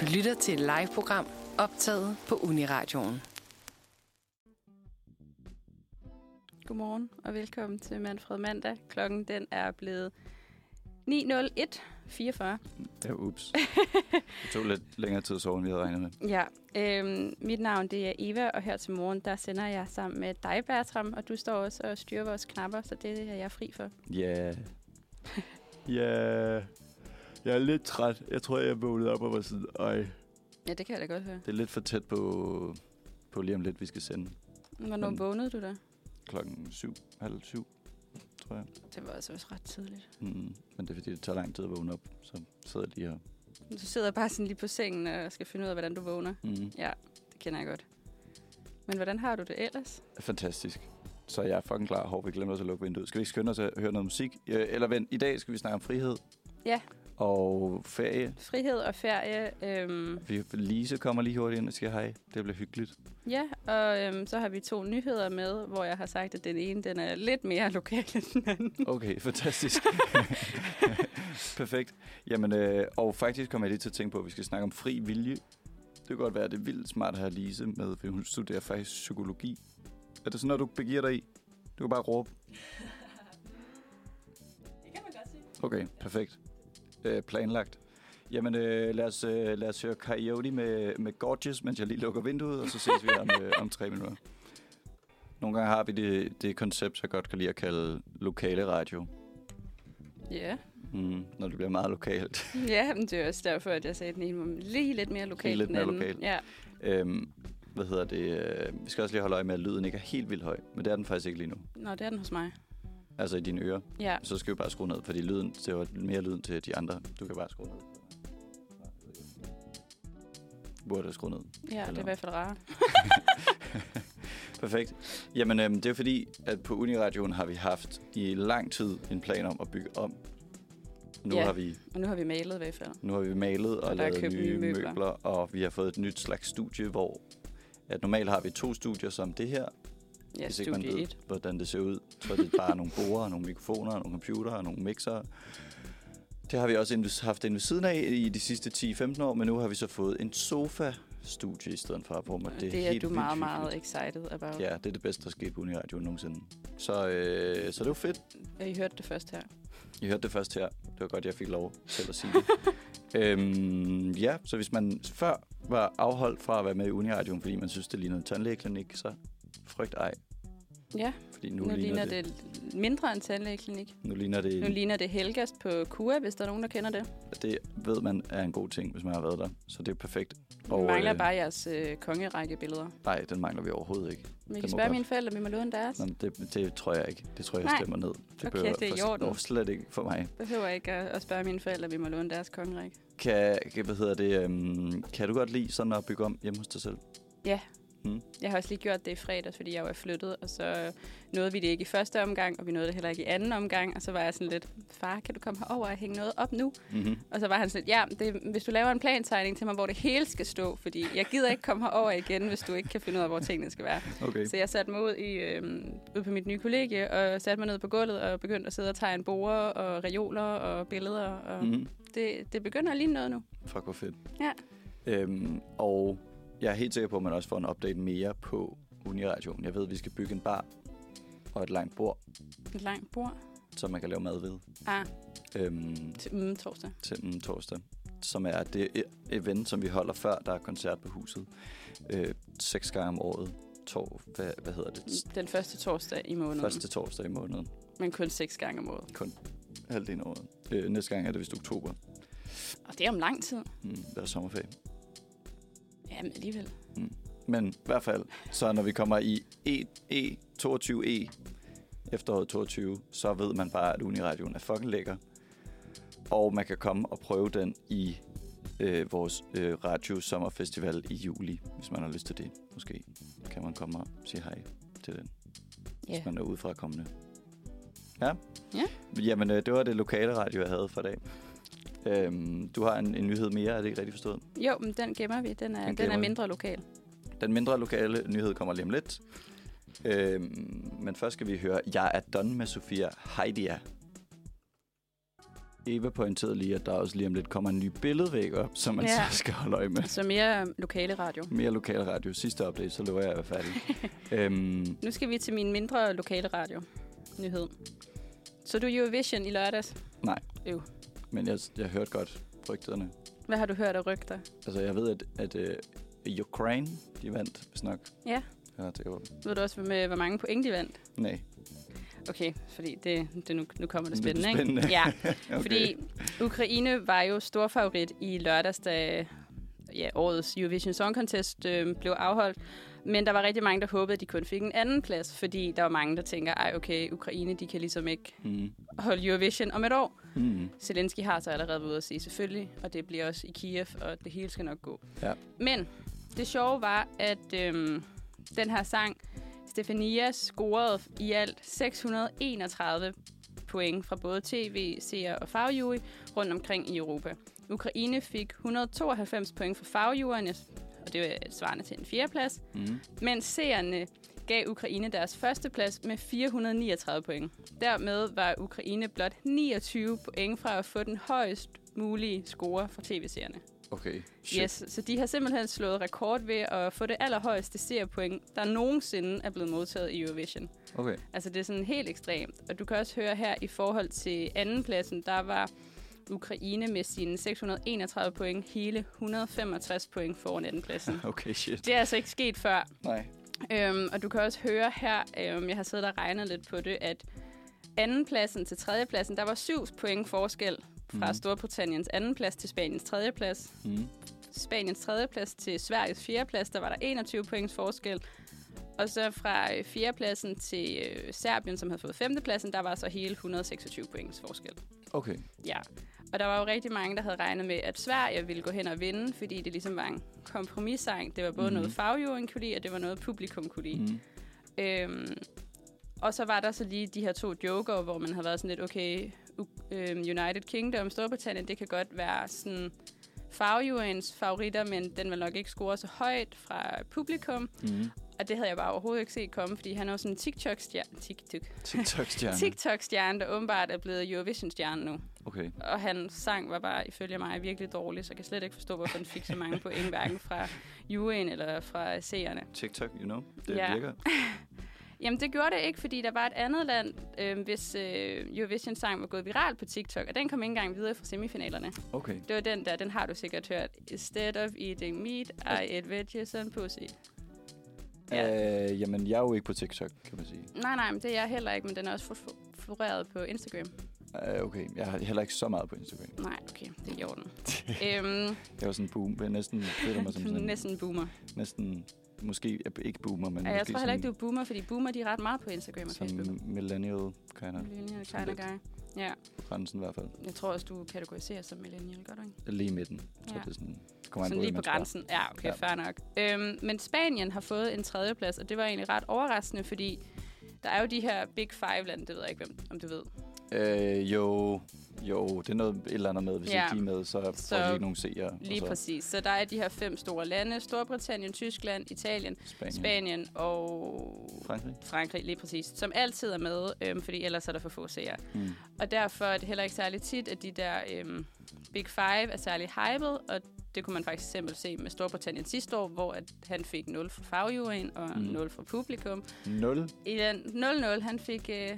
Du lytter til et live-program optaget på Uniradioen. Godmorgen og velkommen til Manfred Mandag. Klokken den er blevet 9.01.44. Ja, ups. Det tog lidt længere tid at sove, end vi havde regnet med. Ja, øhm, mit navn det er Eva, og her til morgen der sender jeg sammen med dig, Bertram, og du står også og styrer vores knapper, så det er jeg fri for. Ja. Ja. Jeg er lidt træt. Jeg tror, jeg vågnede op og var sådan, øj, Ja, det kan jeg da godt høre. det er lidt for tæt på, på lige om lidt, vi skal sende Hvornår Mm. vågnede du da? klokken syv, halv syv, tror jeg. Det var altså også ret tidligt. Mm. Men det er, fordi det tager lang tid at vågne op, så sidder jeg lige her. Du sidder bare sådan lige på sengen og skal finde ud af, hvordan du vågner. Mm. Det kender jeg godt. Men hvordan har du det ellers? Fantastisk. Så jeg er fucking klar. Hov, vi glemte også at lukke vinduet. Skal vi ikke skynde os at høre noget musik? Øh, Eller vent, i dag skal vi snakke om frihed. Ja. Og ferie. Frihed og ferie. Øhm, Vi, Lise kommer lige hurtigt ind og siger hej. Det bliver hyggeligt. Ja, og øhm, så har vi to nyheder med, hvor jeg har sagt, at den ene den er lidt mere lokal end den anden. Okay, fantastisk. Perfekt. Jamen, øh, og faktisk kommer jeg lige til at tænke på, at vi skal snakke om fri vilje. Det kan godt være, at det er vildt smart at have Lise med, for hun studerer faktisk psykologi. Er det sådan noget, du begiver dig i? Du kan bare råbe. Det kan man godt sige. Okay, perfekt. Øh, planlagt. Jamen, øh, lad, os, øh, lad os høre Coyote med, med Gorgeous, mens jeg lige lukker vinduet, og så ses vi om, øh, om tre minutter. Nogle gange har vi det, det koncept, jeg godt kan lide at kalde lokale radio. Ja, Mm, når det bliver meget lokalt. ja men det er også derfor, at jeg sagde, at den ene var lige lidt mere lokal Lige lidt end mere den anden. lokal. Ja, øhm, hvad hedder det? øh, Vi skal også lige holde øje med, at lyden ikke er helt vildt høj. Men det er den faktisk ikke lige nu. Nå, det er den hos mig. Altså i dine ører. Ja, Så skal vi bare skrue ned, fordi lyden, det var mere lyden til de andre. Du kan bare skrue ned. Du Burde have skruet ned. ja det er i hvert fald rart. Perfekt. Jamen, øhm, det er fordi, at på Uniradioen har vi haft i lang tid en plan om at bygge om. Nu, Ja. har, vi, Og nu har vi malet i hvert fald. nu har vi malet og, Og der er lavet købt nye nye møbler. møbler. møbler, og vi har fået et nyt slags studie, hvor at normalt har vi to studier som det her, Ja, Hvis ikke man studie ved, 1. hvordan det ser ud, så er det bare nogle borer, nogle mikrofoner, nogle computere, nogle mixere. Det har vi også inv- haft en ved siden af i de sidste 10-15 år, men nu har vi så fået en sofa-studie i stedet for, hvor man, Og det er, Øh, det er helt du vildt meget, hyggeligt. meget excited about. Ja, det er det bedste, der er sket på Uniradio nogensinde. Så, øh, så det var fedt. Ja, I hørte det først her. I hørte det først her. Det var godt, jeg fik lov selv at sige det. øhm, ja, så hvis man før var afholdt fra at være med i Uniradioen, fordi man synes, det lignede en tandlægeklinik, så frygt ej. Ja, Fordi nu, nu, nu ligner det, det mindre end tandlægeklinik. Nu ligner det... Nu ligner det Helgas på Kura, hvis der er nogen, der kender det. Det ved man er en god ting, hvis man har været der. Så det er perfekt. Vi mangler øh, bare jeres øh, kongerække billeder. Nej, den mangler vi overhovedet ikke. Vi må kan spørge godt. mine forældre, om vi må låne deres. Nå, men det, det tror jeg ikke. Det tror jeg, jeg Nej. stemmer ned. Det Okay, det er i orden. Nå, slet ikke for mig. behøver ikke at, at spørge mine forældre, vi må låne deres kongerække. Kan, kan- hvad hedder det, øhm, kan du godt lide sådan at bygge om hjemme hos dig selv? Jeg har også lige gjort det i fredags, fordi jeg var flyttet, og så øh, nåede vi det ikke i første omgang, og vi nåede det heller ikke i anden omgang, og så var jeg sådan lidt, far, kan du komme herover og hænge noget op nu? Mm-hmm. Og så var han sådan lidt, ja, det, hvis du laver en plantegning til mig, hvor det hele skal stå, fordi jeg gider ikke komme herover igen, hvis du ikke kan finde ud af, hvor tingene skal være. Okay. Så jeg satte mig ud, i, øh, ud på mit nye kollegie, og satte mig ned på gulvet, og begyndte at sidde og tegne borer, og reoler, og billeder, og mm. Mm-hmm. det, det begynder lige noget nu. Fuck, hvor fedt. Ja. Øhm, og jeg er helt sikker på, at man også får en update mere på Uniradioen. Jeg ved, at vi skal bygge en bar og et langt bord, Et langt bord. som man kan lave mad ved. Ah, Øhm, til mm, torsdag. til den torsdag, som er det e- event, som vi holder før, der er koncert på huset. Øh, seks gange om året. Tor, hvad, hvad hedder det? S- Den første torsdag i måneden. Første. Første torsdag i måneden. Men kun seks gange om året. Halvdelen af året. Øh, næste gang er det vist oktober. Og det er om lang tid. Mm, der er sommerferie. Jamen alligevel. Men i hvert fald, så når vi kommer i e, e 22E, efteråret 22, så ved man bare, at Uniradioen er fucking lækker. Og man kan komme og prøve den i øh, vores øh, Radio Sommerfestival i juli, hvis man har lyst til det. Måske kan man komme og sige hej til den, Ja. hvis man er udefrakommende. Ja. Ja. Jamen, øh, det var det lokale radio, jeg havde for i dag. Øhm, du har en, en nyhed mere, er det ikke rigtigt forstået? Jo, men den gemmer vi. Den er, den Den gemmer den er vi. mindre lokal. Den mindre lokale nyhed kommer lige om lidt. Øhm, men først skal vi høre Jeg er done med Sofia Heidia. Eva pointerede lige, at der også lige om lidt kommer en ny billedvæg op, som man ja. Ja. så skal holde øje med. Så mere øhm, lokale radio. Mere lokalradio. Sidste update, så lover jeg at være færdig. øhm, Nu skal vi til min mindre lokale radio nyhed. Så du Eurovision i lørdags. men jeg, jeg hørte godt rygterne. Hvad har du hørt af rygter? Altså, jeg ved, at, at uh, Ukraine, de vandt, hvis nok. Ja. Ja, det var... Ved du også, hvad med, hvor mange point de vandt? Nej. Okay, fordi det, det nu, nu kommer det Det er spændende, spændende. ikke? Ja, Okay. okay. fordi Ukraine var jo stor favorit i lørdags, da ja, årets Eurovision Song Contest øh, blev afholdt. Men der var rigtig mange, der håbede, at de kun fik en anden plads, fordi der var mange, der tænker, ej okay, Ukraine, de kan ligesom ikke Mm. holde Eurovision om et år. Mm. Zelensky har så allerede været ude at sige selvfølgelig, og det bliver også i Kiev, og det hele skal nok gå. Ja. Men det sjove var, at øhm, den her sang, Stefania scorede i alt 631 point fra både tv, seer og fagjury rundt omkring i Europa. Ukraine fik 192 point fra fagjuryerne, og det var svarende til en fjerdeplads, Mm. mens seerne gav Ukraine deres første plads med 439 point. Dermed var Ukraine blot 29 point fra at få den højst mulige score fra tv-seerne. Okay. Shit. Yes, så de har simpelthen slået rekord ved at få det allerhøjeste seerpoint, der nogensinde er blevet modtaget i Eurovision. Okay. Altså det er sådan helt ekstremt. Og du kan også høre her i forhold til andenpladsen, der var Ukraine med sine 631 point hele 165 point foran andenpladsen. Okay, shit. Det er altså ikke sket før. Nej. Øhm, og du kan også høre her, øhm, jeg har siddet og regnet lidt på det, at andenpladsen til tredjepladsen, der var syv point forskel fra Mhm. mm. Storbritanniens andenplads til Spaniens tredjeplads. Mm. Spaniens tredjeplads til Sveriges fjerdeplads, der var der 21 points forskel. Og så fra øh, fjerdepladsen til øh, Serbien, som havde fået femtepladsen, der var så hele 126 points forskel. Okay. Ja, og der var jo rigtig mange, der havde regnet med, at Sverige ville gå hen og vinde, fordi det ligesom var en kompromissang. Det var både Mhm. mm. noget fagjorden kunne lide, og det var noget publikum kunne lide. Mm. Øhm, og så var der så lige de her to joker, hvor man havde været sådan lidt, okay, U- øhm, United Kingdom, Storbritannien, det kan godt være sådan fagjuryens favoritter, men den vil nok ikke score så højt fra publikum. Mm. Og det havde jeg bare overhovedet ikke set komme, fordi han er jo sådan en TikTok-stjerne, TikTok. TikTok-stjerne. TikTok-stjerne, der åbenbart er blevet Eurovision-stjerne nu. Okay. Og hans sang var bare, ifølge mig, virkelig dårlig, så jeg kan slet ikke forstå, hvorfor han fik så mange point, hverken fra juryen eller fra seerne. TikTok, you know. Det Ja. virker. Jamen, det gjorde det ikke, fordi der var et andet land, øh, hvis øh, Eurovision-sang var gået viral på TikTok, og den kom ikke engang videre fra semifinalerne. Okay. Det var den der, den har du sikkert hørt. Instead of eating meat, I ate veggies and pussy. Ja. Ja. Øh, jamen, jeg er jo ikke på TikTok, kan man sige. Nej, nej, men det er jeg heller ikke, men den er også fl- floreret på Instagram. Øh, okay, jeg har heller ikke så meget på Instagram. Nej, okay, det er i orden. øhm, Jeg er jo sådan en boom. Jeg næsten føler mig som du er sådan næsten. næsten boomer. næsten måske ikke boomer, men Ja, jeg måske tror heller ikke, du er boomer, fordi boomer de er ret meget på Instagram og som Facebook. millennial kind of Millennial Sådan kind of lidt. guy. Ja, grænsen i hvert fald. jeg tror også, du kategoriserer som millennial, gør du ikke? Lige i midten. Jeg tror, Ja. det er sådan, det kommer an Sådan hvem lige på man spørger. grænsen. Ja, okay, Ja. ja. fair nok. Øhm, men Spanien har fået en tredjeplads, og det var egentlig ret overraskende, fordi der er jo de her Big Five-lande, det ved jeg ikke, hvem, om du ved. Øh, jo, jo, det er noget et eller andet med. Hvis Ja. ikke de er med, så, så Så- får de ikke nogen seere. Lige og så præcis. Så der er de her fem store lande. Storbritannien, Tyskland, Italien, Spanien. Spanien og Frankrig. Frankrig, lige præcis. Som altid er med, øhm, fordi ellers er der for få seere. Mm. Og derfor er det heller ikke særlig tit, at de der øhm, Big Five er særlig hyped, og det kunne man faktisk simpelthen se med Storbritannien sidste år, hvor at han fik 0 fra fagjuryen og Mm. 0 fra publikum. 0 I den 0-0, han fik... Øh,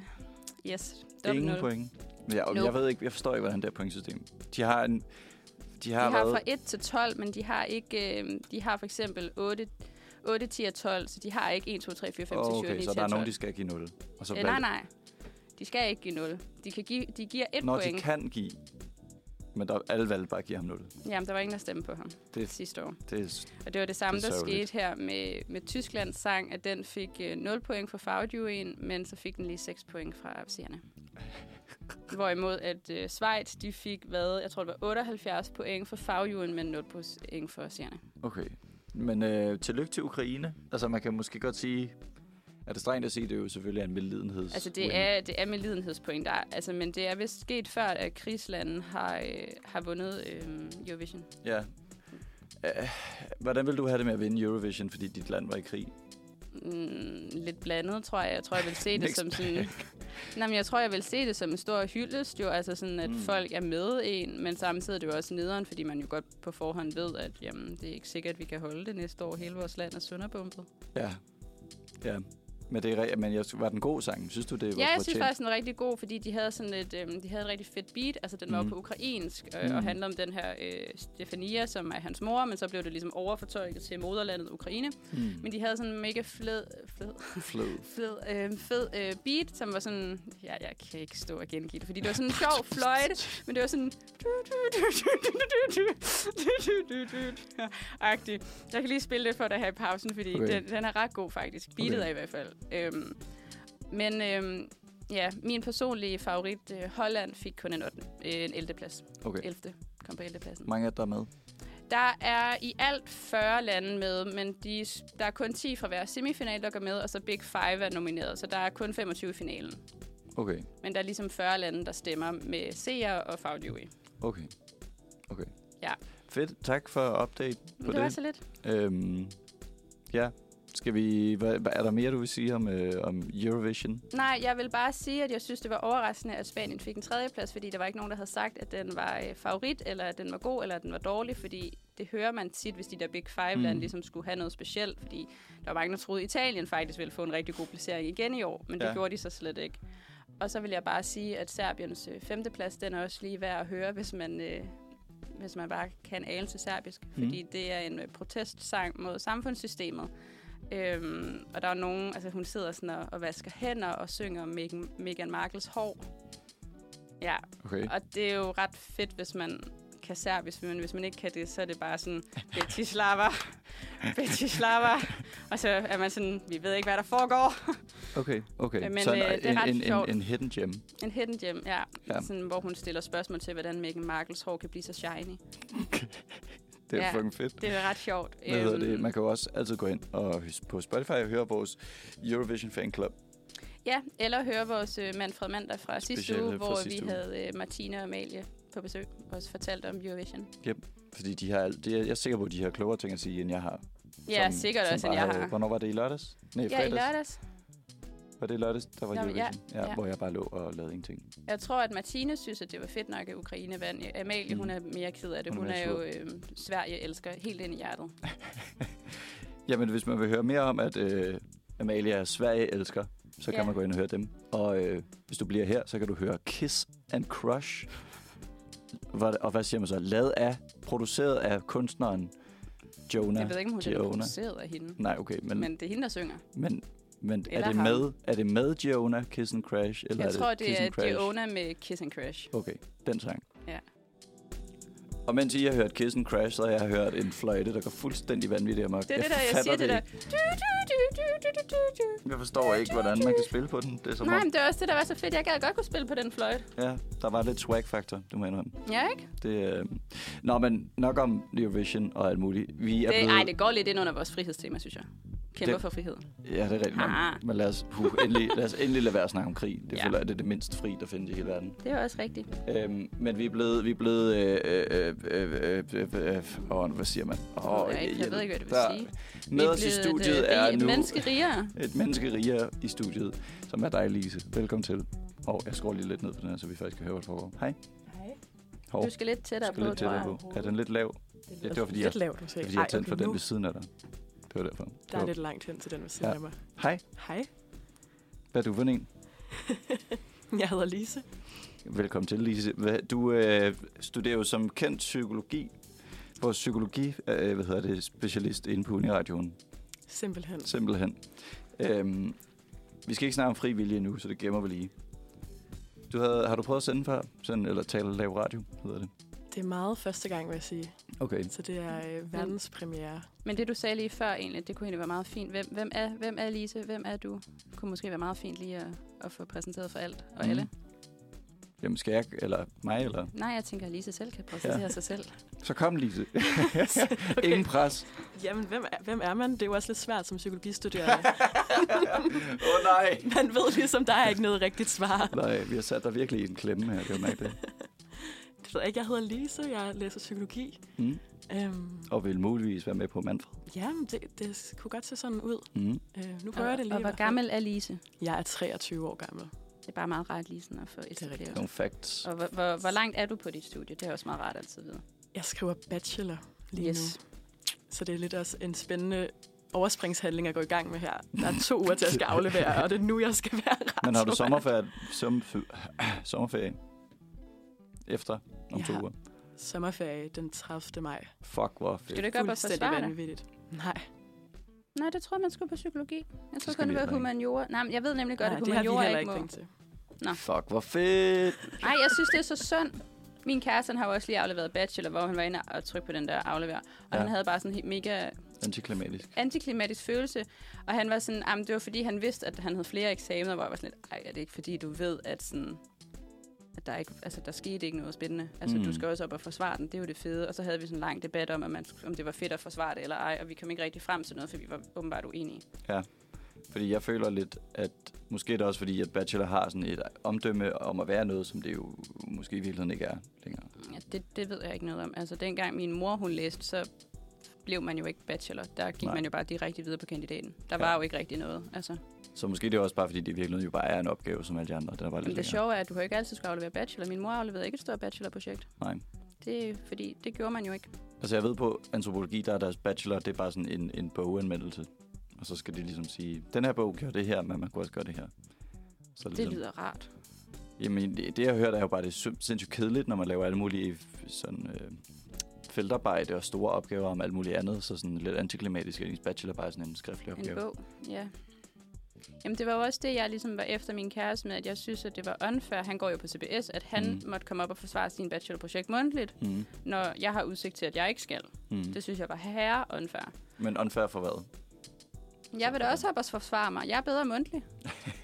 yes, dobbelt 0. Ingen De point. Men Jeg, Nope. jeg ved ikke, jeg forstår ikke, hvordan det er pointsystem. De har en... De har har, været, fra 1 til 12, men de har ikke... Øh, de har for eksempel 8, 8, 10 og 12, så de har ikke 1, 2, 3, 4, 5, 6, 7, Åh, 8, 9, okay, 10 så og der er 12. nogen, de skal give 0. Og så øh, nej, nej. De skal ikke give 0. De, kan give, de giver 1 Når point. de kan give... Men der alle valgte bare at give ham 0. Jamen, der var ingen, der stemte på ham Det- det. sidste år. Det er, Og det var det samme, Det er det der sørgeligt. skete her med, med Tysklands sang, at den fik øh, 0 point fra fagjuryen, men så fik den lige 6 point fra seerne. Hvorimod at øh, Schweiz, de fik hvad, jeg tror det var 78 point fra fagjuryen, men 0 point for seerne. okay. Men øh, tillykke til Ukraine. Altså, man kan måske godt sige... Er det strengt at sige, det er jo selvfølgelig en medlidenheds... Altså det er, det er med lidenhedspoint, der er, altså, men det er vist sket før, at krigslanden har, øh, har vundet øh, Eurovision. Ja. Øh, hvordan vil du have det med at vinde Eurovision, fordi dit land var i krig? Mm, lidt blandet, tror jeg. Jeg tror, jeg vil se det Mixed som sådan... Nej, men jeg tror, jeg vil se det som en stor hyldest, jo, altså sådan, at Mm. mm. folk er med en, men samtidig er det jo også nederen, fordi man jo godt på forhånd ved, at jamen, det er ikke sikkert, at vi kan holde det næste år. Hele vores land er sønderbumpet. Ja. Ja. Men, det er, re- men jeg, var den god sang? Synes du, det var Ja, jeg synes fortjent? faktisk, den var rigtig god, fordi de havde sådan lidt, øhm, de havde et rigtig fedt beat. Altså, den var Mhm. jo på ukrainsk, øh, Mhm. og handler om den her øh, Stefania, som er hans mor, men så blev det ligesom overfortolket til moderlandet Ukraine. Mm. Men de havde sådan en mega fled, fled, Flød. fed, øh, fed øh, beat, som var sådan... Ja, jeg kan ikke stå og gengive det, fordi det var sådan en sjov fløjte, men det var sådan... Agtig. Jeg kan lige spille det for dig her i pausen, fordi Okay. okay. den, den er ret god faktisk. Beatet Okay. okay. er i hvert fald. Øhm, men øhm, ja, min personlige favorit, øh, Holland, fik kun en, 8, øh, en 11. plads. Okay. 11. kom på 11. pladsen. Mange af jer, der er med. Der er i alt 40 lande med, men de, der er kun 10 fra hver semifinal, der går med, og så Big Five er nomineret, så der er kun 25 i finalen. Okay. Men der er ligesom 40 lande, der stemmer med seer og fagjury. Okay. Okay. Ja. Fedt. Tak for update på Det var så lidt. Øhm, ja. Skal vi... Hvad, hvad- er der mere, du vil sige om, øh, om Eurovision? Nej, jeg vil bare sige, at jeg synes, det var overraskende, at Spanien fik en tredjeplads, fordi der var ikke nogen, der havde sagt, at den var øh, favorit, eller at den var god, eller at den var dårlig, fordi det hører man tit, hvis de der Big Five-lande Mm. mm. ligesom skulle have noget specielt, fordi der var mange, der troede, at Italien faktisk ville få en rigtig god placering igen i år, men det Ja. ja. gjorde de så slet ikke. Og så vil jeg bare sige, at Serbiens øh, femteplads, den er også lige værd at høre, hvis man, øh, hvis man bare kan ale til serbisk, Mm. mm. fordi det er en øh, protestsang mod samfundssystemet. Øhm, og der er nogen, altså hun sidder sådan og, og vasker hænder og synger om Meghan, Meghan Markles hår. Ja, Hmm? Okay. og det er jo ret fedt, hvis man kan serbisk, men hvis man ikke kan det, så er det bare sådan, Betislava, Betislava. Og så er man sådan, vi ved ikke, hvad der foregår. Okay. Okay. Men, Sådan, øh, det er ret en, en, sjovt. en, en hidden gem. En hidden gem, ja. Ja. ja. Sådan, hvor hun stiller spørgsmål til, hvordan Meghan Markles hår kan blive så shiny. Det er ja. Ja. fucking fedt. Det er ret sjovt. Hvad hedder det? Øhm, Man kan jo også altid gå ind og på Spotify og høre vores Eurovision Fan Club. Ja, eller høre vores øh, Manfred Mandag fra sidste Speciale uge, fra hvor sidste vi uge. havde øh, Martina og Amalie på besøg og også fortalte om Eurovision. Fordi de har, alt- det er, jeg er sikker på, at de har klogere ting at sige, end jeg har. Ja, Som- sikkert som også, end bare jeg havde- har. Hvornår var det i lørdags? Nej, Ja, i lørdags. Var det i lørdags, der var Nå, men Eurovision? Ja, ja, ja. hvor jeg bare lå og lavede ingenting. Jeg tror, at Martine synes, at det var fedt nok, at Ukraine vandt. Amalie, Mm. hun er mere ked af det. Hun er Hun, mere er jo øh, Sverige elsker helt ind i hjertet. Jamen, hvis man vil høre mere om, at øh, Amalia er Sverige elsker, så kan Ja. man gå ind og høre dem. Og øh, hvis du bliver her, så kan du høre Kiss and Crush. Hvor, og hvad siger man så? Lavet af, produceret af kunstneren Jonah. Jeg ved ikke, om hun er Giona. produceret af hende. Nej, okay, men, men, Men det er hende, der synger. men, men er, Eller det ham. med, er det med Giona, Kiss and Crash? Eller Jeg er tror, det Kiss det er and Crash? Diona med Kiss and Crash. Okay, den sang. Ja. Og mens I har hørt Kiss and Crash, så har jeg hørt en fløjte, der går fuldstændig vanvittigt amok. Det er det, der, jeg fatter siger det der. ikke. Du, du, du, du, du, du, du, du. Jeg forstår ikke, hvordan man kan spille på den. Det er som Nej, om, men det er også det, der var så fedt. Jeg gad godt kunne spille på den fløjte. ja, der var lidt swag-faktor, det må jeg indrømme. Ja, ikke? Det, øh... Nå, men nok om Eurovision og alt muligt. Vi er Det, blevet... ej, det går lidt ind under vores frihedstema, synes jeg. Kæmper Det- for frihed. Ja, det er rigtigt. Ah. nok. Men lad os, uh, endelig, lad os endelig lade være at snakke om krig. Det Ja. ja. føler jeg, det er det mindst fri, der findes i hele verden. Det er også rigtigt. Øhm, men vi er blevet... Vi er blevet øh, øh, øh, øh, øh, øh, åh, hvad siger man? Åh, øh, jeg ikke. Jeg ved ikke, hvad det vil der- sige. Med os i øh, studiet er nu... Menneske rigere. Et menneske rigere i studiet, som er dig, Lise. Velkommen til. Og jeg skruer lige lidt ned på den her, så vi faktisk kan høre, hvad der foregår. Hej. Hej. Hov, Du skal lidt tættere skal på, lidt tror tættere jeg. på. Er den lidt lav? lyder Ja, det var fordi, jeg, Altså, lidt lavt, måske. det var, fordi jeg Ej, tændte for den nu- ved siden af dig. Det var derfor. Det Der var- er lidt langt hen til den ved siden Ja. af mig. Hej, Hej, hvad er du for en? jeg hedder Lise. Velkommen til, Lise. Hvad- Du øh, studerer jo som kendt psykologi. Vores psykologi, øh, hvad hedder det, specialist inde på Uniradioen. Simpelthen. Simpelthen. Øhm, vi skal ikke snakke om fri vilje nu, så det gemmer vi lige. Du havde, har du prøvet at sende før? Sende, eller tale lave radio, hedder det. Det er meget første gang, vil jeg sige. Okay. Så det er øh, verdenspremiere. Men det, du sagde lige før egentlig, det kunne egentlig være meget fint. Hvem, hvem, er, hvem er Lise? Hvem er du? Det kunne måske være meget fint lige at, at få præsenteret for alt og Mm. alle. Jamen, skal jeg, eller mig, eller... Nej, jeg tænker, at Lise selv kan præsentere Ja. ja. sig selv. Så kom, Lise. Ingen pres. Jamen, hvem er, hvem er man? Det er jo også lidt svært som psykologistuderende. Åh, oh, nej. man ved ligesom, der er ikke noget rigtigt svar. Nej, vi har sat dig virkelig i en klemme her, kan du mærke det? Det ved jeg ikke. Jeg hedder Lise, jeg læser psykologi. Mm. Øhm, Og vil muligvis være med på Manfred. jamen, det, det kunne godt se sådan ud. Mm. Øh, nu prøver jeg Og, og det lige. i hvor hvert fald. gammel er Lise? Jeg er 23 år gammel. Det er bare meget rart lige sådan at få etableret. Nogle facts. Og hvor, hvor, hvor langt er du på dit studie? Det er også meget rart altid at vide. Jeg skriver bachelor lige yes. nu, så det er lidt også en spændende overspringshandling at gå i gang med her. Der er to uger til, at jeg skal aflevere, og det er nu, jeg skal være ret Men har du troværdig. sommerferie, sommerferie, sommerferie efter om Jeg to har- uger? Sommerferie den 30. maj. Fuck, hvor fedt. Skal du ikke op og Fuldstændig forsvare dig? vanvittigt. Nej, Nej, det tror jeg, man skulle på psykologi. Jeg tror skal kun, vi det var heller ikke. humaniora. Nej, men jeg ved nemlig godt, Nej, at det har vi humaniora heller ikke ikke må. penge til. Fuck, hvor fedt. Nej, jeg synes, det er så sundt. Min kæreste han har jo også lige afleveret bachelor, hvor han var inde og trykke på den der aflever. Og Ja. ja. han havde bare sådan en helt mega Antiklimatisk. antiklimatisk følelse. Og han var sådan, "Jamen, det var fordi, han vidste, at han havde flere eksamener, hvor jeg var sådan lidt, ej, er det ikke fordi, du ved, at sådan at der, ikke, altså, der skete ikke noget spændende. Altså, Mm. mm. du skal også op og forsvare den. Det er jo det fede. Og så havde vi sådan en lang debat om, at man, om det var fedt at forsvare det eller ej, og vi kom ikke rigtig frem til noget, for vi var åbenbart uenige. Fordi jeg føler lidt, at måske er det også fordi, at bachelor har sådan et omdømme om at være noget, som det jo måske i virkeligheden ikke er længere. Ja, det, det ved jeg ikke noget om. Altså, dengang min mor, hun læste, så blev man jo ikke bachelor. Der gik Nej. Nej. man jo bare direkte videre på kandidaten. Der Ja. ja. var jo ikke rigtig noget. Altså, Så måske det er også bare, fordi det i virkeligheden jo bare er en opgave, som alle de andre. Den er bare men lidt det længere. sjove er, at du har ikke altid skulle aflevere bachelor. Min mor afleverede ikke et stort bachelorprojekt. Nej. Det er fordi, det gjorde man jo ikke. Altså jeg ved på antropologi, der er deres bachelor, det er bare sådan en, en boganmeldelse. Og så skal de ligesom sige, den her bog gør det her, men man kunne også gøre det her. Så ligesom- Det lyder rart. Jamen, det det, jeg har hørt, er jo bare, det er sin- sindssygt kedeligt, når man laver alle mulige sådan, øh, feltarbejde og store opgaver om alt muligt andet. Så sådan lidt antiklimatisk, at ens bachelor bare er sådan en skriftlig opgave. En bog, ja. Jamen, det var jo også det, jeg ligesom var efter min kæreste med, at jeg synes, at det var unfair. Han går jo på CBS, at han Mm. mm. måtte komme op og forsvare sin bachelorprojekt mundtligt, Mm. når jeg har udsigt til, at jeg ikke skal. Mm. Det synes jeg var herre unfair. Men unfair for hvad? Jeg vil da også hoppe og forsvare mig. Jeg er bedre mundtlig.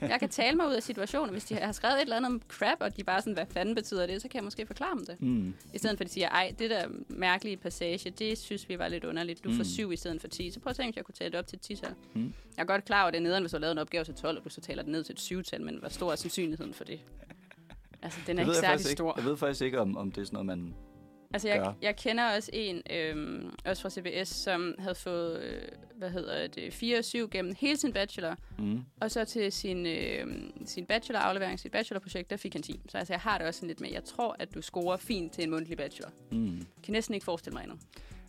Jeg kan tale mig ud af situationen. Hvis de har skrevet et eller andet om crap, og de bare sådan, hvad fanden betyder det, så kan jeg måske forklare dem det. Mm. I stedet for, at de siger, ej, det der mærkelige passage, det synes vi var lidt underligt. Du Mm. får syv i stedet for 10. Så prøv at tænke, hvis jeg kunne tale det op til et 10 tal. Mm. Jeg er godt klar over, at det er nederen, hvis du har lavet en opgave til 12, og du så taler den ned til et 7 tal, men hvor stor er sandsynligheden for det? Altså, den er ikke Jeg ved, jeg, særlig faktisk stor. ikke, jeg ved faktisk ikke, om, om det er sådan noget, man... Altså, jeg, gøre. jeg kender også en, øhm, også fra CBS, som havde fået, øh, hvad hedder det, 4 og 7 gennem hele sin bachelor, Mm. og så til sin, øh, sin bacheloraflevering, sit bachelorprojekt, der fik han 10. Så altså, jeg har det også sådan lidt med, jeg tror, at du scorer fint til en mundtlig bachelor. Mm. Kan næsten ikke forestille mig andet.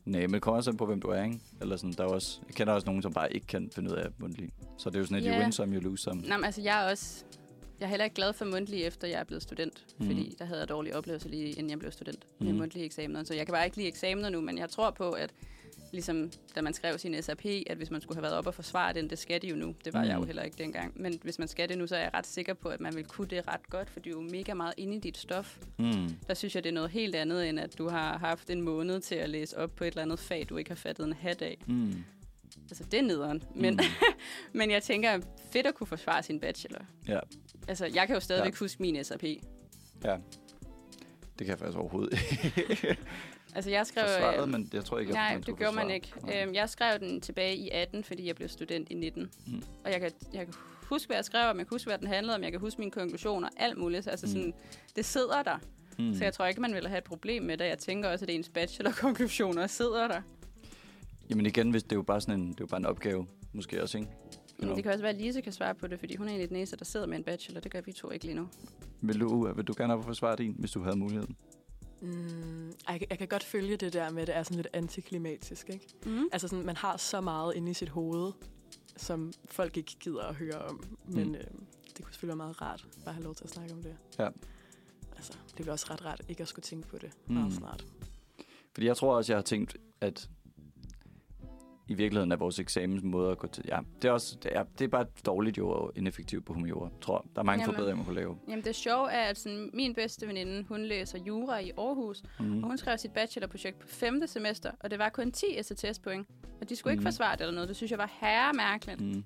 Nej, men det kommer også an på, hvem du er, ikke? Eller sådan, der er jo også, jeg kender også nogen, som bare ikke kan finde ud af mundtlig. Så det er jo sådan et, yeah. Ja. you win some, you lose some. Nej, men altså, jeg er også... Jeg er heller ikke glad for mundtlig, efter jeg er blevet student. Mhm. Mm. Fordi der havde jeg dårlige oplevelser lige inden jeg blev student med Mhm. mundtlige eksamener. Så jeg kan bare ikke lide eksamener nu, men jeg tror på, at ligesom da man skrev sin SAP, at hvis man skulle have været op og forsvare den, det skal de jo nu. Det var mm. jeg jo Mhm. heller ikke dengang. Men hvis man skal det nu, så er jeg ret sikker på, at man vil kunne det ret godt, for du er jo mega meget inde i dit stof. Mm. Der synes jeg, det er noget helt andet, end at du har haft en måned til at læse op på et eller andet fag, du ikke har fattet en hat af. Mm. Altså, det er nederen. Men, Mm. men jeg tænker, fedt at kunne forsvare sin bachelor. Ja. Altså, jeg kan jo stadigvæk Ja. ja. huske min SAP. Det kan jeg faktisk overhovedet ikke Altså, jeg skrev... forsvare, øhm, men jeg tror ikke, at Nej, man det skulle gjorde man forsvare. ikke. Nej. Øhm, jeg skrev den tilbage i 18, fordi jeg blev student i 19. Mm. Mm. Og jeg kan, jeg kan huske, hvad jeg skrev om, jeg kan huske, hvad den handlede om, jeg kan huske mine konklusioner, alt muligt. Altså, Mm. sådan, det sidder der. Mm. Mm. Så jeg tror ikke, man ville have et problem med det. Jeg tænker også, at ens bachelorkonklusioner sidder der. Jamen igen, hvis det er jo bare sådan en, det er jo bare en opgave, måske også, ikke? Men Jo. det kan også være, at Lise kan svare på det, fordi hun er egentlig den eneste, der sidder med en bachelor. Det gør vi to ikke lige nu. Vil du, vil du gerne op og forsvare din, hvis du havde muligheden? Mm, ej, jeg, jeg kan godt følge det der med, at det er sådan lidt antiklimatisk, ikke? Mm-hmm. Mm. Altså sådan, man har så meget inde i sit hoved, som folk ikke gider at høre om. Men Mm. mm. øh, det kunne selvfølgelig være meget rart bare at have lov til at snakke om det. Ja. Altså, det bliver også ret rart ikke at skulle tænke på det Mm. mm. meget snart. Fordi jeg tror også, jeg har tænkt, at i virkeligheden er vores eksamensmåde at gå til... Ja, det er, også, det er, det er bare dårligt jo og ineffektivt på humaniora, tror jeg. Der er mange Jamen. forbedringer, man kunne lave. Jamen det sjove er, at sådan, min bedste veninde, hun læser jura i Aarhus, mm. Mm. og hun skrev sit bachelorprojekt på femte semester, og det var kun 10 STS-point, og de skulle mm. Mhm. ikke forsvare det eller noget. Det synes jeg var herremærkeligt. Mm. Mm.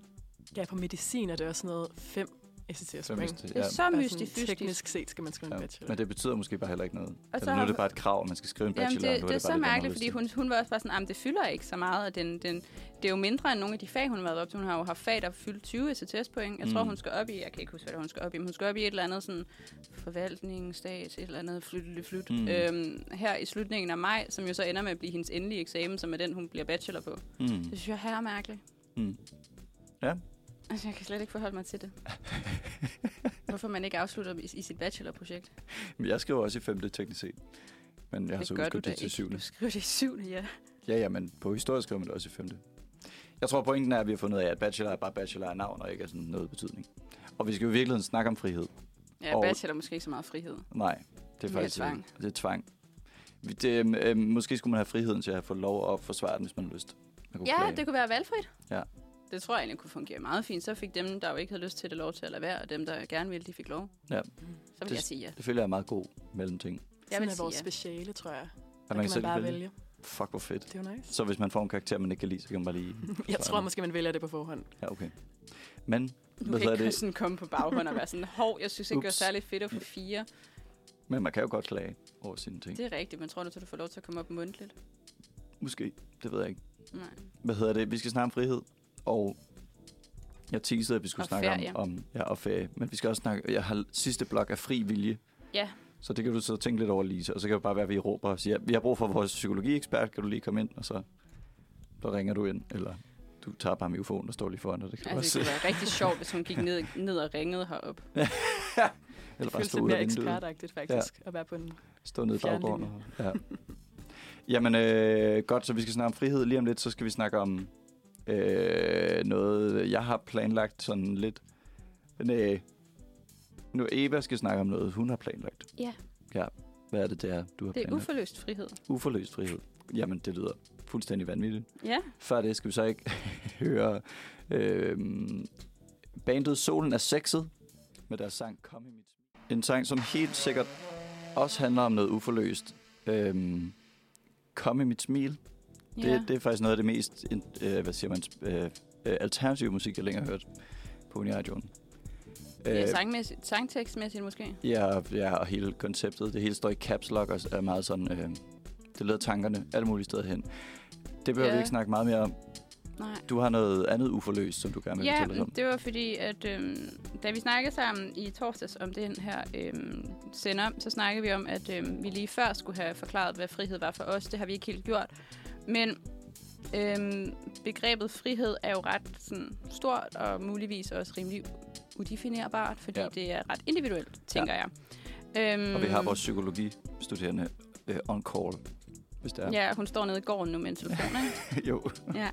Ja, på medicin er det også sådan noget fem ECTS Så, hvis point. det, Det er ja. så mystifystisk. teknisk set skal man skrive en Ja. bachelor. Men det betyder måske bare heller ikke noget. Og Altså, så nu er har- det bare et krav, at man skal skrive en Jamen bachelor. det, nu det er det bare så det, man har mærkeligt, lyst fordi til. hun, hun var også bare sådan, at det fylder ikke så meget, og den, den, det er jo mindre end nogle af de fag, hun har været op til. Hun har jo haft fag, der fyldt 20 STS-point. Jeg tror, Mm. hun skal op i, jeg kan ikke huske, hvad det er, hun skal op i, men hun skal op i et eller andet sådan forvaltning, stat, et eller andet flyt, flyt, flyt. Mm. Mm. Øhm, her i slutningen af maj, som jo så ender med at blive hendes endelige eksamen, som er den, hun bliver bachelor på. Mm. Det synes jeg er herre mærkeligt. Mm. Altså, jeg kan slet ikke forholde mig til det. hvorfor man ikke afslutter i, i sit bachelorprojekt. Men Mm. jeg skriver også i 5. teknisk set. Men jeg har så udskudt det til 7. Du skriver det i syvende, ja. Ja, ja, men på historie skriver man det også i 5. Jeg tror, pointen er, at vi har fundet ud af, at bachelor er bare bachelor af navn, og ikke er sådan noget betydning. Og vi skal jo i virkeligheden snakke om frihed. Ja, Og- bachelor er måske ikke så meget frihed. Nej, det er Mere faktisk øh, tvang. Det er tvang. Vi- Det, øhm, øhm, måske skulle man have friheden til at få lov at forsvare den, hvis man har lyst. Man kunne Ja, klage. det kunne være valgfrit. Ja. Det tror jeg egentlig kunne fungere meget fint. Så fik dem, der jo ikke havde lyst til det, lov til at lade være, og dem, der gerne ville, de fik lov. Ja. Så vil Det- jeg sige ja. det føler jeg er meget god mellemting. At Jeg vil Sådan er vores sige ja. speciale, tror jeg. man, Der kan man selv bare vælge. vælge. Fuck, hvor fedt. Det er jo nice. Så hvis man får en karakter, man ikke kan lide, så kan man bare lige... Jeg forsvare tror den. måske, man vælger det på forhånd. Ja, okay. Men, Du hvad kan hedder ikke det? sådan komme på baghånd og være sådan, hov, jeg synes ikke, det var Ups. særlig fedt at få fire. Men man kan jo godt klage over sine ting. Det er rigtigt, men tror du, så du får lov til at komme op mundtligt? Måske. Det ved jeg ikke. Nej. Hvad hedder det? Vi skal snakke om frihed, og jeg teasede, at vi skulle Og snakke ferie. om, om ja, og ferie. Men vi skal også snakke... Jeg har sidste blok af fri vilje. Ja. Så det kan du så tænke lidt over, Lise. Og så kan det bare være, at vi råber og siger, vi har brug for vores psykologiekspert. Kan du lige komme ind? Og så, så ringer du ind. Eller du tager bare mikrofonen og står lige foran dig. Det kan du Altså, også. det kunne være rigtig sjovt, hvis hun gik ned, ned og ringede herop. Eller Det bare føles stå lidt ud af mere vinduet. ekspertagtigt, faktisk, at være på en Stå nede i Fjernlinje. baggården. og- Ja. Jamen, øh, godt, så vi skal snakke om frihed. Lige om lidt, så skal vi snakke om øh, noget, jeg har planlagt sådan lidt. Næh. Nu Eva skal snakke om noget, hun har planlagt. Ja. Ja. Hvad er det, der du har Det er planlagt? uforløst frihed. Uforløst frihed. Jamen, det lyder fuldstændig vanvittigt. Ja, Før det skal vi så ikke høre øh, bandet Solen er sexet med deres sang Kom i mit smil. En sang, som helt sikkert også handler om noget uforløst. Øh, Kom i mit smil. ja. Det, det er faktisk noget af det mest in- øh, hvad siger man, øh, øh, alternative musik, jeg længere har hørt på Uniradioen. Øh, ja sangmæssigt, sangtekstmæssigt måske. Ja, og- ja, og hele konceptet, det hele står i caps lock og s- er meget sådan, øh, det leder tankerne alle mulige steder hen. Det behøver Ja. vi ikke snakke meget mere om. Nej. Du har noget andet uforløst, som du gerne vil Ja, mm. fortælle os om. det var fordi, at øhm, da vi snakkede sammen i torsdags om den her øhm, sender, så snakkede vi om, at øhm, vi lige før skulle have forklaret, hvad frihed var for os. Det har vi ikke helt gjort. Men øhm, begrebet frihed er jo ret sådan, stort og muligvis også rimelig udefinerbart, fordi Ja. ja. det er ret individuelt, tænker ja. jeg. Øhm, Og vi har vores psykologistuderende øh, on call, hvis det er. Ja, hun står nede i gården nu med en telefon, ikke? jo. Ja.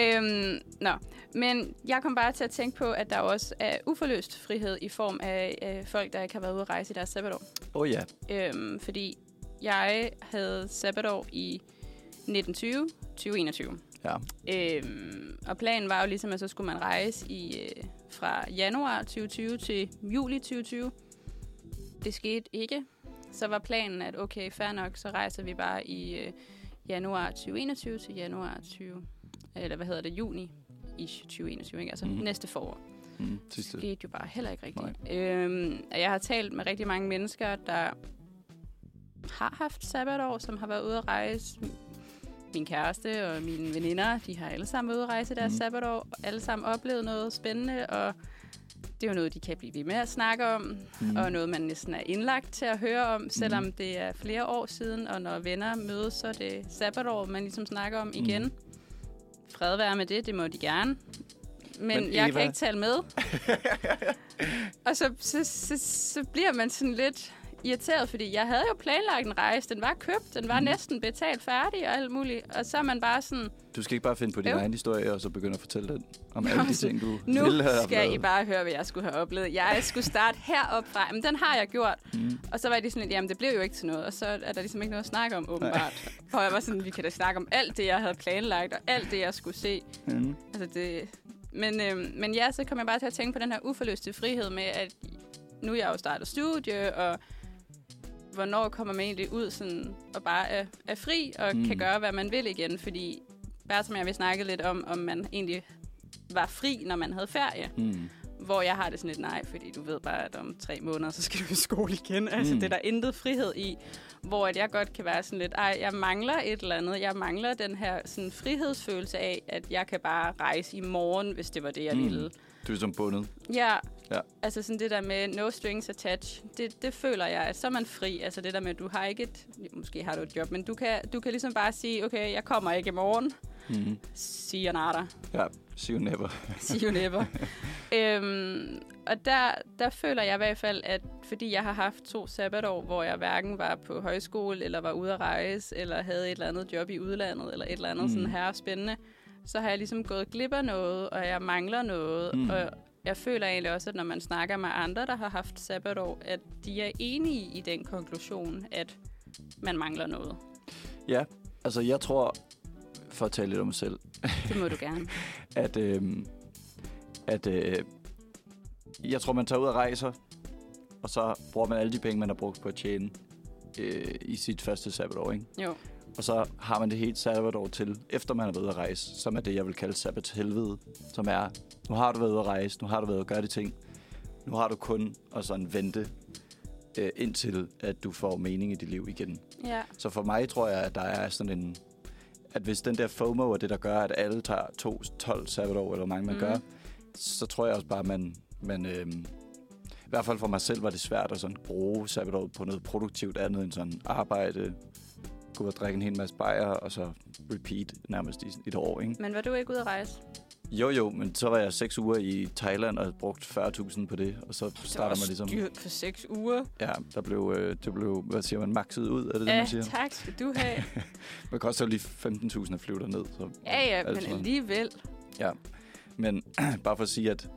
Øhm, nå. Men jeg kom bare til at tænke på, at der også er uforløst frihed i form af øh, folk, der ikke har været ude at rejse i deres sabbatår. Åh oh, ja, Øhm, fordi jeg havde sabbatår i 1920, 2021. ja. Øhm, og planen var jo ligesom, at så skulle man rejse i, øh, fra januar 2020 til juli 2020. Det skete ikke. Så var planen, at okay, fair nok, så rejser vi bare i øh, januar 2021 til januar 20... Eller hvad hedder det? Juni i 2021, ikke? Altså Mhm. mm-hmm. næste forår. Mm, Det sidste. skete jo bare heller ikke rigtigt. Øhm, og jeg har talt med rigtig mange mennesker, der har haft sabbatår, som har været ude at rejse. Min kæreste og mine veninder, de har alle sammen været ude at rejse i deres Mhm. mm. sabbatår. og Alle sammen oplevet noget spændende, og det er jo noget, de kan blive ved med at snakke om Mm. og noget, man næsten er indlagt til at høre om, selvom Mhm. mm. det er flere år siden, og når venner mødes, så er det sabbatår, man ligesom snakker Mhm. om igen. Mm. Fred være med det, det må de gerne. Men, Men Men jeg Eva- kan ikke tale med. og så, så, så, så bliver man sådan lidt irriteret, fordi jeg havde jo planlagt en rejse, den var købt, den var Mhm. mm. næsten betalt færdig og alt muligt, og så er man bare sådan, Du skal ikke bare finde på din Øv. egen historie, og så begynde at fortælle den om alle de så ting, du nu ville have skal I oplevet. bare høre, hvad jeg skulle have oplevet. Jeg skulle starte heroppe fra, men den har jeg gjort. Mm. Og så var jeg sådan lidt, jamen det blev jo ikke til noget, og så er der ligesom ikke noget at snakke om, åbenbart. Og jeg var sådan, vi kan da snakke om alt det, jeg havde planlagt, og alt det, jeg skulle se. Mm. Altså det... Men, øhm, men ja, så kom jeg bare til at tænke på den her uforløste frihed med, at nu er jeg jo startet studie, og hvornår kommer man egentlig ud sådan, og bare er, er fri og Mm. mm. kan gøre, hvad man vil igen. Fordi bare som jeg vil snakke lidt om, om man egentlig var fri, når man havde ferie. Mm. Hvor jeg har det sådan lidt nej, fordi du ved bare, at om tre måneder, så skal du i skole igen. Altså, Mm. mm. det er der intet frihed i. Hvor at jeg godt kan være sådan lidt, ej, jeg mangler et eller andet. Jeg mangler den her sådan, frihedsfølelse af, at jeg kan bare rejse i morgen, hvis det var det, jeg Mm. mm. ville. Du er som bundet. Ja, Ja. ja, altså sådan det der med no strings attached, det, det føler jeg, at så er man fri. Altså det der med, at du har ikke et, måske har du et job, men du kan, du kan ligesom bare sige, okay, jeg kommer ikke i morgen. Mm. See you later. Ja, see you never. See you never. øhm, og der, der føler jeg i hvert fald, at fordi jeg har haft to sabbatår, hvor jeg hverken var på højskole, eller var ude at rejse, eller havde et eller andet job i udlandet, eller et eller andet Mm. mm. sådan her spændende, så har jeg ligesom gået glip af noget, og jeg mangler noget. Mm. Mm. Og jeg føler egentlig også, at når man snakker med andre, der har haft sabbatår, at de er enige i den konklusion, at man mangler noget. Ja, altså jeg tror, for at tale lidt om mig selv, Det må du gerne. at, øh, at øh, jeg tror, man tager ud og rejser, og så bruger man alle de penge, man har brugt på at tjene øh, i sit første sabbatår, ikke? Jo. Og så har man det helt sabbatår til, efter man er ved at rejse, som er det, jeg vil kalde sabbatshelvede, som er, nu har du været ude at rejse, nu har du været ude at gøre de ting, nu har du kun at sådan vente, øh, indtil at du får mening i dit liv igen. Ja. Så for mig tror jeg, at der er sådan en... At hvis den der FOMO er det, der gør, at alle tager to, 12 sabbatår, eller hvor mange man mm. Mm. gør, så tror jeg også bare, at man... man øhm, I hvert fald for mig selv var det svært at sådan bruge sabbatåret på noget produktivt andet end sådan arbejde, gå ud og drikke en hel masse bajer, og så repeat nærmest i et år, ikke? Men var du ikke ude at rejse? Jo, jo, men så var jeg seks uger i Thailand og havde brugt 40.000 på det, og så starter man ligesom... Dyrt for seks uger. Ja, der blev, øh, det blev, hvad siger man, makset ud, er det det, Ja, man siger? tak skal du have. Man koster jo lige 15.000 at flyve derned. Så Ja, ja, alt men sådan noget. alligevel. Men bare for at sige, at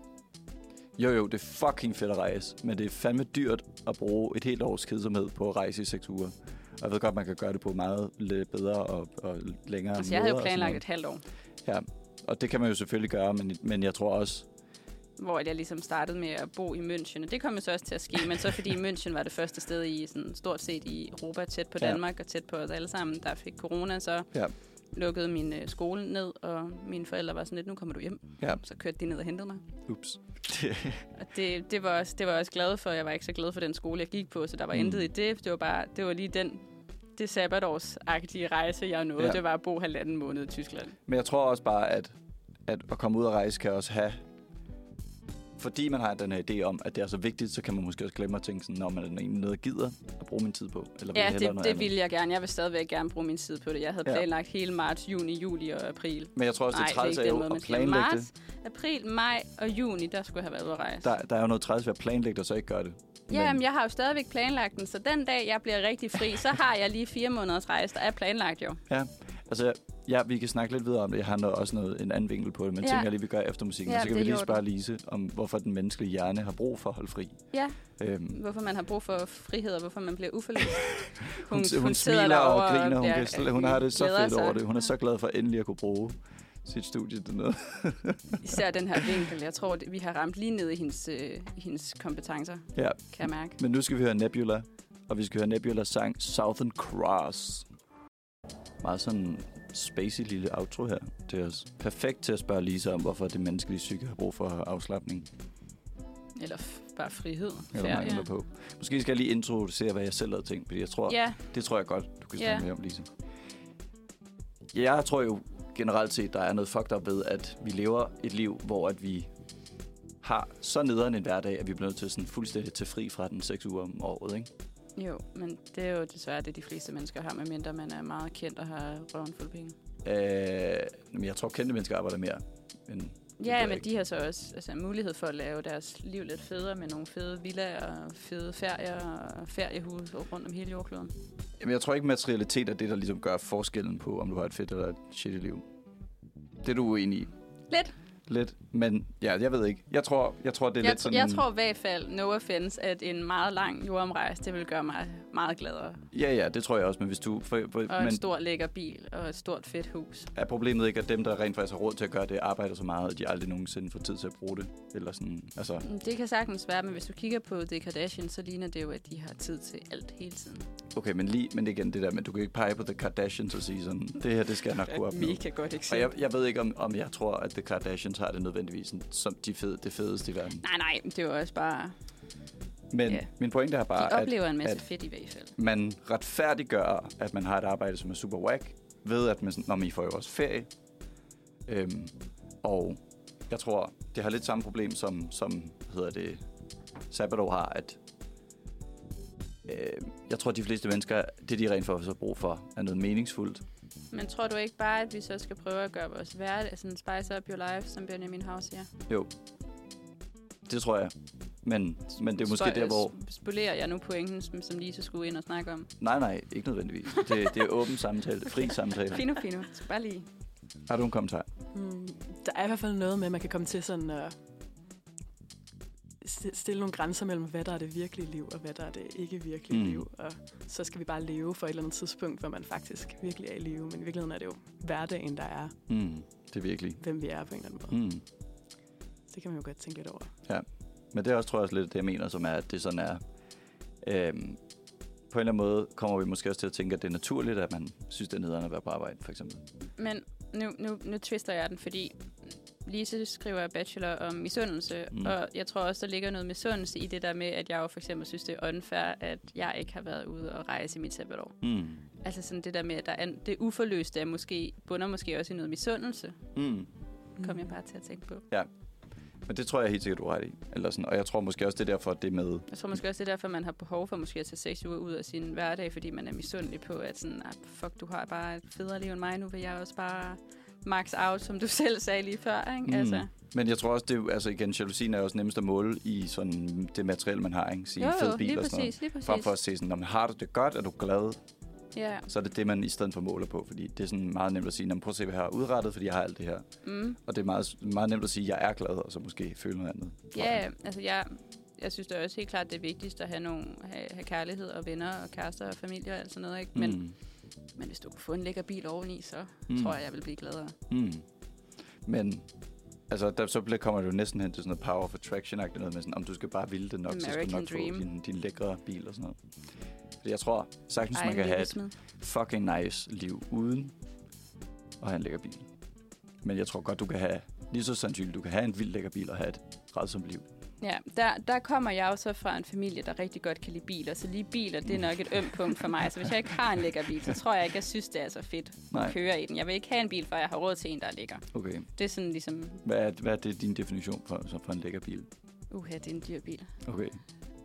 jo jo, det er fucking fedt at rejse, men det er fandme dyrt at bruge et helt års kedsomhed på at rejse i seks uger. Og jeg ved godt, man kan gøre det på meget lidt bedre og, og længere Altså, jeg havde jo måder og sådan planlagt noget. et halvt år, Og det kan man jo selvfølgelig gøre, men, men jeg tror også... hvor jeg ligesom startede med at bo i München. Og det kom jo så også til at ske, men så fordi München var det første sted i sådan, stort set i Europa, tæt på Ja. Danmark og tæt på os alle sammen, der fik corona, så Ja. lukkede min øh, skole ned, og mine forældre var sådan lidt, nu kommer du hjem. Ja. Så kørte de ned og hentede mig. Ups. Og det, det, var også, det var jeg også glad for. Jeg var ikke så glad for den skole, jeg gik på, så der var Mm. mm. intet i det. Det var bare, det var lige den det sabbatårsagtige rejse, jeg nåede, Ja. ja. det var at bo halvanden måned i Tyskland. Men jeg tror også bare, at, at at komme ud og rejse kan også have... Fordi man har den her idé om, at det er så vigtigt, så kan man måske også glemme at tænke sådan, når man er den ene noget, jeg gider at bruge min tid på. Eller vil Ja, jeg hellere det, noget det andet. ville jeg gerne. Jeg vil stadigvæk gerne bruge min tid på det. Jeg havde Ja. planlagt hele marts, juni, juli og april. Men jeg tror også, det er træls af at planlægge det. Marts, april, maj og juni, der skulle jeg have været ude at rejse. Der, der er jo noget træls ved at planlægge det, og så ikke gøre det. Ja, men jeg har jo stadigvæk planlagt den, så den dag, jeg bliver rigtig fri, så har jeg lige fire måneders rejse, der er planlagt jo. Altså, ja, vi kan snakke lidt videre om det. Jeg har noget, også noget, en anden vinkel på det, men ja. Ja. tænker jeg lige, vi gør efter musikken. Ja, Ja, så kan det vi lige er i spørge Lise om, hvorfor den menneskelige hjerne har brug for at holde fri. Ja. Øhm, Hvorfor man har brug for frihed, og hvorfor man bliver uforløst. hun, hun, hun smiler og griner, hun, kan, sl- hun har det så fedt over det. Hun er så glad for endelig at kunne bruge sit studie til noget. Især den her vinkel, jeg tror, det, vi har ramt lige ned i hendes, øh, i hendes kompetencer, Ja. kan jeg mærke. Men nu skal vi høre Nebula, og vi skal høre Nebulas sang Southern Cross. Meget sådan spacey lille outro her til os. Perfekt til at spørge Lise om, hvorfor det menneskelige psyke har brug for afslappning. Eller f- bare frihed. eller Ferie. ja, mangler ja. på. Måske skal jeg lige introducere, hvad jeg selv havde tænkt, fordi jeg tror, ja. Ja, det tror jeg godt, du kan snakke Ja. ja. mere om, Lise. Jeg tror jo generelt set, der er noget fucked up ved, at vi lever et liv, hvor at vi har så nederen en hverdag, at vi bliver nødt til sådan fuldstændig til fri fra den seks uger om året, ikke? jo, men det er jo desværre det, de fleste mennesker har, medmindre man er meget kendt og har røven fuld penge. Øh, men jeg tror, kendte mennesker arbejder mere. Men ved Ja, jeg men ikke. de har så også altså, mulighed for at lave deres liv lidt federe med nogle fede villaer og fede ferier og feriehuse rundt om hele jordkloden. Jamen, jeg tror ikke, materialitet er det, der ligesom gør forskellen på, om du har et fedt eller et shitty liv. Det er du uenig i. Lidt. Lidt, men ja, jeg ved ikke. Jeg tror, jeg tror det er Jeg, lidt tr- sådan... jeg tror i hvert fald, no offense, at en meget lang jordomrejse, det vil gøre mig meget gladere. Ja, ja, det tror jeg også, men hvis du... For, for, Og men... en men stor lækker bil og et stort fedt hus. er problemet ikke, at dem, der rent faktisk har råd til at gøre det, arbejder så meget, at de aldrig nogensinde får tid til at bruge det? Eller sådan, altså... Det kan sagtens være, men hvis du kigger på The Kardashians, så ligner det jo, at de har tid til alt hele tiden. Okay, men lige, men igen det der, men du kan ikke pege på The Kardashians og sige sådan, det her, det skal jeg nok kunne opnå. godt Og jeg, jeg ved ikke, om, om jeg tror, at The Kardashians har det nødvendigvis sådan, som de fede, det fedeste i verden. Nej, nej, det er jo også bare... Men Ja. min pointe er De bare, at oplever en masse at- fedt i hvert fald. man retfærdiggør, at man har et arbejde, som er super whack, ved at man, sådan, når man får jo også ferie. Øhm, og jeg tror, det har lidt samme problem, som, som hvad hedder det, Sabbatår har, at øh, jeg tror, de fleste mennesker, det de rent faktisk har brug for, er noget meningsfuldt. Men tror du ikke bare, at vi så altså skal prøve at gøre vores hverdag, sådan spice up your life, som Benjamin House siger? Jo. Det tror jeg. Men, men det er måske Spo- der, hvor... sp- Spolerer jeg nu pointen, som, som Lise skulle ind og snakke om. Nej, nej, ikke nødvendigvis. Det, det er åben samtale, fri samtale. Fino, fino. Så bare lige. Har du en kommentar? Mm, der er i hvert fald noget med, at man kan komme til sådan at st- stille nogle grænser mellem, hvad der er det virkelige liv, og hvad der er det ikke virkelige Mm. mm. liv. Og så skal vi bare leve for et eller andet tidspunkt, hvor man faktisk virkelig er i live. Men i virkeligheden er det jo hverdagen, der er, Mm, det er virkelig. hvem vi er på en eller anden måde. Mm. Mm. Det kan man jo godt tænke lidt over. Men det er også, tror jeg, også lidt det, jeg mener, som er, at det sådan er... Øhm, på en eller anden måde kommer vi måske også til at tænke, at det er naturligt, at man synes, det er nederen at være på arbejde, for eksempel. Men nu, nu, nu twister jeg den, fordi Lise skriver bachelor om misundelse, Mm. mm. og jeg tror også, der ligger noget misundelse i det der med, at jeg jo for eksempel synes, det er unfair, at jeg ikke har været ude og rejse i mit sabbatår. Mm. Altså sådan det der med, at der er, det uforløste er måske, bunder måske også i noget misundelse, Mm. mm. kom jeg bare til at tænke på. Men det tror jeg helt sikkert, du har ret i. Eller sådan, og jeg tror måske også, det er derfor, det med... Jeg tror måske også, det er derfor, man har behov for måske at tage seks uger ud af sin hverdag, fordi man er misundelig på, at sådan, ah, fuck, du har bare et federe liv end mig, nu vil jeg også bare max out, som du selv sagde lige før, ikke? Mm. Mm. Altså, Men jeg tror også, det er, jo- altså igen, jalousien er også nemmest at måle i sådan det materiel, man har, ikke? Sige, jo, fed jo, bil lige og sådan noget. præcis, lige præcis. Frem for at se sådan, når man har du det godt, er du glad, Ja, så er det det, man i stedet for måler på. Fordi det er sådan meget nemt at sige, "Nå, men prøv at se, hvad jeg har udrettet, fordi jeg har alt det her. mm. Og det er meget, meget nemt at sige, at jeg er glad, og så måske føle noget andet. ja ja, altså jeg, jeg synes det er også helt klart, det er vigtigst at have, nogle, have, have kærlighed og venner og kærester og familie og alt sådan noget, ikke? Men, mm. mm. men hvis du kunne få en lækker bil oveni, så Mm. mm. tror jeg, jeg vil blive gladere. Mm. Men altså, der, så bliver, kommer det jo næsten hen til sådan noget power of attraction noget med sådan, om du skal bare ville det nok, så skal du American nok dream. få din, din lækre bil og sådan noget. Fordi jeg tror sagtens, man en kan have et lykkesmed. fucking nice liv uden at have en lækker bil. Men jeg tror godt, du kan have, lige så sandsynligt, du kan have en vild lækker bil og have et rædsomt liv. Ja, der, der kommer jeg jo så fra en familie, der rigtig godt kan lide biler, så lige biler, det er nok et ømt punkt for mig. Så hvis jeg ikke har en lækker bil, så tror jeg ikke, jeg synes, det er så fedt Nej. at køre i den. Jeg vil ikke have en bil, før jeg har råd til en, der er lækker. Okay. Det er sådan ligesom, Hvad er, hvad er det din definition for, så for en lækker bil? uha, det er en dyr bil. Okay.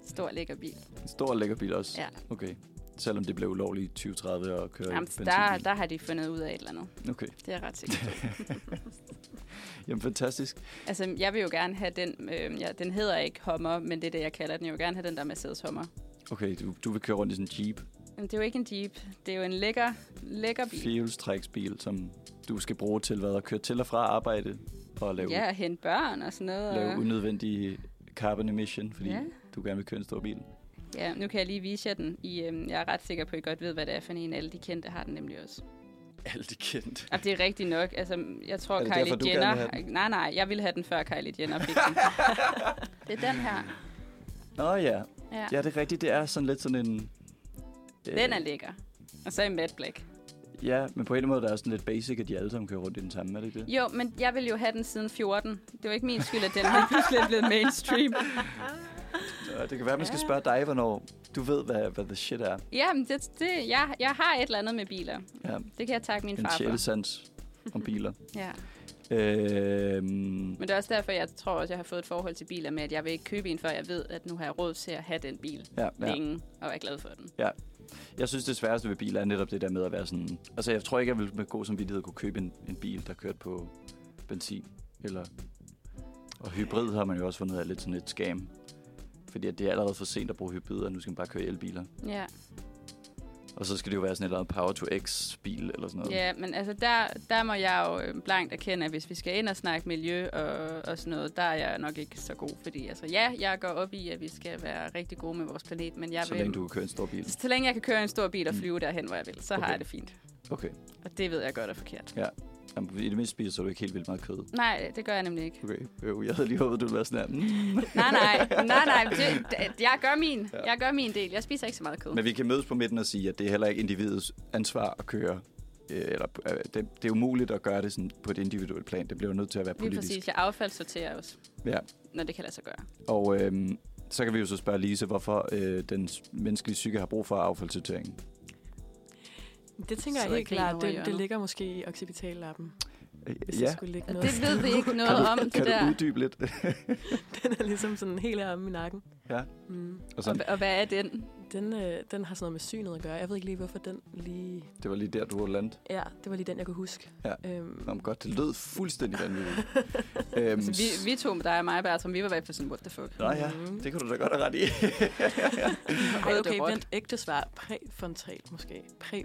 Stor lækker bil. En stor lækker bil også? Ja. Okay. Selvom det blev ulovligt i 2030 at køre i Jamen, benzinbil. der, der har de fundet ud af et eller andet. Okay. Det er jeg ret sikker på. Jamen, fantastisk. Altså, jeg vil jo gerne have den, øh, ja, den hedder ikke Hummer, men det er det, jeg kalder den. Jeg vil gerne have den der Mercedes Hummer. Okay, du, du vil køre rundt i sådan en Jeep. Men det er jo ikke en Jeep, det er jo en lækker, lækker bil. Fjælstræksbil, som du skal bruge til hvad? At køre til og fra arbejde og lave, Ja, og hente børn og sådan noget. lave og... unødvendige carbon emission, fordi Ja. du gerne vil køre en stor bil. Ja, nu kan jeg lige vise jer den. I, øhm, jeg er ret sikker på, at I godt ved, hvad det er for en. Alle de kendte har den nemlig også. Alt kendt. Og det er rigtigt nok. Altså, jeg tror, Er det Kylie derfor, du gerne Jenner... vil have Nej, nej, jeg ville have den før Kylie Jenner fik den. det er den her. Nå ja. Ja. ja, det er rigtigt. Det er sådan lidt sådan en... øh, Den er lækker. Og så i matte black. Ja, men på en eller anden måde der er sådan lidt basic, at de alle sammen kører rundt i den samme, er det ikke det? Jo, men jeg ville jo have den siden 14. Det var ikke min skyld, at den lige pludselig er blevet mainstream. Ja. Det kan være, man skal spørge dig, hvornår du ved, hvad, hvad the shit er. Jamen, det, det, jeg, jeg har et eller andet med biler. Ja, Det kan jeg takke min en far for. sjælesans om biler. Ja. øhm, Men det er også derfor, jeg tror også, jeg har fået et forhold til biler med, at jeg vil ikke købe en, før jeg ved, at nu har jeg råd til at have den bil. ja, ja. længe og er glad for den. Jeg synes, det sværeste ved biler er netop det der med at være sådan... Altså, jeg tror ikke, jeg ville med god samvittighed kunne købe en, en bil, der kørte på benzin. Eller... Og hybrid har man jo også fundet af lidt sådan et skam. Fordi at det er allerede for sent at bruge hybrider, nu skal man bare køre i elbiler. Ja, Og så skal det jo være sådan et eller andet Power to X-bil eller sådan noget. ja men altså der, der må jeg jo øh, blankt erkende, at hvis vi skal ind og snakke miljø og, og sådan noget, der er jeg nok ikke så god. Fordi altså, ja, jeg går op i, at vi skal være rigtig gode med vores planet, men jeg så vil... længe du kan køre en stor bil. Så længe jeg kan køre en stor bil og Mm. flyve derhen, hvor jeg vil, så okay. Okay. har jeg det fint. Okay. Og det ved jeg godt er forkert. Jamen, I det mindste spiser så er du ikke helt vildt meget kød. Nej, det gør jeg nemlig ikke. Okay. Jo, jeg havde lige håbet, du ville være sådan her. Mm. Nej, nej, nej, nej. Det, det- jeg, gør min, jeg gør min del. Jeg spiser ikke så meget kød. Men vi kan mødes på midten og sige, at det er heller ikke individets ansvar at køre. Øh, Eller, øh, det, det er umuligt at gøre det sådan på et individuelt plan. Det bliver jo nødt til at være Lige politisk. præcis. Jeg affaldssorterer også, Ja. når det kan lade sig gøre. Og øhm, så kan vi jo så spørge Lise, hvorfor øh, den s- menneskelige psyke har brug for affaldssortering. Det Sidder tænker jeg helt ikke lige klart, over i det, det hjørnet. ligger måske i occipitallappen. hvis Øh, ja. jeg ja, skulle lægge Og noget. det ved vi ikke Kan noget om, det kan der. du uddybe lidt? Den er ligesom sådan helt heromme i nakken. Ja. Mm. og Og, sådan, og hvad er den? Den, øh, den har sådan noget med synet at gøre. Jeg ved ikke lige, hvorfor den lige... det var lige der, du var landet. Ja, det var lige den, jeg kunne huske. Ja. Øhm, Nå, men godt, det lød fuldstændig vanvittigt. øhm, Altså, vi, vi to, der er mig og Bertram, vi var i hvert fald sådan, what the fuck. Nå ja, Mm. det kunne du da godt have ret i. Ej, Rød okay, robot. vent. Ægte svar. Præfrontal måske. Præ...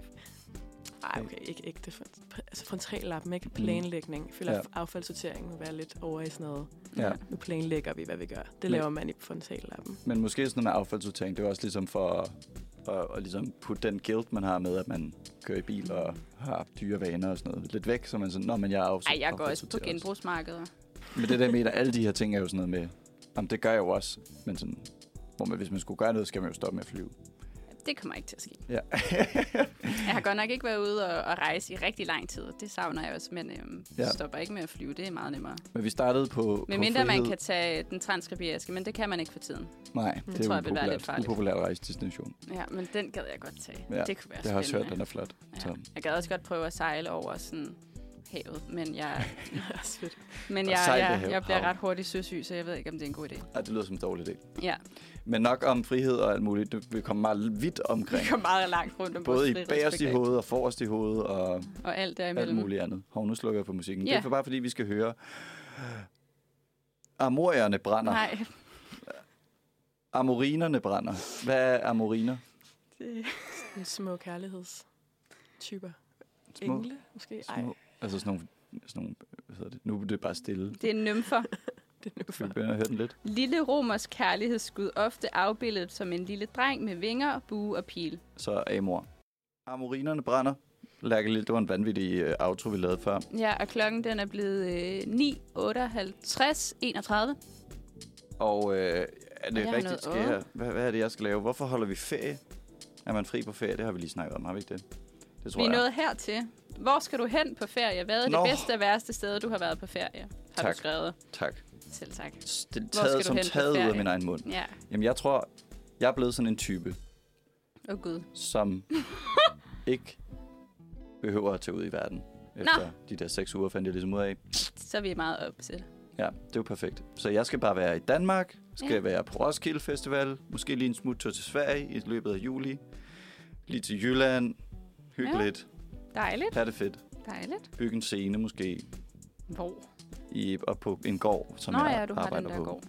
Ej, okay, ikke ægte. fron- præ- Altså frontallappen, ikke? Planlægning. Jeg føler, Mhm. Ja. ja. at affaldssorteringen vil være lidt over i sådan noget. ja. Nu planlægger vi, hvad vi gør. Det Men- laver man i frontallappen. Men måske sådan noget med affaldsudtagning, det er også ligesom for at, at, at ligesom putte den guilt, man har med, at man kører i bil og har dyre vaner og sådan noget, lidt væk, så man sådan, nå, men jeg er affalds- Ej, jeg går også på affaldssorterer genbrugsmarkedet. også." Men det der med, at alle de her ting er jo sådan noget med, jamen det gør jeg jo også, men sådan, hvor man, hvis man skulle gøre noget, skal man jo stoppe med at flyve. Det kommer ikke til at ske. Ja. Jeg har godt nok ikke været ude og, og rejse i rigtig lang tid, og det savner jeg også, men øhm, Ja. ja. stopper ikke med at flyve, det er meget nemmere. men vi startede på Men på mindre man frihed. kan tage den transskriberiske, men det kan man ikke for tiden. Nej, det, det tror er jeg vil være lidt upopulært, farligt. upopulært rejsedestination. Ja, men den gad jeg godt tage. Ja, Ja, det kunne være Jeg har også hørt, den spændende. er flot. ja. så- Jeg gad også godt prøve at sejle over sådan havet, men jeg, Det er også fedt. men Og jeg, sejle jeg, hav- jeg bliver hav. ret hurtigt søsyg, så jeg ved ikke, om det er en god idé. Ej, det lyder som en dårlig idé. Ja, Men nok om frihed og alt muligt. Du vil komme meget vidt vi omkring. kom meget langt rundt om vores Både i bagerst i frihedsbegreb hovedet og forrest i hovedet og Og alt alt derimellem. muligt andet. Hov, nu slukker jeg for musikken. Ja. Det er for bare fordi, vi skal høre... Amorierne brænder. Nej, Amorinerne brænder. Hvad er amoriner? det, Sådan små kærlighedstyper. Små- Engle, måske? Ej, Små, altså sådan nogle, sådan nogle... Hvad hedder det? Nu er det bare stille. det er nymfer. det er nu Skal for. vi begynde at høre den lidt? Lille romers kærlighedsskud, ofte afbildet som en lille dreng med vinger, bue og pil. Så amor. Amorinerne brænder. Lærke Lille, det var en vanvittig øh, outro, vi lavede før. Ja, og klokken den er blevet øh, 9, 58, 31. Og øh, er det Jeg har rigtigt? noget Skal jeg, hvad, hvad er det, jeg skal lave? Hvorfor holder vi ferie? Er man fri på ferie? Det har vi lige snakket om, har vi ikke det? Det tror Vi er jeg. nået hertil. Hvor skal du hen på ferie? Hvad er Nå. det bedste og værste sted, du har været på ferie? Har Tak. du skrevet? Tak. Selv tak. Det er taget skal du som hen på taget ud af ferie? min egen mund. Ja, Jamen, jeg tror, jeg er blevet sådan en type, åh oh, gud. som ikke behøver at tage ud i verden. Efter Nå. de der seks uger fandt jeg ligesom ud af. Så er vi meget opsat. Ja, det er jo perfekt. Så jeg skal bare være i Danmark, skal Ja. ja. være på Roskilde Festival, måske lige en smut tur til Sverige i løbet af juli, lige til Jylland, hygge ja. Ja. lidt, Dejligt, have det fedt, dejligt. bygge en scene måske, Hvor? i, op på en gård, som Nå ja, jeg du har den arbejder der på, gård.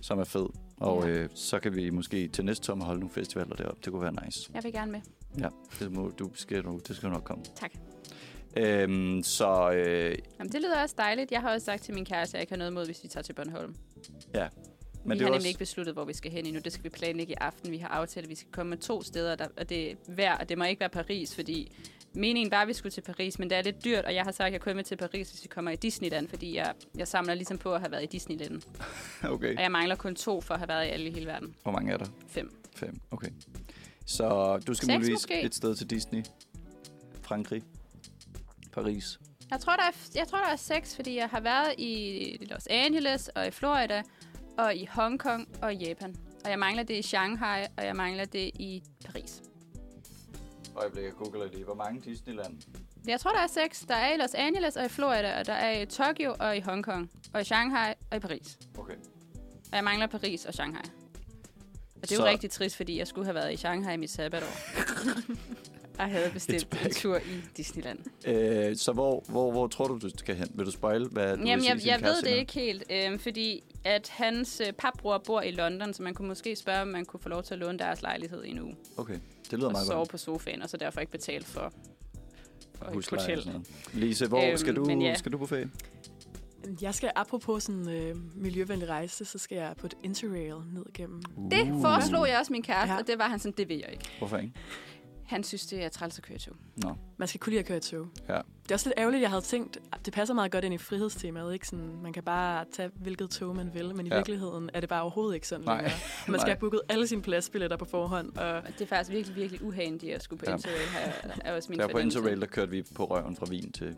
som er fed. Og Ja. øh, så kan vi måske til næste sommer holde nogle festivaler deroppe. Det kunne være nice. Jeg vil gerne med. Ja, det, må, du, skal, du, det skal du nok komme. Tak. Øhm, så øh, Jamen, det lyder også dejligt. Jeg har også sagt til min kæreste, at jeg ikke har noget imod, hvis vi tager til Bornholm. ja. Men vi har er jo nemlig ikke besluttet, hvor vi skal hen endnu. Det skal vi planlægge i aften. Vi har aftalt, at vi skal komme med to steder, der, og det er hver, og det må ikke være Paris, fordi meningen var, at vi skulle til Paris, men det er lidt dyrt, og jeg har sagt, at jeg kun med til Paris, hvis vi kommer i Disneyland, fordi jeg, jeg samler ligesom på at have været i Disneyland. Okay. Og jeg mangler kun to for at have været i alle i hele verden. Hvor mange er der? Fem. Fem. Okay. Så du skal Seks muligvis måske? et sted til Disney. Frankrig. Paris. Jeg tror, der er, jeg tror, der er seks, fordi jeg har været i Los Angeles og i Florida og i Hongkong og i Japan. Og jeg mangler det i Shanghai, og jeg mangler det i Paris. Øjeblik, jeg googler lige. Hvor mange Disneyland? Jeg tror, der er seks. Der er i Los Angeles og i Florida, og der er i Tokyo og i Hongkong, og i Shanghai og i Paris. Okay. Og jeg mangler Paris og Shanghai. Og det er Så- jo rigtig trist, fordi jeg skulle have været i Shanghai i mit sabbatår. jeg havde It's bestilt back. en tur i Disneyland. Øh, så hvor, hvor, hvor tror du, du skal hen? Vil du spoil, hvad du Jamen, vil jeg, sige jeg ved det ikke helt, øhm, fordi at hans øh, papbror bor i London, så man kunne måske spørge, om man kunne få lov til at låne deres lejlighed i en uge. Okay, det lyder Og meget sove godt. på sofaen, og så derfor ikke betale for. og et Husleje hotel. og sådan noget. Lise, hvor øhm, Øhm, skal, du, men ja. ja. skal du på ferie? Jeg skal, apropos sådan øh, miljøvenlig rejse, så skal jeg på et interrail ned gennem Det Uh. foreslog jeg også min kæreste, Ja. og det var han sådan, det vil jeg ikke. Hvorfor ikke? Han synes, det er træls at køre i tog. Nå. Man skal kunne lide at køre i tog. Ja. Det er også lidt ærgerligt, jeg havde tænkt, at det passer meget godt ind i frihedstemaet. Ikke? Sådan, man kan bare tage hvilket tog, man vil, men i Ja. ja. virkeligheden er det bare overhovedet ikke sådan Nej. længere. Man skal Nej. have booket alle sine pladsbilletter på forhånd. Og Og det er faktisk virkelig, virkelig uhandigt at skulle på Ja. ja. Interrail, har, er også min Der på fornemmelse. Interrail, der kørte vi på røven fra Wien til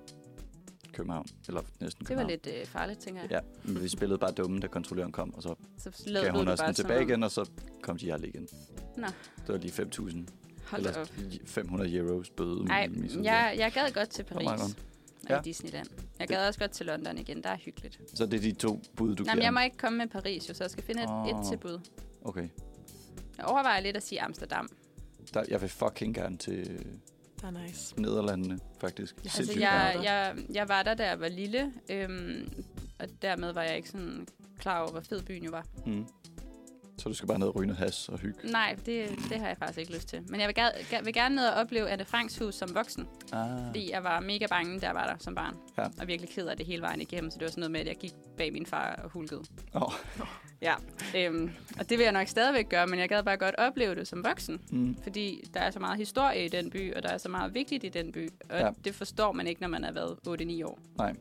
København. Eller næsten Det var København. lidt øh, farligt, tænker jeg. Ja. Ja, men vi spillede bare dumme, da kontrolløren kom, og så Så gav lavede hun du os den bare tilbage sådan igen, og så kom de aldrig igen. Nå. Det var lige 5.000, noget. Hold da eller op. 500 euros bøde. Nej, i- i- i- jeg, jeg gad godt til var meget Paris. ja. Ja. og Disneyland. Jeg gad også godt til London igen, der er hyggeligt. Så det er de to bud, du Jamen, giver jeg må ham. ikke komme med Paris, jo, så jeg skal finde et, Åh. et tilbud. Okay. Jeg overvejer lidt at sige Amsterdam. Altså, Der, jeg vil fucking gerne til Det er nice. Nederlandene. Nederlandene, faktisk. Altså, Altså, Sindssygt jeg, gerne. jeg, jeg var der, da jeg var lille, øhm, og dermed var jeg ikke sådan klar over, hvor fed byen jo var. Mm. Så du skal bare ned og ryge noget has og hygge. Nej, det, det har jeg faktisk ikke lyst til. Men jeg vil, gad, ga- vil gerne ned og opleve Anne Franks hus som voksen, Ah. fordi jeg var mega bange, da jeg var der som barn. Ja. Og virkelig ked af det hele vejen igennem, så det var sådan noget med, at jeg gik bag min far og hulkede. Åh. Ja, øhm, og det vil jeg nok stadigvæk gøre, men jeg gad bare godt opleve det som voksen. Mm. Fordi der er så meget historie i den by, og der er så meget vigtigt i den by. Og Ja. ja. det forstår man ikke, når man er været 8-9 år. Nej.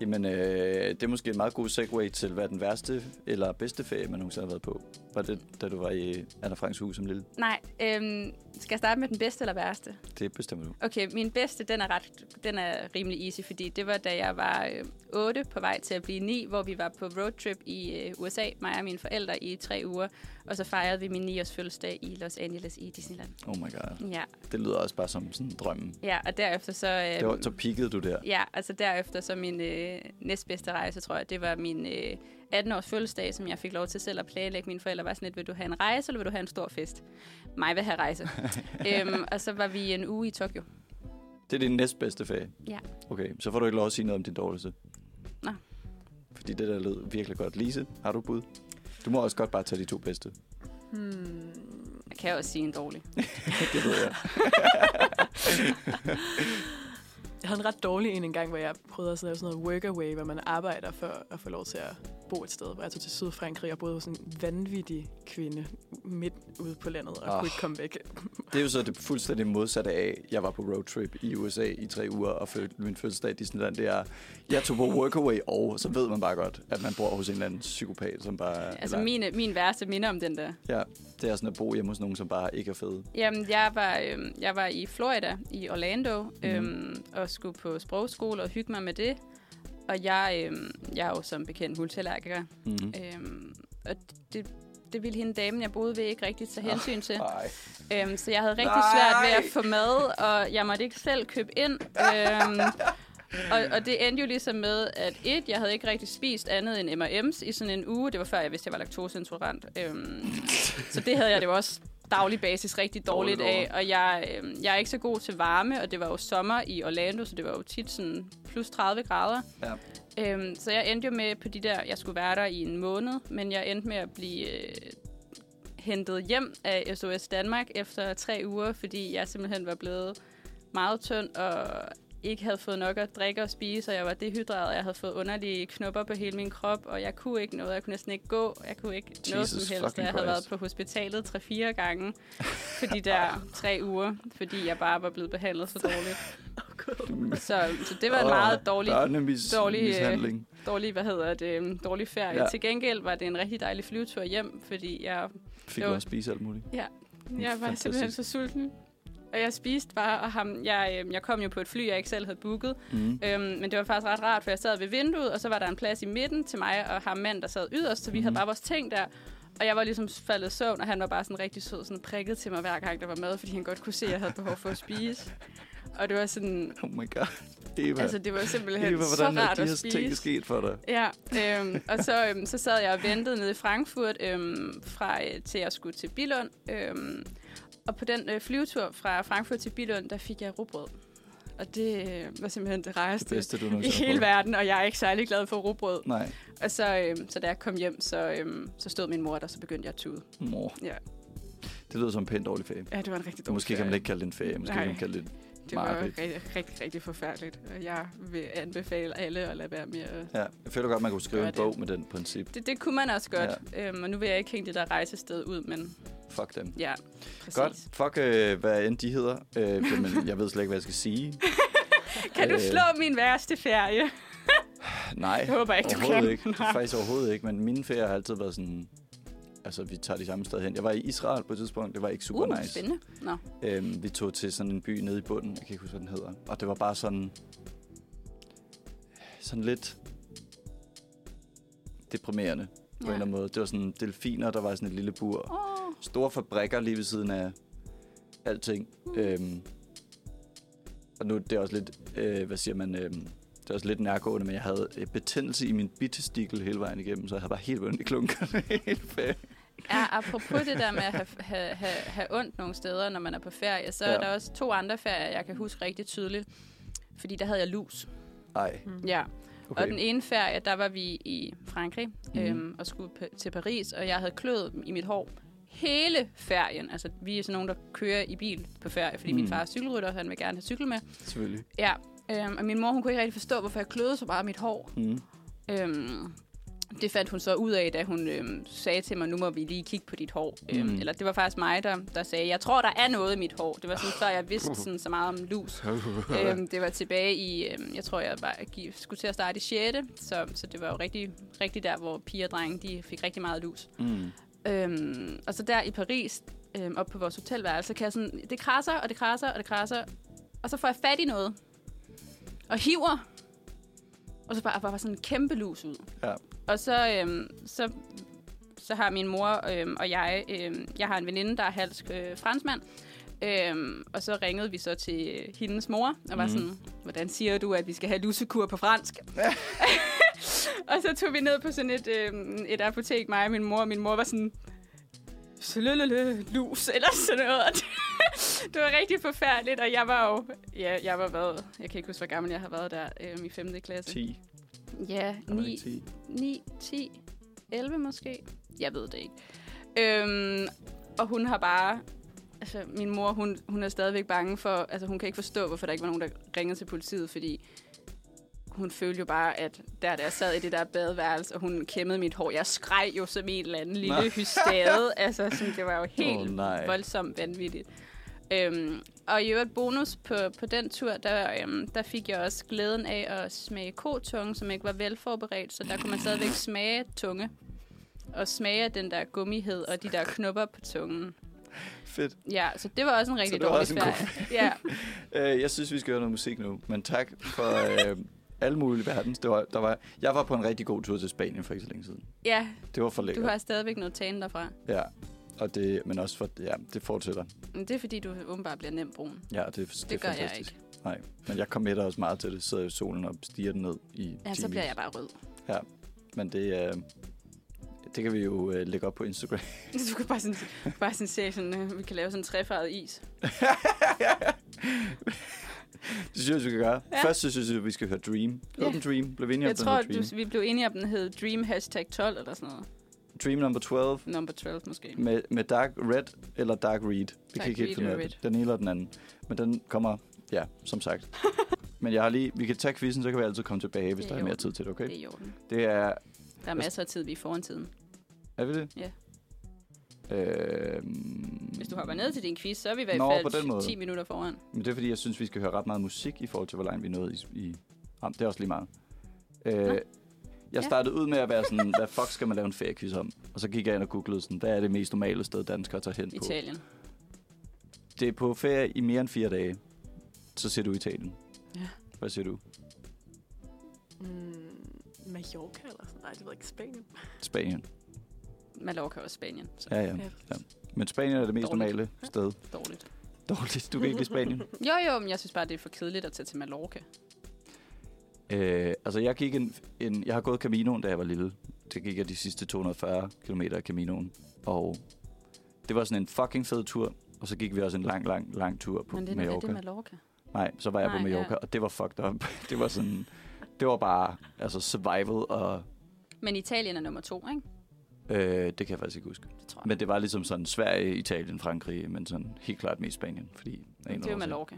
Jamen, øh, det er måske en meget god segue til, hvad den værste eller bedste ferie, man nogensinde har været på. Var det, da du var i Anna Franks hus som lille? Nej, øhm, skal jeg starte med den bedste eller værste? Det bestemmer du. Okay, min bedste, den er, ret, den er rimelig easy, fordi det var, da jeg var øh, 8 på vej til at blive 9, hvor vi var på roadtrip i øh, USA, mig og mine forældre, i tre uger. Og så fejrede vi min 9-års fødselsdag i Los Angeles i Disneyland. Oh my god. Ja, Det lyder også bare som sådan en drømme. ja og derefter så... Øh, Det var, så peakede du der. Ja, altså derefter så min øh, næstbedste rejse, tror jeg, det var min øh, 18-års fødselsdag, som jeg fik lov til selv at planlægge. Mine forældre var sådan lidt, vil du have en rejse, eller vil du have en stor fest? Mig vil have rejse. øhm, og så var vi en uge i Tokyo. Det er din næstbedste ferie. Ja. Okay, så får du ikke lov at sige noget om din dårligste. Nå. Fordi det der lød virkelig godt. Lise, har du et bud? Du må også godt bare tage de to bedste. Hmm. Jeg kan også sige en dårlig. det ved jeg. Jeg havde en ret dårlig en engang, hvor jeg prøvede at lave sådan noget workaway, hvor man arbejder for at få lov til at bo et sted. Hvor jeg tog til Sydfrankrig og boede hos en vanvittig kvinde midt ude på landet og Ah. oh. kunne ikke komme væk. Det er jo så det fuldstændig modsatte af, jeg var på roadtrip i USA i tre uger, og følte min fødselsdag i Disneyland, det er, jeg tog på workaway, og så ved man bare godt, at man bor hos en eller anden psykopat, som bare... Altså eller- mine, min værste minder om den der. Ja, det er sådan at bo hjemme hos nogen, som bare ikke er fede. Jamen, jeg var, øhm, jeg var i Florida, i Orlando, øhm, og skulle på sprogskole og hygge mig med det. Og jeg, øhm, jeg er jo som bekendt multiallergiker. Mm-hmm. Øhm, og det, det ville hende damen, jeg boede ved, ikke rigtigt tage hensyn til. Nej. Øhm, så jeg havde rigtig svært ved at få mad, og jeg måtte ikke selv købe ind. Øhm, og, og det endte jo ligesom med, at et, jeg havde ikke rigtig spist andet end M&M's i sådan en uge. Det var før, jeg vidste, jeg var laktoseintolerant. Øhm, så det havde jeg det jo også daglig basis rigtig dårligt af. Dårligt Og jeg, øhm, jeg er ikke så god til varme, og det var jo sommer i Orlando, så det var jo tit sådan plus 30 grader. Ja. Øhm, så jeg endte jo med på de der, jeg skulle være der i en måned, men jeg endte med at blive øh, hentet hjem af SOS Danmark efter tre uger, fordi jeg simpelthen var blevet meget tynd og ikke havde fået nok at drikke og spise, og jeg var dehydreret, og jeg havde fået underlige knopper på hele min krop, og jeg kunne ikke noget, jeg kunne næsten ikke gå, og jeg kunne ikke Jesus noget som Jesus helst, og fucking jeg havde været Christ. på hospitalet 3-4 gange på de der tre uger, fordi jeg bare var blevet behandlet så dårligt. Så, så det var en meget dårlig Børnemis- dårlig, dårlig, øh, mishandling. dårlig, hvad hedder det, øhm, dårlig ferie. Ja. Ja. Til gengæld var det en rigtig dejlig flyvetur hjem, fordi jeg, Fik det du var- også spise alt muligt? jeg var Fantastisk. simpelthen så sulten. Og jeg spiste bare, og ham, jeg, øhm, jeg kom jo på et fly, jeg ikke selv havde booket. Mm. Øhm, men det var faktisk ret rart, for jeg sad ved vinduet, og så var der en plads i midten til mig og ham mand, der sad yderst, så vi mm. havde Mhm. bare vores ting der. Og jeg var ligesom faldet i søvn, og han var bare sådan rigtig sød, sådan prikket til mig hver gang, der var mad, fordi han godt kunne se, at jeg havde behov for at spise. Og det var sådan, Oh my god. Eva, altså det var simpelthen Eva så hvordan er rart de at her ting spise. sket for dig? Ja, øhm, og så, øhm, så sad jeg og ventede nede i Frankfurt øhm, fra, øh, til jeg skulle til Billund. Øhm, og på den øh, flyvetur fra Frankfurt til Billund, der fik jeg rugbrød. Og det øh, var simpelthen det Det rareste bedste, du i nogensinde har hele prøvet. verden, og jeg er ikke særlig glad for rugbrød. Nej, Og så, øhm, så da jeg kom hjem, så, øhm, så stod min mor der, så begyndte jeg at tude. mor. Ja. Det lyder som en pænt dårlig ferie. Ja, det var en rigtig dårlig Måske kan man ferie. ikke kalde det en ferie. Måske Nej. kan man kalde det... Det var mareridt. rigtig, rigtig, rigtig forfærdeligt. Og jeg vil anbefale alle at lade være med at Ja, jeg føler godt, man kunne skrive Gør en det. bog med den princip. det, det kunne man også godt, ja. øhm, og nu vil jeg ikke hænge det der rejsested ud, men Fuck dem. ja, præcis. Godt. Fuck, øh, hvad end de hedder. Øh, jamen, jeg ved slet ikke, hvad jeg skal sige. Kan du Øh, slå min værste ferie? Nej, Jeg håber ikke, du overhovedet kan. ikke. Faktisk overhovedet ikke, men mine ferier har altid været sådan... Altså, vi tager de samme steder hen. Jeg var i Israel på et tidspunkt. Det var ikke super uh, nice. spændende. Nå. Øhm, vi tog til sådan en by nede i bunden, jeg kan ikke huske, hvad den hedder. Og det var bare sådan... Sådan lidt deprimerende på ja. en eller anden måde. Det var sådan delfiner, der var i sådan et lille bur. Åh, Store fabrikker lige ved siden af alting. Mm. Øhm, og nu det er det også lidt, øh, hvad siger man, øh, det er også lidt nærgående, men jeg havde øh, betændelse i min bitestikel hele vejen igennem, så jeg havde bare helt ondt i klunkerne hele ferien. Ja, apropos det der med at have, have, have, have ondt nogle steder, når man er på ferie, så ja. Ja. er der også to andre ferier, jeg kan huske rigtig tydeligt. Fordi der havde jeg lus. Ej, Ja. Okay. Mm. okay. Og den ene ferie, der var vi i Frankrig Mhm. mm. øhm, og skulle p- til Paris, og jeg havde kløet i mit hår hele ferien. Altså, vi er sådan nogen, der kører i bil på ferie, fordi mm. min Mm. far er cykelrytter, så han vil gerne have cykel med. Selvfølgelig. Ja, øhm, og min mor, hun kunne ikke rigtig forstå, hvorfor jeg kløede så meget i mit hår. Mm. Øhm, det fandt hun så ud af, da hun øhm, sagde til mig, nu må vi lige kigge på dit hår. Mm. Øhm, Mm. eller det var faktisk mig, der, der sagde, jeg tror, der er noget i mit hår. Det var sådan, før jeg vidste sådan, så meget om lus. øhm, det var tilbage i, øhm, jeg tror, jeg var, gi- skulle til at starte i 6. Så, så det var jo rigtig, rigtig der, hvor piger og drenge de fik rigtig meget lus. Mm. Øhm, og så der i Paris, øhm, op på vores hotelværelse, kan jeg sådan, det krasser, og det krasser, og det krasser. Og så får jeg fat i noget. Og hiver. Og så bare, bare sådan en kæmpe lus ud. Ja. Og så, øhm, så, så har min mor øhm, og jeg, øhm, jeg har en veninde, der er halsk øh, franskmand. Øhm, og så ringede vi så til øh, hendes mor, og var mm. sådan, hvordan siger du, at vi skal have lusekur på fransk? og så tog vi ned på sådan et, øhm, et apotek, mig og min mor, og min mor var sådan, slølølø, lus, eller sådan noget. Og det- det var rigtig forfærdeligt, og jeg var jo, ja, jeg var været, jeg kan ikke huske, hvor gammel jeg har været der øhm, i 5. klasse. 10. Ja, Har man 9, ikke 10? 9, 10, 11 måske. Jeg ved det ikke. Øhm, og hun har bare... Altså, min mor, hun, hun er stadigvæk bange for... Altså, hun kan ikke forstå, hvorfor der ikke var nogen, der ringede til politiet, fordi hun følte jo bare, at der, der jeg sad i det der badeværelse, og hun kæmmede mit hår. Jeg skreg jo som en eller anden lille Nej. hystade. altså, sådan, det var jo helt Åh, oh, nej. voldsomt vanvittigt. Øhm, og i øvrigt bonus på, på den tur, der, øhm, der fik jeg også glæden af at smage kotunge, som ikke var velforberedt, så der kunne man stadigvæk smage tunge. Og smage den der gummihed og de der knopper på tungen. Fedt. Ja, så det var også en rigtig det var dårlig også en god ferie. Ja, Øh, jeg synes, vi skal høre noget musik nu, men tak for øh, alle mulige verdens. Det var, der var, jeg var på en rigtig god tur til Spanien for ikke så længe siden. ja, Det var for lækkert. du har stadigvæk noget tan derfra. Ja, og det, men også for, ja, det fortsætter. Men det er fordi, du åbenbart bliver nemt brun. Ja, det, det, Det er gør jeg fantastisk. ikke. Nej, men jeg kommer også meget til det. Sidder i solen og stiger den ned i Ja, så bliver jeg bare rød. Men det, øh, det kan vi jo øh, lægge op på Instagram. Du kan bare sådan, bare sådan se, sådan, øh, vi kan lave sådan en træfarvet is. det synes jeg, vi kan gøre. Ja. Ja. Først så synes jeg, vi skal høre Dream. Hed Ja. den Dream? Blev vi enige om, Jeg den tror, hed Dream? du, vi blev enige om, den hed Dream Hashtag 12 eller sådan noget. Dream number 12 Number 12 måske. med, med Dark Red eller Dark Reed. Vi Dark kan ikke Reed helt finde ud af eller det. Den ene eller den anden. Men den kommer, ja, som sagt. Men jeg har lige, vi kan tage quizzen, så kan vi altid komme tilbage, hvis Det er der er i mere orden. tid til det, okay? Det er i orden. Det er Der er masser af tid, vi er foran tiden. Er vi det? Ja. Øhm, Hvis du hopper ned til din quiz, så er vi i hvert Nå, fald på den måde. 10 minutter foran. Men det er fordi, jeg synes, vi skal høre ret meget musik i forhold til, hvor langt vi nåede i... i ah, det er også lige meget. Øh, Ja. jeg startede ud med at være sådan, hvad fuck skal man lave en feriequiz om? Og så gik jeg ind og googlede sådan, hvad er det mest normale sted, danskere tager hen på? Italien. Det er på ferie i mere end fire dage. Så ser du Italien. Ja. Hvad siger du? Mm, Mallorca eller sådan Nej, det ved jeg ikke. Spanien. Spanien. Mallorca og Spanien. Så Ja, ja. Ja. Men Spanien er det mest Dårligt. normale sted. dårligt. Dårligt. Du kan ikke lide Spanien. Jo, jo, men jeg synes bare, det er for kedeligt at tage til Mallorca. Øh, altså, jeg gik en, en... Jeg har gået Caminoen, da jeg var lille. Det gik jeg de sidste 240 km af Caminoen. Og det var sådan en fucking fed tur. Og så gik vi også en lang, lang, lang tur på Men det er, er Mallorca. det Mallorca. Nej, så var jeg på Nej, Mallorca, ja. og det var fucked up. Det var sådan... Det var bare altså survival, og Men Italien er nummer to, ikke? øh, det kan jeg faktisk ikke huske. Det tror jeg. Men det var ligesom sådan Sverige, Italien, Frankrig, men sådan helt klart mest Spanien. Fordi, af en eller anden det er jo årsag. Mallorca.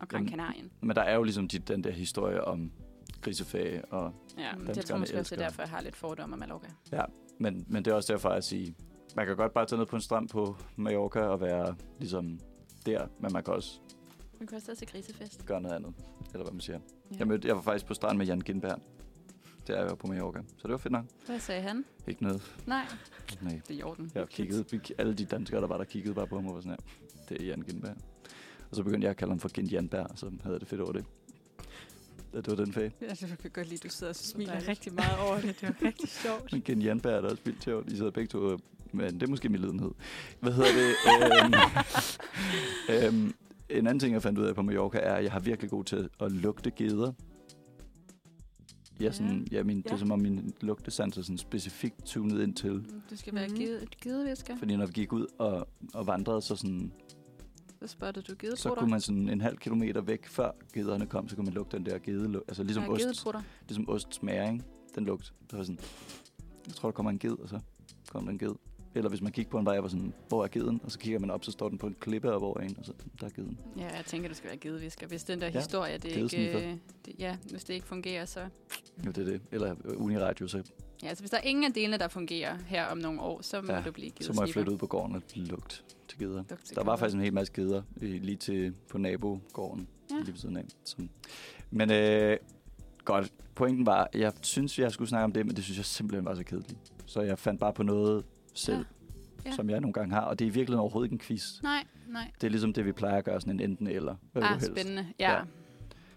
Og Gran Jamen, Canarien. Men der er jo ligesom de, den der historie om griseferie og Ja, men det tror danskerne jeg måske også, det er elsker- derfor, jeg har lidt fordomme om Mallorca. Men, men det er også derfor, at sige, man kan godt bare tage ned på en strand på Mallorca og være ligesom der, men man kan også Vi kan også tage til grisefest. gøre noget andet, eller hvad man siger. Ja. Jeg, mødte, jeg var faktisk på strand med Jan Gindberg, der jeg var på Mallorca, så det var fedt nok. Hvad sagde han? Ikke noget. Nej, Nej. det er i orden. Jeg kiggede, vi- alle de danskere, der var der, kiggede bare på ham og var sådan her, det er Jan Gindberg. Og så begyndte jeg at kalde ham for Gind Janberg, og så havde jeg det fedt over det. Ja, Det var den fag. Altså, jeg kan godt lide, at du sidder og smiler rigtig meget over det. Det var rigtig sjovt. Men Gind Janberg er da også vildt sjovt. I sidder begge to, øh, men det er måske min lidenhed. Hvad hedder det? øhm, øhm, en anden ting, jeg fandt ud af på Mallorca, er, at jeg har virkelig god til at lugte geder. Jeg er sådan, ja, min, det er Ja. som om min lugtesans er sådan specifikt tunet ind til. Du skal være Mhm. mm. gidevisker. Fordi når vi gik ud og, og vandrede, så, sådan, Så spottede du så gedetrutter. kunne man sådan en halv kilometer væk, før gederne kom, så kunne man lugte den der gedelu- Altså ligesom, Nej, ost, gedetrutter. ligesom ost smager, ikke? Den lugt. Det var sådan, jeg tror, der kommer en ged, og så kom der en ged. Eller hvis man kigger på en vej, og var sådan, hvor er geden? Og så kigger man op, så står den på en klippe op over en, og så der er geden. Ja, jeg tænker, du skal være gedevisker. Hvis den der Ja, ja. historie, det ikke, gedesniffer. øh, det, ja, hvis det ikke fungerer, så... Jo, det er det. Eller Uniradio, så Ja, altså hvis der er ingen af delene, der fungerer her om nogle år, så må Ja, ja, du blive gedesniffer. Så må jeg flytte ud på gården og lugt til geder. Lugte til Der var gedder. faktisk en hel masse geder øh, lige til, på nabogården, ja. Ja. lige ved siden af. Som. Men øh, godt, pointen var, jeg synes, jeg skulle snakke om det, men det synes jeg simpelthen var så kedeligt. Så jeg fandt bare på noget selv, ja. Ja. Ja. som jeg nogle gange har, og det er i virkeligheden overhovedet ikke en quiz. Nej, nej. Det er ligesom det, vi plejer at gøre, sådan en enten eller. Hvad vil Ah, du helst? spændende. Ja. Ja. ja.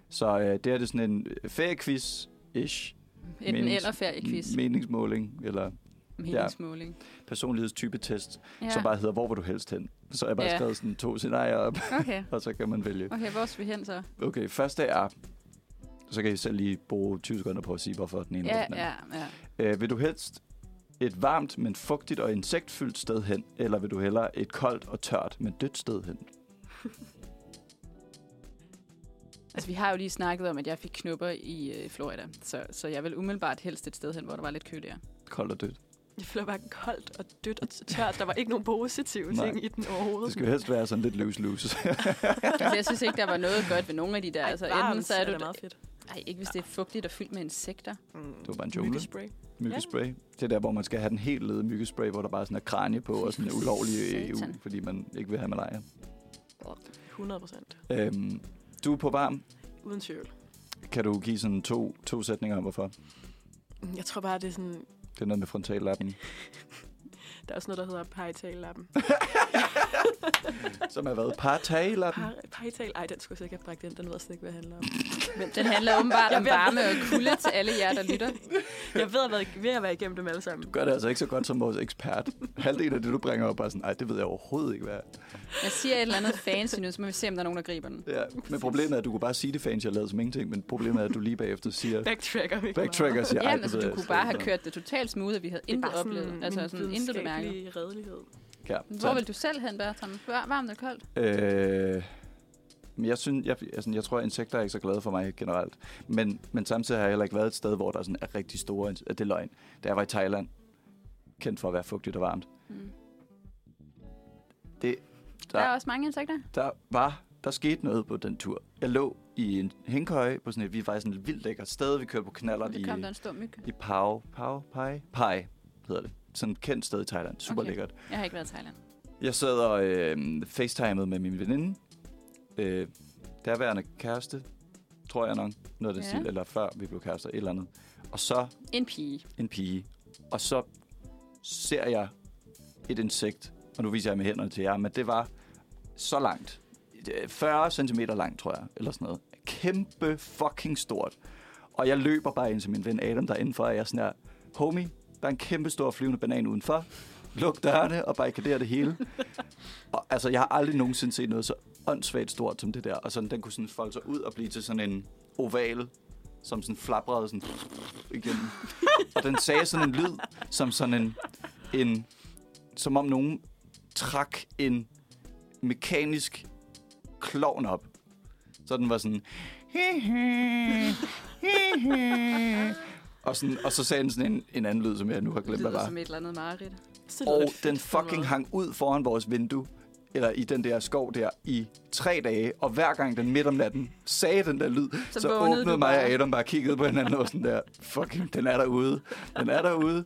Så øh, det her det er sådan en feriequiz-ish. Enten Menings- eller feriequiz. Meningsmåling, eller Meningsmåling. personlighedstypetest, ja. Ja. som bare hedder, hvor vil du helst hen? Så har jeg bare ja. Ja. skrevet sådan to scenarier op, Okay. og så kan man vælge. Okay, hvor skal vi hen så? Okay, første er... Så kan I selv lige bruge 20 sekunder på at sige, hvorfor den ene Ja, er den anden. ja, ja. Øh, vil du helst et varmt, men fugtigt og insektfyldt sted hen, eller vil du hellere et koldt og tørt, men dødt sted hen? Altså, vi har jo lige snakket om, at jeg fik knupper i øh, Florida, så, så jeg vil umiddelbart helst et sted hen, hvor der var lidt køligere. Koldt og dødt. Jeg føler bare koldt og dødt og tørt. Der var ikke nogen positive Nej. ting i den overhovedet. Det skal jo helst være sådan lidt løs-løs. altså, jeg synes ikke, der var noget godt ved nogen af de der. altså, enten så er du... det meget fedt. Ej, ikke hvis det er fugtigt og fyldt med insekter. Mm. Det var bare en jungle. Myggespray. myggespray. Det er der, hvor man skal have den helt lede myggespray, hvor der bare sådan er kranje på, og sådan er ulovlig i EU, Satan. fordi man ikke vil have malaria. 100 procent. Øhm, du er på varm. Uden tvivl. Kan du give sådan to, to sætninger om, hvorfor? Mm, Jeg tror bare, det er sådan... Det er noget med frontallappen, Der er også noget, der hedder parietallappen. som har været partallappen. Par, parietale? Ej, den skulle jeg sikkert have bragt ind. Den ved jeg slet ikke, hvad det handler om. Men den handler åbenbart om Jeg varme ved- og kulde til alle jer, der lytter. Jeg ved, at jeg er ved at være igennem dem alle sammen. gør det altså ikke så godt som vores ekspert. Halvdelen af det, du bringer op, er sådan, nej, det ved jeg overhovedet ikke, hvad er." Jeg siger et eller andet fancy nu, så må vi se, om der er nogen, der griber den. ja, Men problemet er, at du kunne bare sige det, fans, jeg lavede som ingenting, men problemet er, at du lige bagefter siger, Backtracker. virkelig backtracker og meget. siger, Ja, "Ej, men det altså, ved du jeg kunne slet bare ikke, have hvad kørt det totalt smooth, og vi havde Det er intet bare sådan oplevet. Altså en sådan intet bemærket. videnskabelig redelighed. er." Ja, Hvor vil du selv hen, Bertram? Var- Varmt og koldt? sådan. Øh, men jeg, synes, jeg, altså, jeg tror, at insekter er ikke så glade for mig generelt. Men, men samtidig har jeg heller ikke været et sted, hvor der sådan er rigtig store... ins- Det er løgn. Da jeg var i Thailand, kendt for at være fugtigt og varmt, Mm. det, Der er også mange insekter. der var, der skete noget på den tur. Jeg lå i en hængkøje på sådan et, vi var i sådan et vildt lækkert sted, vi kørte på knaller Det i, kom der en stor myg. i Pau, Pau, Pai, Pai hedder det. Sådan et kendt sted i Thailand, super okay. Okay. lækkert. Jeg har ikke været i Thailand. Jeg sad og øh, facetimede med min veninde, øh, derværende kæreste, tror jeg nok, noget af den Ja. ja. stil, eller før vi blev kærester, et eller andet. Og så En pige. en pige, og så ser jeg et insekt, og nu viser jeg med hænderne til jer, men det var så langt. Øh, 40 cm langt, tror jeg, eller sådan noget. Kæmpe fucking stort. Og jeg løber bare ind til min ven Adam der er indenfor, og jeg er sådan her, homie, der er en kæmpe stor flyvende banan udenfor. Luk dørene og barrikader det hele. og, altså, jeg har aldrig nogensinde set noget så åndssvagt stort som det der. Og sådan, den kunne sådan folde sig ud og blive til sådan en oval, som sådan flabrede sådan igennem. og den sagde sådan en lyd, som sådan en, en som om nogen trak en mekanisk klovn op. Så den var sådan... "Hi, hi, hi, hi." og, sådan, og så sagde den sådan en, en anden lyd, som jeg nu har Det glemt, hvad lyder var. som et eller andet mareridt. Så lyder Og det fedt den på en fucking måde. hang ud foran vores vindue, eller i den der skov der, i tre dage. Og hver gang den midt om natten sagde den der lyd, så, Så så vågnede åbnede du mig og bare. Adam bare kiggede på hinanden og sådan der, fucking, den er derude, den er derude.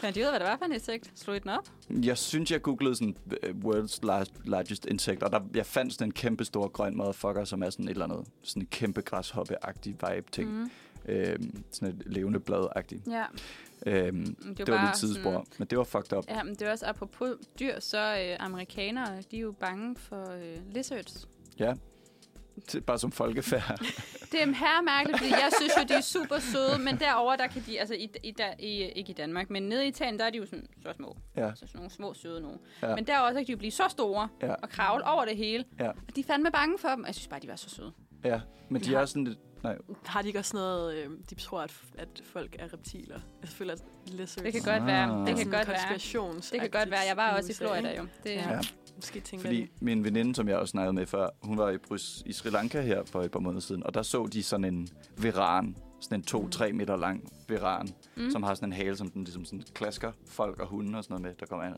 Fandt I ud af, hvad det var for en insekt? Slog I den op? Jeg synes, jeg googlede sådan, øh, world's lar- largest insect, og der, jeg fandt sådan en kæmpe stor grøn motherfucker, som er sådan et eller andet, sådan en kæmpe græshoppe-agtig vibe-ting. Mm. Øhm, sådan et levende blad-agtigt. Ja. Øhm, det, var det var, bare lidt tidsspor, sådan- men det var fucked up. Ja, men det er også apropos dyr, så øh, amerikanere, de er jo bange for øh, lizards. Ja. til, bare som folkefærd. Det er her mærkeligt, fordi jeg synes jo, de er super søde, men derover der kan de, altså i, i, der, i, ikke i Danmark, men nede i Italien, der er de jo sådan, så små. Ja. Altså sådan nogle små søde nogen. Ja. Ja. Men derover så kan de jo blive så store Ja. ja. og kravle over det hele. Ja. Og de er fandme bange for dem. Og jeg synes bare, de var så søde. Ja, men de er også sådan lidt... Nej, Har de ikke også sådan noget, øh, de tror, at, at folk er reptiler? Jeg føler, at lizards Det kan godt Ah. være. Det er kan sådan godt være. konspirations- Det kan godt være. Jeg var også i USA, Florida ikke? jo. Det, Ja. ja. Måske tænker fordi Fordi... min veninde, som jeg også snakkede med før, hun var i, Brys, i Sri Lanka her for et par måneder siden, og der så de sådan en veran, sådan en Mm. 2-3 meter lang veran, mm. som har sådan en hale, som den ligesom sådan klasker folk og hunde og sådan noget med, der kommer an.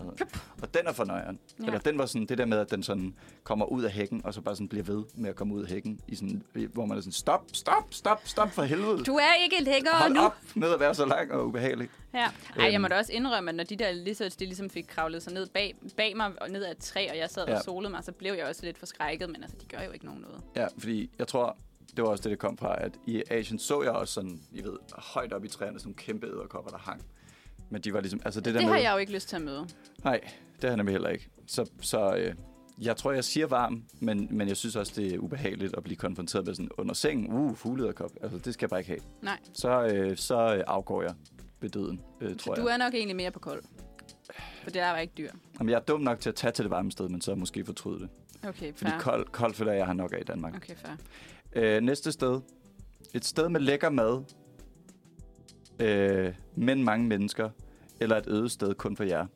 Og den er fornøjeren. Ja. Ja. Eller den var sådan det der med, at den sådan kommer ud af hækken, og så bare sådan bliver ved med at komme ud af hækken, i sådan, hvor man er sådan, stop, stop, stop, stop for helvede. Du er ikke længere Hold nu. op med at være så lang og ubehagelig. Ja. Ej, jeg må Øhm. da også indrømme, at når de der lizards, de ligesom fik kravlet sig ned bag, bag mig og ned ad et træ, og jeg sad Ja. og solede mig, så blev jeg også lidt forskrækket, men altså, de gør jo ikke nogen noget. Ja, fordi jeg tror, det var også det, det kom fra, at i Asien så jeg også sådan, I ved, højt op i træerne, sådan nogle kæmpe æderkopper, der hang. Men de var ligesom, altså det, Det, der det med, har jeg jo ikke lyst til at møde. Nej, det har jeg nemlig heller ikke. Så, så øh, jeg tror, jeg siger varm, men, men jeg synes også, det er ubehageligt at blive konfronteret med sådan under sengen, uh, fuglederkop, altså det skal jeg bare ikke have. Nej. Så, øh, så øh, afgår jeg ved døden, øh, tror Så jeg. du er nok egentlig mere på kold. For det der var ikke dyr. Jamen, jeg er dum nok til at tage til det varme sted, men så måske fortryde det. Okay, Fordi fair. kold, kold føler jeg, jeg har nok af i Danmark. Okay, fair. Øh, næste sted. Et sted med lækker mad, øh, men mange mennesker, eller et øde sted kun for jer.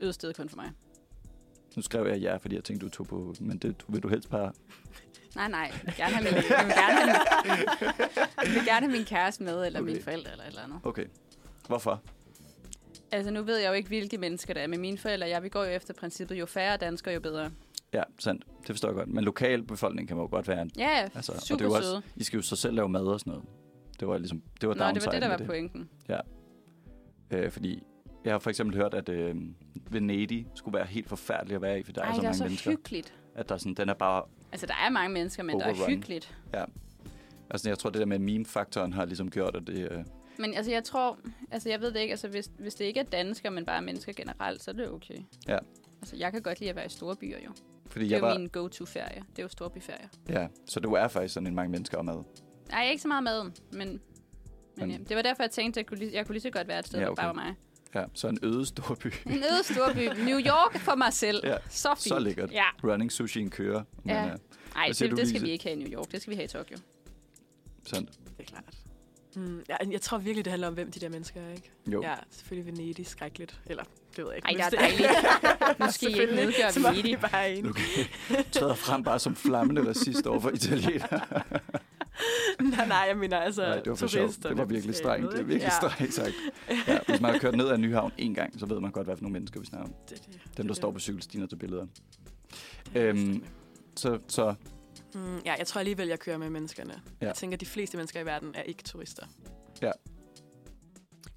Ødsted kun for mig. Nu skrev jeg jer, fordi jeg tænkte, du tog på, men det vil du helst bare... Nej, nej. Jeg vil gerne have min, jeg vil gerne have min, jeg vil gerne have min kæreste med, eller okay. Okay. mine forældre, eller et eller andet. Okay. Hvorfor? Altså, nu ved jeg jo ikke, hvilke mennesker der er med mine forældre. og Jeg, vi går jo efter princippet, jo færre danskere, jo bedre. Ja, sandt. Det forstår jeg godt. Men lokalbefolkningen kan jo godt være en... Ja, ja. Altså, Altså, og super det er jo også- søde. I skal jo så selv lave mad og sådan noget. Det var ligesom... Det var Nå, det var downsiden det, der ved var pointen. Øh, fordi jeg har for eksempel hørt, at øh, Venedig skulle være helt forfærdelig at være i, for der er Ej, så det mange er så mennesker. hyggeligt. At der er sådan, den er bare Altså, der er mange mennesker, men Overrun. der er Overrun. hyggeligt. Altså, jeg tror, det der med meme-faktoren har ligesom gjort, at det... Øh, Men altså, jeg tror... Altså, jeg ved det ikke. Altså, hvis, hvis det ikke er danskere, men bare mennesker generelt, så er det okay. Ja. Altså, jeg kan godt lide at være i store byer, jo. fordi Det er jeg jo var, min go-to-ferie. Det er jo storbyferie. Ja, så du er faktisk sådan en mange mennesker om mad. Nej, ikke så meget maden, men... Men- Men, ja. Det var derfor, jeg tænkte, at jeg kunne lige, jeg kunne lige så godt være et sted, Ja, ja, okay. okay. bare var mig. Ja, så en øde storby. En øde storby. New York for mig selv. Ja, Ja. Så fint. så lækkert. Ja. Running sushi en kører. Men, Ja. øh, ja. Ej, Hvad siger det, du, det skal Lise? vi ikke have i New York. Det skal vi have i Tokyo. Sådan. det er klart. Mm, ja, jeg tror virkelig, det handler om, hvem de der mennesker er, ikke? Jo. Ja. Ja, selvfølgelig Venedig skrækkeligt. Eller, det ved jeg ikke. Ej, men der er det- dejligt. Nu skal I ikke Selvfølgelig, nedgøre som om Venedig. vi bare er enige. Træder frem bare som flammende racist over for italiener. Altså, nej, nej, jeg mener altså Nej, det var for sjovt. turister, Det var der virkelig skal strengt. med, Det var ikke? virkelig strengt sagt. Ja, hvis man har kørt ned ad Nyhavn en gang, så ved man godt, hvad for nogle mennesker vi snakker om. Ja, det, det, Dem, der det- står på cykelstien og tager billeder. det er Øhm, strengt. Så, så Mm, ja, jeg tror alligevel, jeg kører med menneskerne. Ja. Ja. Jeg tænker, at de fleste mennesker i verden er ikke turister.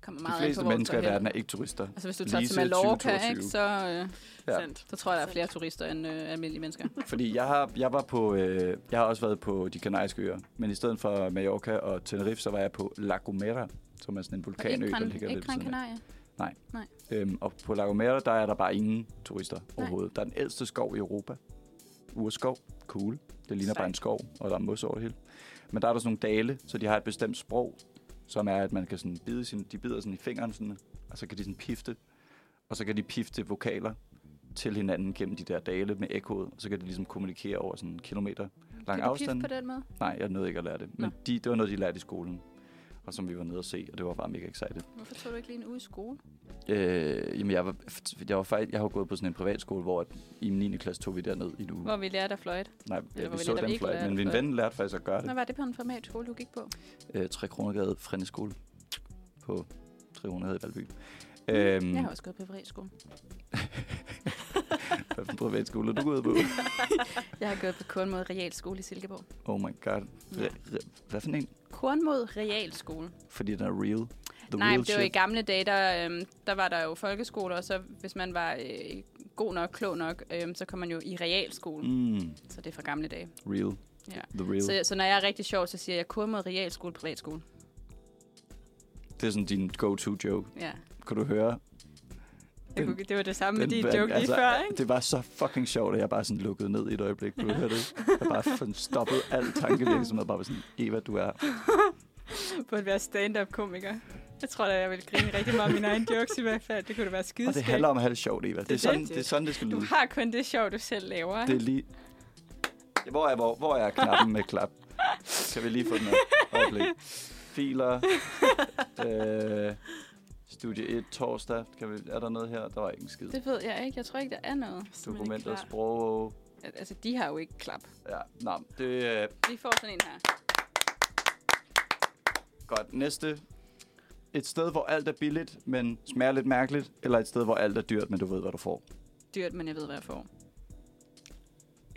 Kommer de meget fleste an på, hvor du mennesker i tager hen. verden er ikke turister. Altså, hvis du tager Lise, til Mallorca, 2022. ikke, så, øh, Ja. Ja. Sandt. så tror jeg, der er flere turister end øh, almindelige mennesker. Fordi jeg har, jeg var på, øh, jeg har også været på de kanariske øer, men i stedet for Mallorca og Tenerife, så var jeg på La Gomera, som er sådan en Og ikke vulkanø, der Gran, ligger ikke lidt ved Gran siden af. Canaria. Øhm, og på La Gomera, der er der bare ingen turister overhovedet. Der er den ældste skov i Europa. Urskov. Cool. Det ligner Sejt. bare en skov, og der er mos over det hele. Men der er der sådan nogle dale, så de har et bestemt sprog, som er, at man kan sådan bide sin, de bider sådan i fingeren, sådan, og så kan de sådan pifte, og så kan de pifte vokaler til hinanden gennem de der dale med ekkoet, og så kan de ligesom kommunikere over sådan en kilometer Kan lang du piffe afstand. på den måde? Nej, jeg nåede ikke at lære det. Men Nå. de, det var noget, de lærte i skolen, og som vi var nede og se, og det var bare mega excited. Hvorfor tog du ikke lige en uge i skole? Uh. Øh, jamen, jeg var, jeg var faktisk, jeg har jo gået på sådan en privatskole, hvor at i min 9. klasse tog vi derned i en uge. Hvor vi lærte at fløjte. Nej, ja, hvor vi vi så netop den ikke fløjt, lærte men min fløjt. ven lærte faktisk at gøre Hvad det. var det på en format skole, du gik på? Øh, 3 kronergade, Frendeskole på 300 i Valby. Mm. Jeg Øhm, har også gået på privatskole. hvad for en privatskole er du gået på? Jeg har gået på Kornmod Realskole i Silkeborg. Oh my god. Re, re, hvad for en? Kornmod Realskole. Fordi den er real. The Nej, real men det var i shit. gamle dage, der, øhm, der var der jo folkeskoler, og så hvis man var øh, god nok, klog nok, øhm, så kom man jo i realskole. Mm. Mm, Så det er fra gamle dage. real. Ja. The real. Så, så når jeg er rigtig sjov, så siger jeg kur mod realskole, privatskole. Det er sådan din go-to joke. Ja. Kan du høre? Jeg kunne, det var det samme med Den din vand- joke lige altså, før, ikke? Det var så fucking sjovt, at jeg bare sådan lukkede ned i et øjeblik. Du ja. hørte det. Jeg bare sådan stoppede al tankevirksomhed. Bare var sådan, Eva, du er... Burde være stand-up-komiker. Jeg tror da, jeg ville grine rigtig meget af mine egne jokes i hvert fald. Det kunne da være Og det skideskægt. handler om at have det sjovt, Eva. Det er det. sådan, det, er sådan, det skal Du lyde. har kun det sjov, du selv laver. Det er lige... Hvor er, hvor, hvor er knappen med klap? Kan vi lige få den her øjeblik? Filer. Øh, studie 1 torsdag. Kan vi, er der noget her? Der var ikke en skid. det ved jeg ikke. Jeg tror ikke, der er noget. Dokumentet sprog. Al- Altså, de har jo ikke klap. Ja, nej, det er øh, Vi får sådan en her. godt. Næste. Et sted, hvor alt er billigt, men smager lidt mærkeligt. Eller et sted, hvor alt er dyrt, men du ved, hvad du får. Dyrt, men jeg ved, hvad jeg får.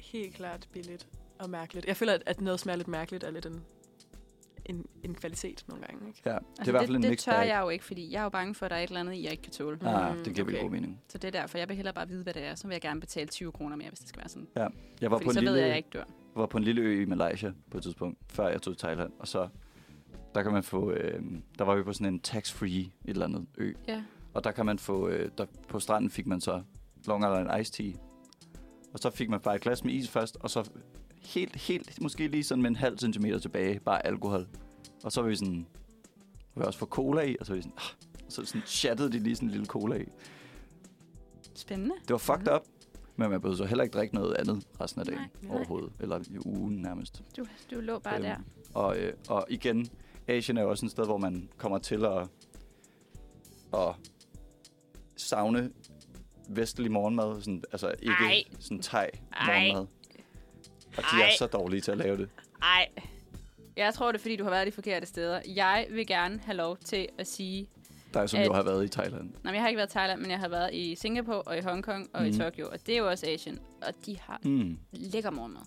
Helt klart billigt og mærkeligt. Jeg føler, at- at noget smager lidt mærkeligt er lidt en, en, en kvalitet nogle gange. Ikke? Ja, det er i hvert fald en Altså, det, det mixed tør bag. jeg jo ikke, fordi jeg er jo bange for, at der er et eller andet, jeg ikke kan tåle. Ja. Ah, Mm, det giver vel okay. god mening. Så det er derfor, jeg vil hellere bare vide, hvad det er. Så vil jeg gerne betale 20 kroner mere, hvis det skal være sådan. Jeg var, Fordi på en så lille, ved jeg, at jeg ikke dør. var på en lille ø i Malaysia på et tidspunkt, før jeg tog til Thailand. Og så, der kan man få, øh, der var vi på sådan en tax-free et eller andet ø. Ja. Og der kan man få, øh, der, på stranden fik man så Long Island Iced Tea. Og så fik man bare et glas med is først, og så helt, helt, måske lige sådan med en halv centimeter tilbage, bare alkohol. Og så var vi sådan, vi også få cola i, og så var vi sådan, ah, og så sådan chattede de lige sådan en lille cola i. Spændende. Det var fucked Mhm. up, men man behøvede så heller ikke drikke noget andet resten af dagen Nej, nej. overhovedet, eller i ugen nærmest. Du, du lå bare Øhm, der. Og, øh, og igen, Asien er jo også et sted, hvor man kommer til at, at savne vestlig morgenmad. Sådan, altså ikke Ej. sådan thai Ej. morgenmad. Og de Ej. er så dårlige til at lave det. Ej. Jeg tror, det er, fordi du har været de forkerte steder. Jeg vil gerne have lov til at sige... Der er som At- jo har været i Thailand. Nej, jeg har ikke været i Thailand, men jeg har været i Singapore og i Hongkong og mm. i Mhm. Tokyo. Og det er jo også Asien. Og de har Mm. lækker morgenmad.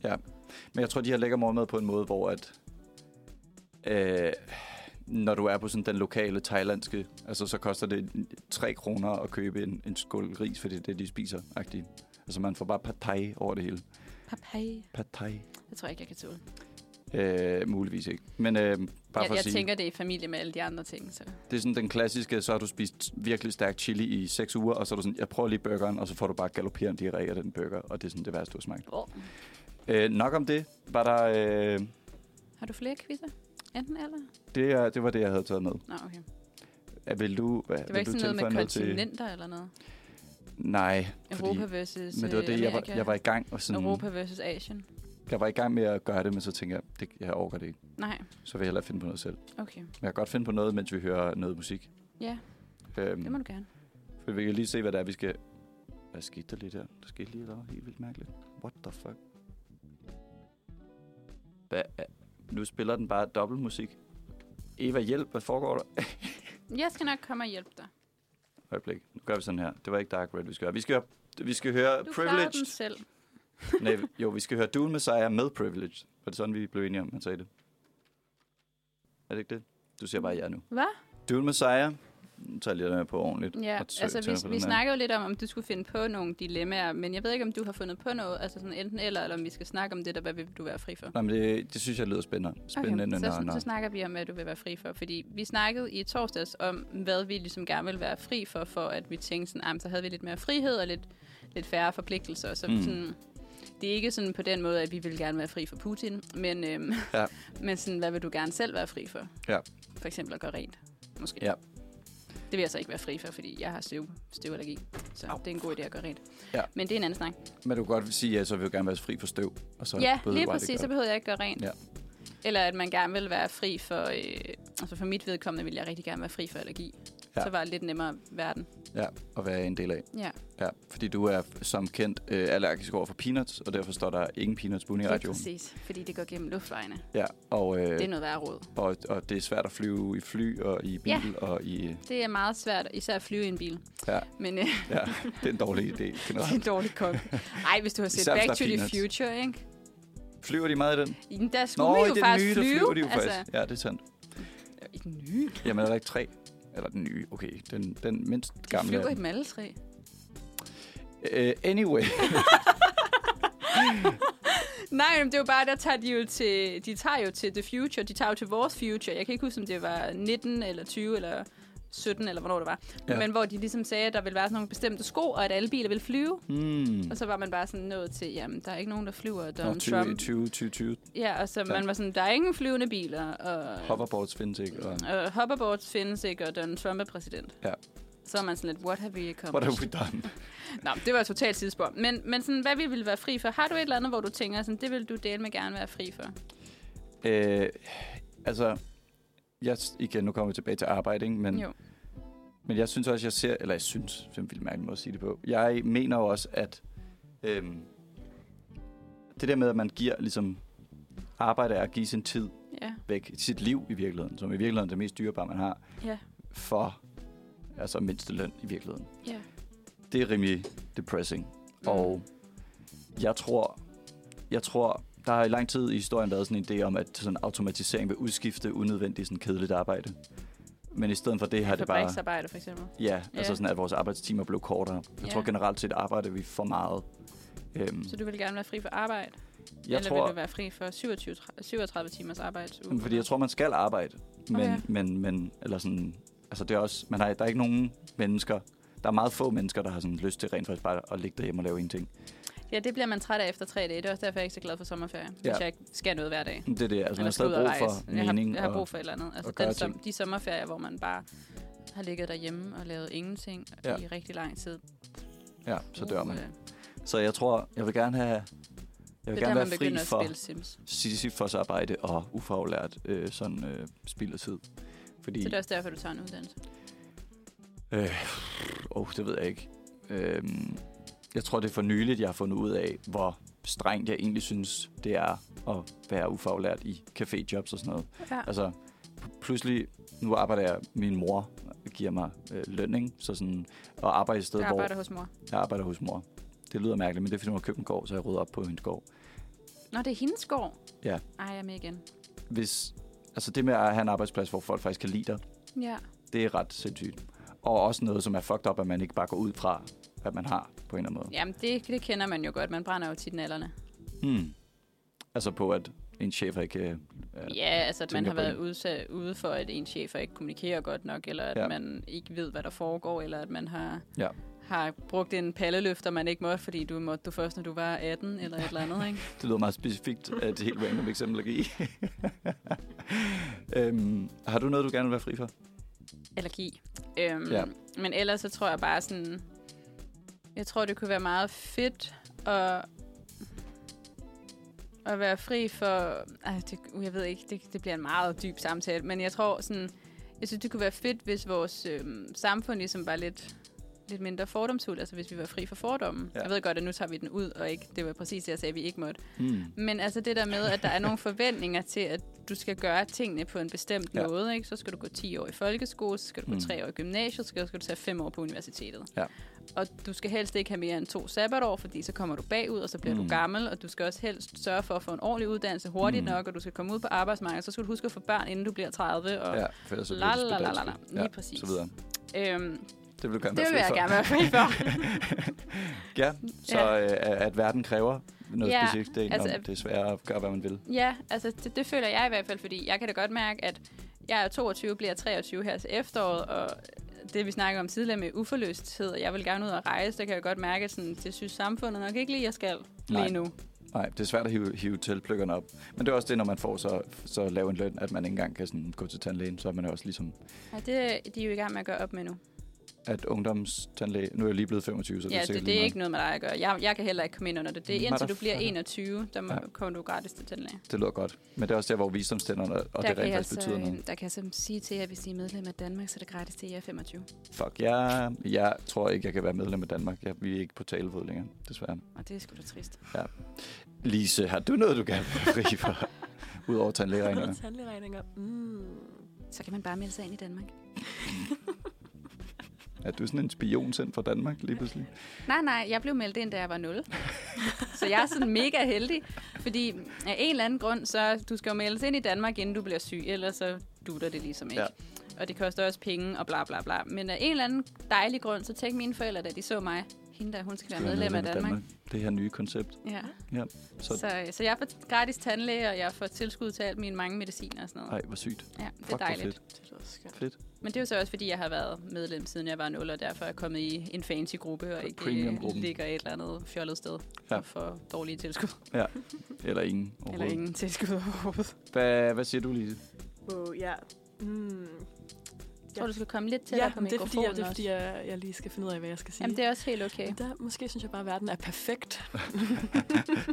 Men jeg tror, de har lækker morgenmad på en måde, hvor at... Øh, når du er på sådan den lokale thailandske, altså så koster det 3 kroner at købe en, en skål ris, fordi det er det, de spiser, agtigt. Altså man får bare pad thai over det hele. Papay. Pad thai. Det tror jeg ikke, jeg kan tåle. Øh, muligvis ikke. Men øh, bare Jeg, for at jeg sige, tænker, det er i familie med alle de andre ting. Så. det er sådan den klassiske, så har du spist virkelig stærk chili i 6 uger, og så er du sådan, jeg prøver lige burgeren, og så får du bare galopperende diarré af den burger, og det er sådan det værste, du har smagt. Oh. Øh, nok om det, var der, øh, Har du flere quizzer? Enten eller? det, er, det var det, jeg havde taget med. Nå, okay. Er, vil du, hvad, Det var vil ikke du sådan noget tilføje med til? kontinenter eller noget? Nej, fordi, Europa versus men det var øh, det, jeg var, Amerika. jeg var i gang, og sådan, Europa versus Asien. jeg var i gang med at gøre det, men så tænker jeg, det, jeg overgår det ikke. Nej, Så vil jeg hellere finde på noget selv. Men okay. jeg kan godt finde på noget, mens vi hører noget musik. Ja, Øhm, det må du gerne. For vi kan lige se, hvad det er, vi skal... Hvad skete der lige der? Der skete lige noget helt vildt mærkeligt. What the fuck? Hvad er... Nu spiller den bare dobbeltmusik. Eva, hjælp. Hvad foregår der? Jeg skal nok komme og hjælpe dig. Øjeblik. Nu gør vi sådan her. Det var ikke Dark Red, vi skal høre. Vi skal høre, vi skal Du høre klarer den Privileged. selv. Nej, jo, vi skal høre Dune Messiah med Privileged. Var det sådan, vi blev enige om, han sagde det? Er det ikke det? Du siger bare ja nu. Hvad? Dune Messiah. Nu tager jeg lige den her på ordentligt. Ja, og tø- altså tænder på vi, vi den her. snakker jo lidt om, om du skulle finde på nogle dilemmaer, men jeg ved ikke, om du har fundet på noget, altså sådan enten eller, eller om vi skal snakke om det, der hvad vil du være fri for? Nej, men det, det synes jeg lyder spændende. Spændende, okay, så, når, når, så snakker vi om, hvad du vil være fri for, fordi vi snakkede i torsdags om, hvad vi ligesom gerne vil være fri for, for at vi tænkte sådan, ah, men så havde vi lidt mere frihed og lidt, lidt færre forpligtelser, så Mm. mm. sådan, det er ikke sådan på den måde, at vi vil gerne være fri for Putin, men, øhm, Ja. ja. men sådan, hvad vil du gerne selv være fri for? Ja. For eksempel at gøre rent, måske. Ja. Det vil jeg så ikke være fri for, fordi jeg har støv, støvallergi, så Au. det er en god idé at gøre rent. Ja. Men det er en anden snak. Men du kan godt sige, at så vil jeg gerne være fri for støv. Og så Ja, behøver lige du bare præcis. ikke Så gøre behøver jeg ikke gøre rent. Ja. Eller at man gerne vil være fri for... Øh, altså for mit vedkommende ville jeg rigtig gerne være fri for allergi. Ja. Ja. Så var det lidt nemmere verden. det. Ja, at være en del af. Ja, Ja, fordi du er f- som kendt øh, allergisk over for peanuts, og derfor står der ingen peanuts på lige radioen. præcis. Fordi det går gennem luftvejene. Øh. Ja, og, øh, Det er noget værre råd. og, og det er svært at flyve i fly og i bil ja. og i... Det er meget svært, især at flyve i en bil. Ja, Men øh, det ja det er en dårlig idé. er en generelt. dårlig kok. Ej, hvis du har set Især hvis der Back er to the peanuts. Future, ikke? Flyver de meget i den? I den der skulle Nå, vi i jo den faktisk nye, der flyve. Altså, flyver de jo faktisk. Ja, det er sandt. I den nye? De Jamen, er der ikke tre? Eller den nye, okay. Den, den mindst gamle. flyver i af dem alle tre. dem. Øh, anyway. Nej, men det var bare, der tager de jo til, de tager jo til The Future, de tager jo til vores future. Jeg kan ikke huske, om det var 19 eller 20 eller 17, eller hvornår det var. Ja. Ja. Men hvor de ligesom sagde, at der ville være sådan nogle bestemte sko, og at alle biler ville flyve. Hmm. Og så var man bare sådan nået til, jamen, der er ikke nogen, der flyver, og Nå, Donald 20, Trump. 20, 20, 20. Ja, og så Ja. man var sådan, der er ingen flyvende biler, og Hoverboards findes ikke. Og... og hoverboards findes ikke, og Donald Trump er præsident. Ja. Så er man sådan lidt, what have we accomplished? What have we done? Nå, det var totalt sidespor. Men, men sådan, hvad vi ville være fri for? Har du et eller andet, hvor du tænker, sådan, det vil du dele med gerne være fri for? Øh, altså, jeg, igen, nu kommer vi tilbage til arbejde, ikke? men Jo. Men jeg synes også, jeg ser... Eller jeg synes, det er en vildt mærkelig måde at sige det på. Jeg mener jo også, at... Øhm, det der med, at man giver ligesom arbejde er at give sin tid Ja. væk, sit liv i virkeligheden, som i virkeligheden er det mest dyrebare, man har, Ja. for altså mindste løn i virkeligheden. Ja. Det er rimelig depressing. Mm. Og Mm. jeg tror, jeg tror, der har i lang tid i historien været sådan en idé om, at sådan automatisering vil udskifte unødvendigt sådan kedeligt arbejde. Men i stedet for det har det bare... Fabriksarbejde, for eksempel. Ja, Ja. altså sådan, at vores arbejdstimer blev kortere. Jeg Ja. tror generelt set arbejder vi for meget. Øhm, Så du vil gerne være fri for arbejde? jeg eller tror, vil du være fri for 27, 37 timers arbejde? Jamen, fordi jeg tror, man skal arbejde. Men, Okay. men, men, eller sådan, altså det er også, man har, der er ikke nogen mennesker, der er meget få mennesker, der har sådan lyst til rent faktisk bare at ligge derhjemme og lave ingenting. Ja, det bliver man træt af efter tre dage. Det er også derfor, jeg er ikke så glad for sommerferie. Ja. Hvis jeg ikke skal noget hver dag. Men Det er det, altså man har skal ud stadig og brug rejse. for jeg har, mening. jeg har brug og, for et eller andet. Altså og gøre den, som, ting. de sommerferier, hvor man bare har ligget derhjemme og lavet ingenting Ja. ja. i rigtig lang tid. ja, så dør man. Uh, Så jeg tror, jeg vil gerne have, jeg det vil er der, gerne man være fri begynder at for spille Sims. Sisyfos arbejde og ufaglært øh, sådan øh, spild af tid. Fordi, Så det er også derfor, du tager en uddannelse. Øh, oh, det ved jeg ikke. Øh, jeg tror, det er for nyligt, jeg har fundet ud af, hvor strengt jeg egentlig synes, det er at være ufaglært i caféjobs og sådan noget. Ja. Altså, p- pludselig, nu arbejder jeg, min mor giver mig øh, løn, ikke? Så sådan, og arbejde et sted, Jeg hvor arbejder hos mor. jeg arbejder hos mor. Det lyder mærkeligt, men det er fordi, hun har købt en gård, så jeg rydder op på hendes gård. Nå, det er hendes gård. Ja. Ej, jeg er med igen. Hvis, altså det med at have en arbejdsplads, hvor folk faktisk kan lide dig, Ja. det er ret sindssygt. Og også noget, som er fucked up, at man ikke bare går ud fra, hvad man har på en eller anden måde. Jamen, det, det kender man jo godt. Man brænder jo tit nallerne. Hmm. Altså på, at en chef ikke... øh, Ja, Ja. ja altså, at man tænker har på været det. udsat, ude for, at en chef ikke kommunikerer godt nok, eller at Ja. ja. man ikke ved, hvad der foregår, eller at man har, Ja. har brugt en palleløfter, man ikke måtte, fordi du måtte du først, når du var 18, eller et eller andet, ikke? Det lyder meget specifikt, at det er et helt random eksempel at give. øhm, har du noget, du gerne vil være fri for? allergi. Øhm, Ja. ja. Men ellers så tror jeg bare sådan... Jeg tror, det kunne være meget fedt at, at være fri for... Altså, det, uh, jeg ved ikke, det, det bliver en meget dyb samtale, men jeg tror sådan... Jeg synes, det kunne være fedt, hvis vores øhm, samfund ligesom var lidt, lidt mindre fordomsfuldt. Altså, hvis vi var fri for fordomme. Ja. Ja. Jeg ved godt, at nu tager vi den ud, og ikke, det var præcis det, jeg sagde, at vi ikke måtte. Hmm. Men altså det der med, at der er nogle forventninger til, at du skal gøre tingene på en bestemt Ja. ja. måde. Ikke? Så skal du gå 10 år i folkeskole, så skal du gå Mm. 3 år i gymnasiet, så skal, skal du tage 5 år på universitetet. Ja. Og du skal helst ikke have mere end to sabbatår, fordi så kommer du bagud, og så bliver mm. Mm. du gammel. Og du skal også helst sørge for at få en ordentlig uddannelse hurtigt Mm. mm. nok, og du skal komme ud på arbejdsmarkedet. Så skal du huske at få børn, inden du bliver 30. Og Ja, for ellers så la, bliver det la, la, spedalsk. la, la. Lige præcis. Så videre. øhm, Det vil du gerne det vil være jeg fri for. gerne være fri for. ja, så ja. Øh, at verden kræver noget ja, Ja, specifikt. Det er ikke altså, altså- om det er sværere at gøre, hvad man vil. Ja, altså det, det føler jeg i hvert fald, fordi jeg kan da godt mærke, at jeg er 22, bliver 23 her til efteråret, og det vi snakker om tidligere med uforløsthed, og jeg vil gerne ud og rejse, der kan jeg godt mærke, at sådan, det synes samfundet nok ikke lige, jeg skal Nej. lige nu. Nej, det er svært at hive, hive tilpløkkerne op. Men det er også det, når man får så, så lav en løn, at man ikke engang kan sådan gå til tandlægen, så er man jo også ligesom, Ja, det de er jo i gang med at gøre op med nu. at ungdomstandlæge... Nu er jeg lige blevet 25, så det ja, er sikkert det, det lige er meget. ikke noget med dig at gøre. Jeg, jeg kan heller ikke komme ind under det. Det er indtil du bliver Motherfucker. 21, der må, Ja. ja. kommer du gratis til tandlæge. Det lyder godt. Men det er også der, hvor visdomstænderne og det rent faktisk betyder noget. altså- der kan jeg så sige til jer, hvis I er medlem af Danmark, så er det gratis til jer 25. Fuck, jeg, jeg tror ikke, jeg kan være medlem af Danmark. Jeg, vi er ikke på talefod længere, desværre. Og det er sgu da trist. Lise, har du noget, du gerne vil være fri for? Udover tandlægeregningerne. Tandlægeregninger. Mm. Så kan man bare melde sig ind i Danmark. Er du sådan en spion sendt fra Danmark lige pludselig? Nej, nej, jeg blev meldt ind, da jeg var 0. så jeg er sådan mega heldig, fordi af en eller anden grund, så du skal jo meldes ind i Danmark, inden du bliver syg, ellers så dutter det ligesom ikke. Ja. Ja. Og det koster også penge og bla bla bla. Men af en eller anden dejlig grund, så tænkte mine forældre, da de så mig, hende der, hun skal være Du er medlem af Danmark. Det her nye koncept. Ja. Så, Så. Så, så jeg får gratis tandlæge, og jeg får tilskud til alt mine mange mediciner og sådan noget. ej, hvor sygt. Ja, det Fuck, er hvor dejligt. fedt. Det lyder skønt. Fedt. Men det er jo så også, fordi jeg har været medlem, siden jeg var 0, og derfor er kommet i en fancy gruppe, og ikke øh, Premium-gruppen. ligger et eller andet fjollet sted Ja. ja. og får dårlige tilskud. Eller ingen Eller overhovedet. ingen tilskud overhovedet. Hvad, hvad siger du, Lise? Wow, ja. Mm. Jeg tror, du skal komme lidt tættere Ja, på men det er mikrofonen fordi, jeg, det også. er, fordi jeg, jeg lige skal finde ud af, hvad jeg skal sige. Jamen, det er også helt okay. Men der, måske synes jeg bare, at verden er perfekt. Meget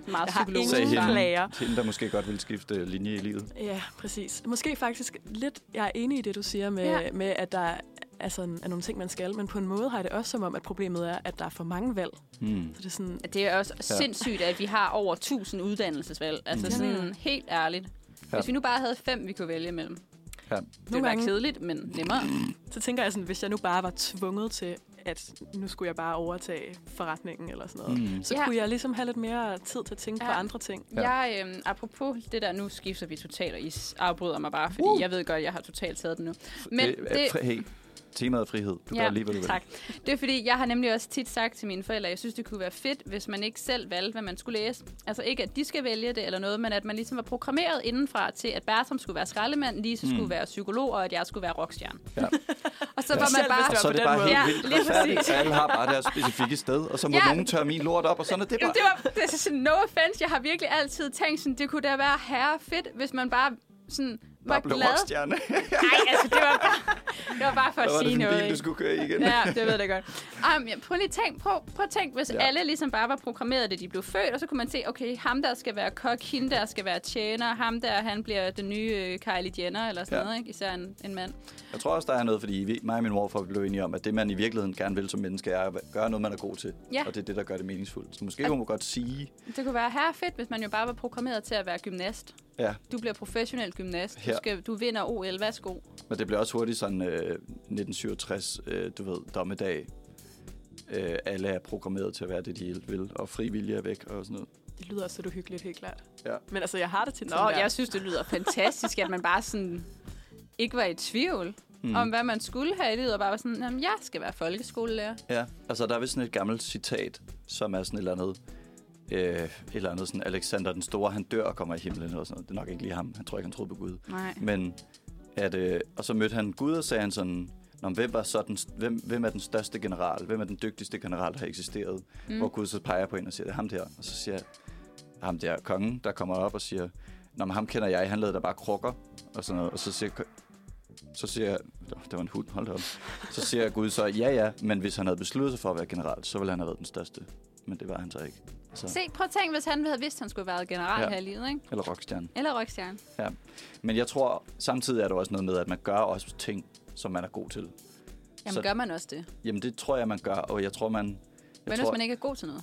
Jeg har psykologisk Sagde ingen svar. hende, klager. hende, der måske godt ville skifte linje i livet. Ja, præcis. Måske faktisk lidt, jeg er enig i det, du siger med, Ja. ja. med at der er, sådan, er nogle ting, man skal, men på en måde har jeg det også som om, at problemet er, at der er for mange valg. Hmm. Så det er sådan, Det er også Ja. ja. sindssygt, at vi har over 1000 uddannelsesvalg. Altså Mm. mm. sådan helt ærligt. Ja. Ja. Hvis vi nu bare havde fem, vi kunne vælge imellem. Det ville nogle være gange, kedeligt, men nemmere. så tænker jeg sådan, hvis jeg nu bare var tvunget til, at nu skulle jeg bare overtage forretningen eller sådan noget, Hmm. så Ja. kunne jeg ligesom have lidt mere tid til at tænke ja. på Ja. andre ting. Ja. Ja. Jeg, øhm, apropos det der, nu skifter vi totalt, og I s- afbryder mig bare, fordi Uh. uh. jeg ved godt, jeg har totalt taget den nu. Men Øh, øh, fri- Hey, temaet er frihed. Du ja, gør lige, hvad du vil. tak. Det er fordi, jeg har nemlig også tit sagt til mine forældre, at jeg synes, det kunne være fedt, hvis man ikke selv valgte, hvad man skulle læse. Altså ikke, at de skal vælge det eller noget, men at man ligesom var programmeret indenfra til, at Bertram skulle være skraldemand, Lise Mm. mm. skulle være psykolog, og at jeg skulle være rockstjerne. Ja. og så var man Ja. Selv hvis bare... Og så er på det den bare måde. helt Ja, vildt lige retfærdigt. præcis. Alle har bare deres specifikke sted, og så må Ja. nogen tørre min lort op, og sådan er det bare. Jamen, det var det er sådan, no offense. Jeg har virkelig altid tænkt sådan, det kunne da være herre fedt, hvis man bare sådan var Bare blev glad. rockstjerne. Nej, altså, det var bare, det var bare for Hvad at var det sige for en noget. bil, du ikke? skulle køre i igen? Ja, det ved jeg godt. Um, ja, prøv lige tænk på, prøv at tænk, hvis Ja. ja. alle ligesom bare var programmeret, da de blev født, og så kunne man se, okay, ham der skal være kok, hende der skal være tjener, ham der, han bliver den nye øh, Kylie Jenner, eller sådan Ja. ja. noget, ikke? især en, en mand. Jeg tror også, der er noget, fordi vi- mig og min morfar blev enige om, at det, man i virkeligheden gerne vil som menneske, er at gøre noget, man er god til. Ja. Og det er det, der gør det meningsfuldt. Så måske kunne man godt sige, Det kunne være her fedt, hvis man jo bare var programmeret til at være gymnast. ja, Du bliver professionel gymnast, Ja. du, skal, du vinder OL, værsgo. men det blev også hurtigt sådan øh, 1967, øh, du ved, dommedag. Øh, alle er programmeret til at være det, de helt vil, og frivillige er væk og sådan noget. Det lyder også lidt uhyggeligt, helt klart. Ja. Men altså, jeg har det tit Nå, jeg synes, det lyder fantastisk, at man bare sådan ikke var i tvivl Hmm. mm. om, hvad man skulle have i livet, og bare var sådan, jamen, jeg skal være folkeskolelærer. Ja, altså der er vist sådan et gammelt citat, som er sådan et eller andet, øh, et eller andet sådan, Alexander den Store, han dør og kommer i himlen eller sådan noget. Det er nok ikke lige ham, han tror ikke, han troede på Gud. Nej. Men at, øh, og så mødte han Gud og sagde han sådan, Nå, men hvem, var så den, hvem, hvem er den største general? Hvem er den dygtigste general, der har eksisteret? Mm. Hvor Gud så peger på en og siger, det er ham der. Og så siger ham der kongen, der kommer op og siger, Nå, men ham kender jeg, han lavede da bare krukker. Og, sådan noget. og så siger så siger jeg, det var en hund, hold da op. Så siger Gud så, ja ja, men hvis han havde besluttet sig for at være general, så ville han have været den største. Men det var han så ikke. Så, Se, prøv at tænke, hvis han havde vidst, at han skulle have været general Ja. ja. her i livet, ikke? eller rockstjerne. Eller rockstjerne. Ja. Men jeg tror, samtidig er der også noget med, at man gør også ting, som man er god til. Jamen, Så- så... gør man også det. Jamen det tror jeg, man gør, og jeg tror, man... Jeg Hvad nu, tror, hvis man ikke er god til noget?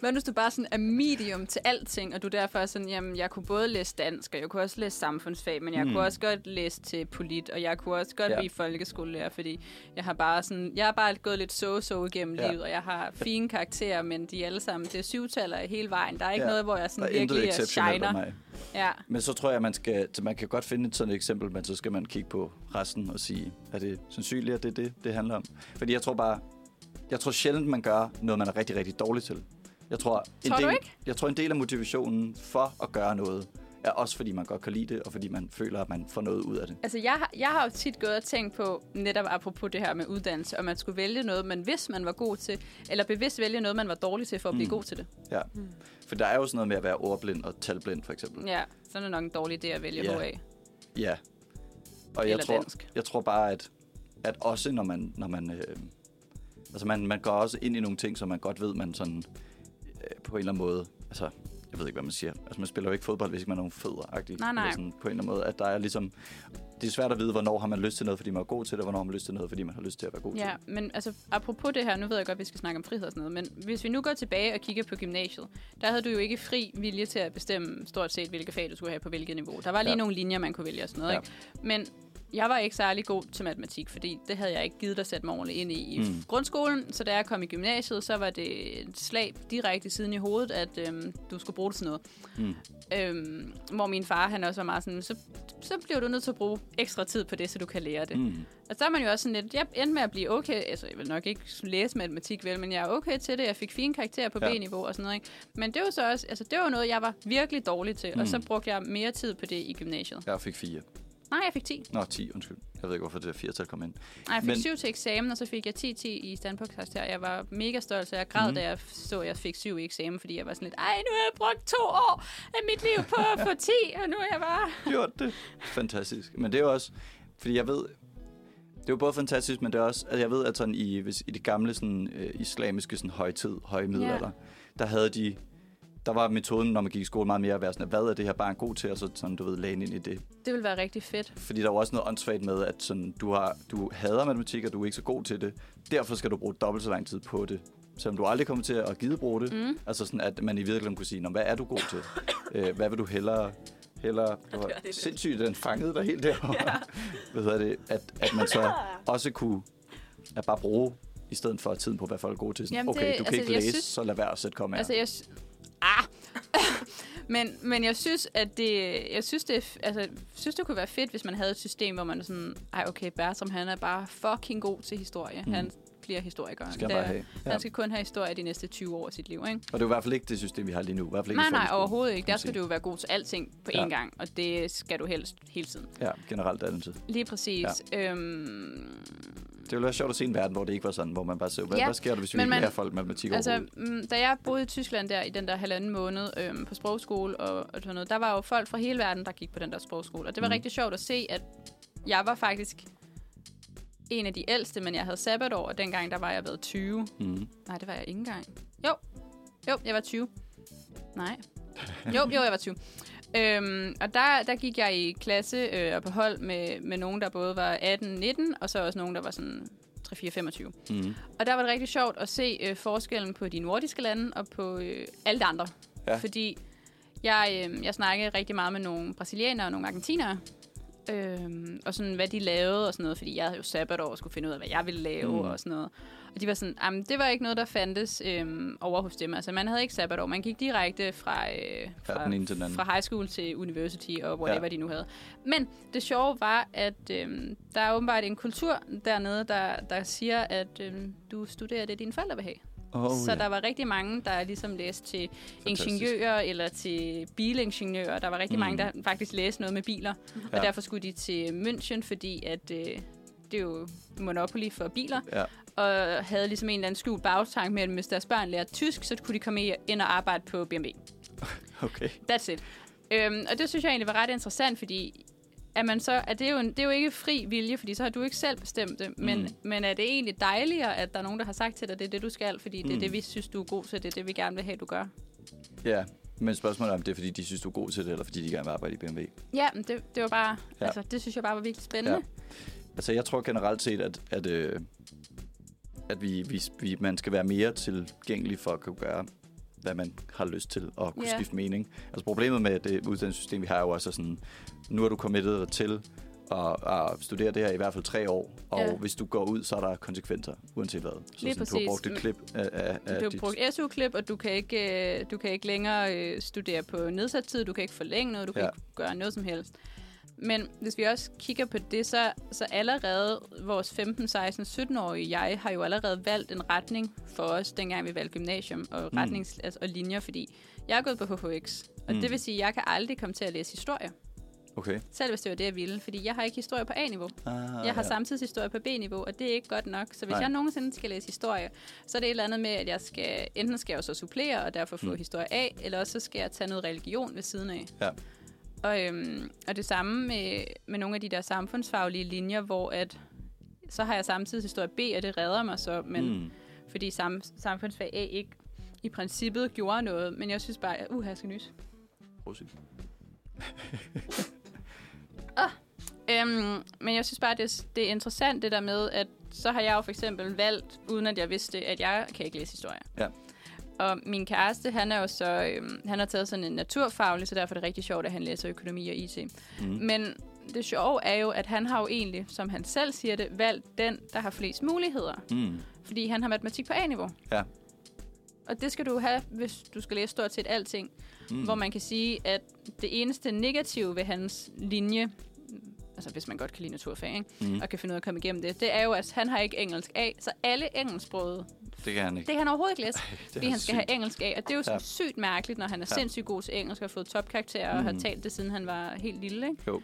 Hvad nu, hvis du bare sådan er medium til alting, og du derfor er sådan, jamen, jeg kunne både læse dansk, og jeg kunne også læse samfundsfag, men jeg Mm. mm. kunne også godt læse til polit, og jeg kunne også godt Ja. ja. blive folkeskolelærer, fordi jeg har bare sådan, jeg har bare gået lidt so-so igennem Ja. ja. livet, og jeg har fine karakterer, men de er alle sammen, det er syvtaller hele vejen. Der er ikke Ja. ja. noget, hvor jeg der er sådan intet virkelig er exceptionelt om shiner. mig. Ja. Men så tror jeg, man skal, så man kan godt finde et sådan et eksempel, men så skal man kigge på resten og sige, er det sandsynligt, at det er det, det handler om? Fordi jeg tror bare, jeg tror sjældent, man gør noget, man er rigtig, rigtig dårlig til. Jeg tror, en Tror du del, ikke? Jeg tror, en del af motivationen for at gøre noget, er også fordi, man godt kan lide det, og fordi man føler, at man får noget ud af det. Altså, jeg, har- jeg har jo tit gået og tænkt på, netop apropos det her med uddannelse, om man skulle vælge noget, man vidste, man var god til, eller bevidst vælge noget, man var dårlig til, for at blive Mm. god til det. Ja. Hmm. For der er jo sådan noget med at være ordblind og talblind, for eksempel. Ja, så er det nok en dårlig idé at vælge Ja. ja. af. Ja. Og jeg Eller tror, dansk. jeg tror bare, at, at også når man... Når man øh, altså, man, man går også ind i nogle ting, som man godt ved, man sådan... Øh, på en eller anden måde... Altså, jeg ved ikke, hvad man siger. Altså, man spiller jo ikke fodbold, hvis ikke man er nogen fødder. Nej, nej. Sådan, på en eller anden måde, at der er ligesom... Det er svært at vide, hvornår har man lyst til noget, fordi man er god til det, og hvornår har man lyst til noget, fordi man har lyst til at være god til Ja, det. men altså, apropos det her, nu ved jeg godt, at vi skal snakke om frihed og sådan noget, men hvis vi nu går tilbage og kigger på gymnasiet, der havde du jo ikke fri vilje til at bestemme stort set, hvilke fag du skulle have på hvilket niveau. Der var lige Ja. ja. nogle linjer, man kunne vælge og sådan noget, Ja. ja. ikke? Men jeg var ikke særlig god til matematik, fordi det havde jeg ikke givet at sætte mig ordentligt ind i i Mm. mm. grundskolen. Så da jeg kom i gymnasiet, så var det et slag direkte siden i hovedet, at øhm, du skulle bruge det til noget. Mm. Øhm, hvor min far, han også var meget sådan, så, så bliver du nødt til at bruge ekstra tid på det, så du kan lære det. Mm. Og så er man jo også sådan lidt, jeg endte med at blive okay, altså jeg vil nok ikke læse matematik vel, men jeg er okay til det, jeg fik fine karakterer på Ja. ja. B-niveau og sådan noget, ikke? Men det var så også, altså det var noget, jeg var virkelig dårlig til, mm. og så brugte jeg mere tid på det i gymnasiet. Jeg fik fire. Nej, jeg fik 10. Nå, 10, undskyld. Jeg ved ikke, hvorfor det der 4-tal kom ind. Nej, jeg fik Men- Men... 7 til eksamen, og så fik jeg 10-10 i standpunktkarakter. Jeg var mega stolt, så jeg græd, Mhm. mm. da jeg så, at jeg fik 7 i eksamen, fordi jeg var sådan lidt, ej, nu har jeg brugt to år af mit liv på at få 10, og nu er jeg bare... Gjort det. Fantastisk. Men det er jo også, fordi jeg ved, det er jo både fantastisk, men det er også, at jeg ved, at sådan i, hvis, i det gamle sådan, øh, islamiske sådan, højtid, højmiddelalder, der havde de, der var metoden, når man gik i skole meget mere at være sådan, hvad er det her barn god til, og så sådan, du ved, læne ind i det. Det ville være rigtig fedt. Fordi der var også noget åndssvagt med, at sådan, du, har, du hader matematik, og du er ikke så god til det. Derfor skal du bruge dobbelt så lang tid på det. Selvom du aldrig kommer til at gide bruge det. Mm. Altså sådan, at man i virkeligheden kunne sige, "Nå, hvad er du god til? Øh, hvad vil du hellere... hellere du det er var det. sindssygt, den fangede dig helt derovre. Ja. Hvad hedder det? At, at man så også kunne at bare bruge i stedet for tiden på, hvad folk er gode til. Sådan, Jamen, okay, det- du kan altså, ikke jeg læse, synes- så lad være at sætte komme Ja. Altså, jeg... sy- Ah! men, men jeg synes, at det, jeg synes, det, er f- altså, jeg synes, det kunne være fedt, hvis man havde et system, hvor man er sådan, ej, okay, Bertram, han er bare fucking god til historie. Mm. Mm. Han bliver historiker. skal man bare have. Ja. Ja. Han skal kun have historie de næste 20 år af sit liv, ikke? Og det er jo i hvert fald ikke det system, vi har lige nu. I hvert fald ikke i Nej, nej, folkeskolen, overhovedet ikke. kan Der man skal sige. du jo være god til alting på Ja. én gang, og det skal du helst hele tiden. Ja, generelt er det tid. Lige præcis. Ja. Øhm, Det ville være sjovt at se en verden, hvor det ikke var sådan, hvor man bare så, hvad, ja. Ja, hvad sker der, hvis vi men ikke man- lærer folk matematik altså, overhovedet? mm, da jeg boede i Tyskland der i den der halvanden måned øhm, på sprogskole og, og sådan noget, der var jo folk fra hele verden, der gik på den der sprogskole. Og det var Mhm. mm. rigtig sjovt at se, at jeg var faktisk en af de ældste, men jeg havde sabbatår, og dengang der var jeg været 20. Mm. Nej, det var jeg ikke engang. Jo. Jo, jeg var 20. Nej. Jo, jo, jeg var 20. Øhm, og der, der gik jeg i klasse øh, og på hold med, med nogen, der både var 18, 19, og så også nogen, der var sådan 3, 4, 25. Mm. Og der var det rigtig sjovt at se øh, forskellen på de nordiske lande og på øh, alle de andre. Ja. Fordi jeg, øh, jeg snakkede rigtig meget med nogle brasilianere og nogle argentinere, øh, og sådan, hvad de lavede og sådan noget, fordi jeg havde jo sabbatår og skulle finde ud af, hvad jeg ville lave Mm. mm. og sådan noget. Og de var sådan, jamen det var ikke noget, der fandtes øh, over hos dem. Altså man havde ikke sabbatår, man gik direkte fra, øh, Ja, fra, den ene til den anden. fra high school til university og whatever ja. de nu havde. Men det sjove var, at øh, der er åbenbart en kultur dernede, der, der siger, at øh, du studerer det, dine forældre vil have. Oh, så der var rigtig mange, der ligesom læste til Fantastisk. ingeniører eller til bilingeniører. Der var rigtig Mm. mm. mange, der faktisk læste noget med biler. Ja. Ja. Og derfor skulle de til München, fordi at... Øh, det er jo Monopoly for biler, Ja. og havde ligesom en eller anden skjult bagtanke med, at hvis deres børn lærte tysk, så kunne de komme i- ind og arbejde på BMW. Okay. That's it. Øhm, og det synes jeg egentlig var ret interessant, fordi at man så, at det, er jo en, det er jo ikke fri vilje, fordi så har du ikke selv bestemt det, men, Mm. mm. men er det egentlig dejligere, at der er nogen, der har sagt til dig, det er det, du skal, fordi det er Mm. det, vi synes, du er god til, det er det, vi gerne vil have, du gør? Ja, men spørgsmålet er, om det er, fordi de synes, du er god til det, eller fordi de gerne vil arbejde i BMW. Ja, men Mm, det, det var bare, Ja. ja. altså, det synes jeg bare var virkelig spændende. Ja. Altså, jeg tror generelt set, at, at, øh, at vi, vi, vi, man skal være mere tilgængelig for at kunne gøre, hvad man har lyst til, og kunne Ja. skifte mening. Altså, problemet med det uddannelsessystem, vi har jo også er sådan, nu er du committed dig til at, at studere det her i hvert fald tre år, og Ja. hvis du går ud, så er der konsekvenser, uanset hvad. Så Lige sådan, du har præcis. brugt et Men- klip af, af, af Du har dit... brugt SU-klip, og du kan ikke, øh, du kan ikke længere øh, studere på nedsat tid, du kan ikke forlænge noget, du kan Ja. ja. ikke gøre noget som helst. Men hvis vi også kigger på det, så, så allerede vores 15, 16, 17-årige jeg har jo allerede valgt en retning for os, dengang vi valgte gymnasium og, Mm. retnings, altså, og linjer, fordi jeg er gået på HHX, og Mm. mm. det vil sige, at jeg kan aldrig komme til at læse historie, Okay. selv hvis det var det, jeg ville, fordi jeg har ikke historie på A-niveau. Ah, Jeg har samtidshistorie på B-niveau, og det er ikke godt nok. Så hvis Nej. Nej. jeg nogensinde skal læse historie, så er det et eller andet med, at jeg skal, enten skal jeg jo så supplere og derfor få Mm. mm. historie A, eller også så skal jeg tage noget religion ved siden af. Ja. Og, øhm, og det samme med, med nogle af de der samfundsfaglige linjer, hvor at så har jeg samtidshistorie B, og det redder mig så, men mm. Mm. fordi sam, samfundsfag A ikke i princippet gjorde noget, men jeg synes bare, at uh, jeg skal nys. Prosit. Øhm, men jeg synes bare, det, er- det er interessant det der med, at så har jeg jo for eksempel valgt, uden at jeg vidste, at jeg kan ikke læse historie. Ja. Og min kæreste, han er jo så, øhm, han har taget sådan en naturfaglig, så derfor er det rigtig sjovt, at han læser økonomi og IT. Mm. Men det sjove er jo, at han har jo egentlig, som han selv siger det, valgt den, der har flest muligheder. Mm. Fordi han har matematik på A-niveau. Ja. Og det skal du have, hvis du skal læse stort set alting Mm. mm. hvor man kan sige, at det eneste negative ved hans linje, altså hvis man godt kan lide naturfag, ikke? Mm. Mm. og kan finde ud af at komme igennem det, det er jo, at han har ikke engelsk A, så alle engelsksprogede, Det kan han ikke. det kan han overhovedet ikke læse, Det fordi han skal have engelsk A, og det er jo sådan Ja. ja. sygt mærkeligt, når han er Ja. sindssygt god til engelsk og har fået topkarakterer mm. og Mm. har talt det, siden han var helt lille, ikke? Jo.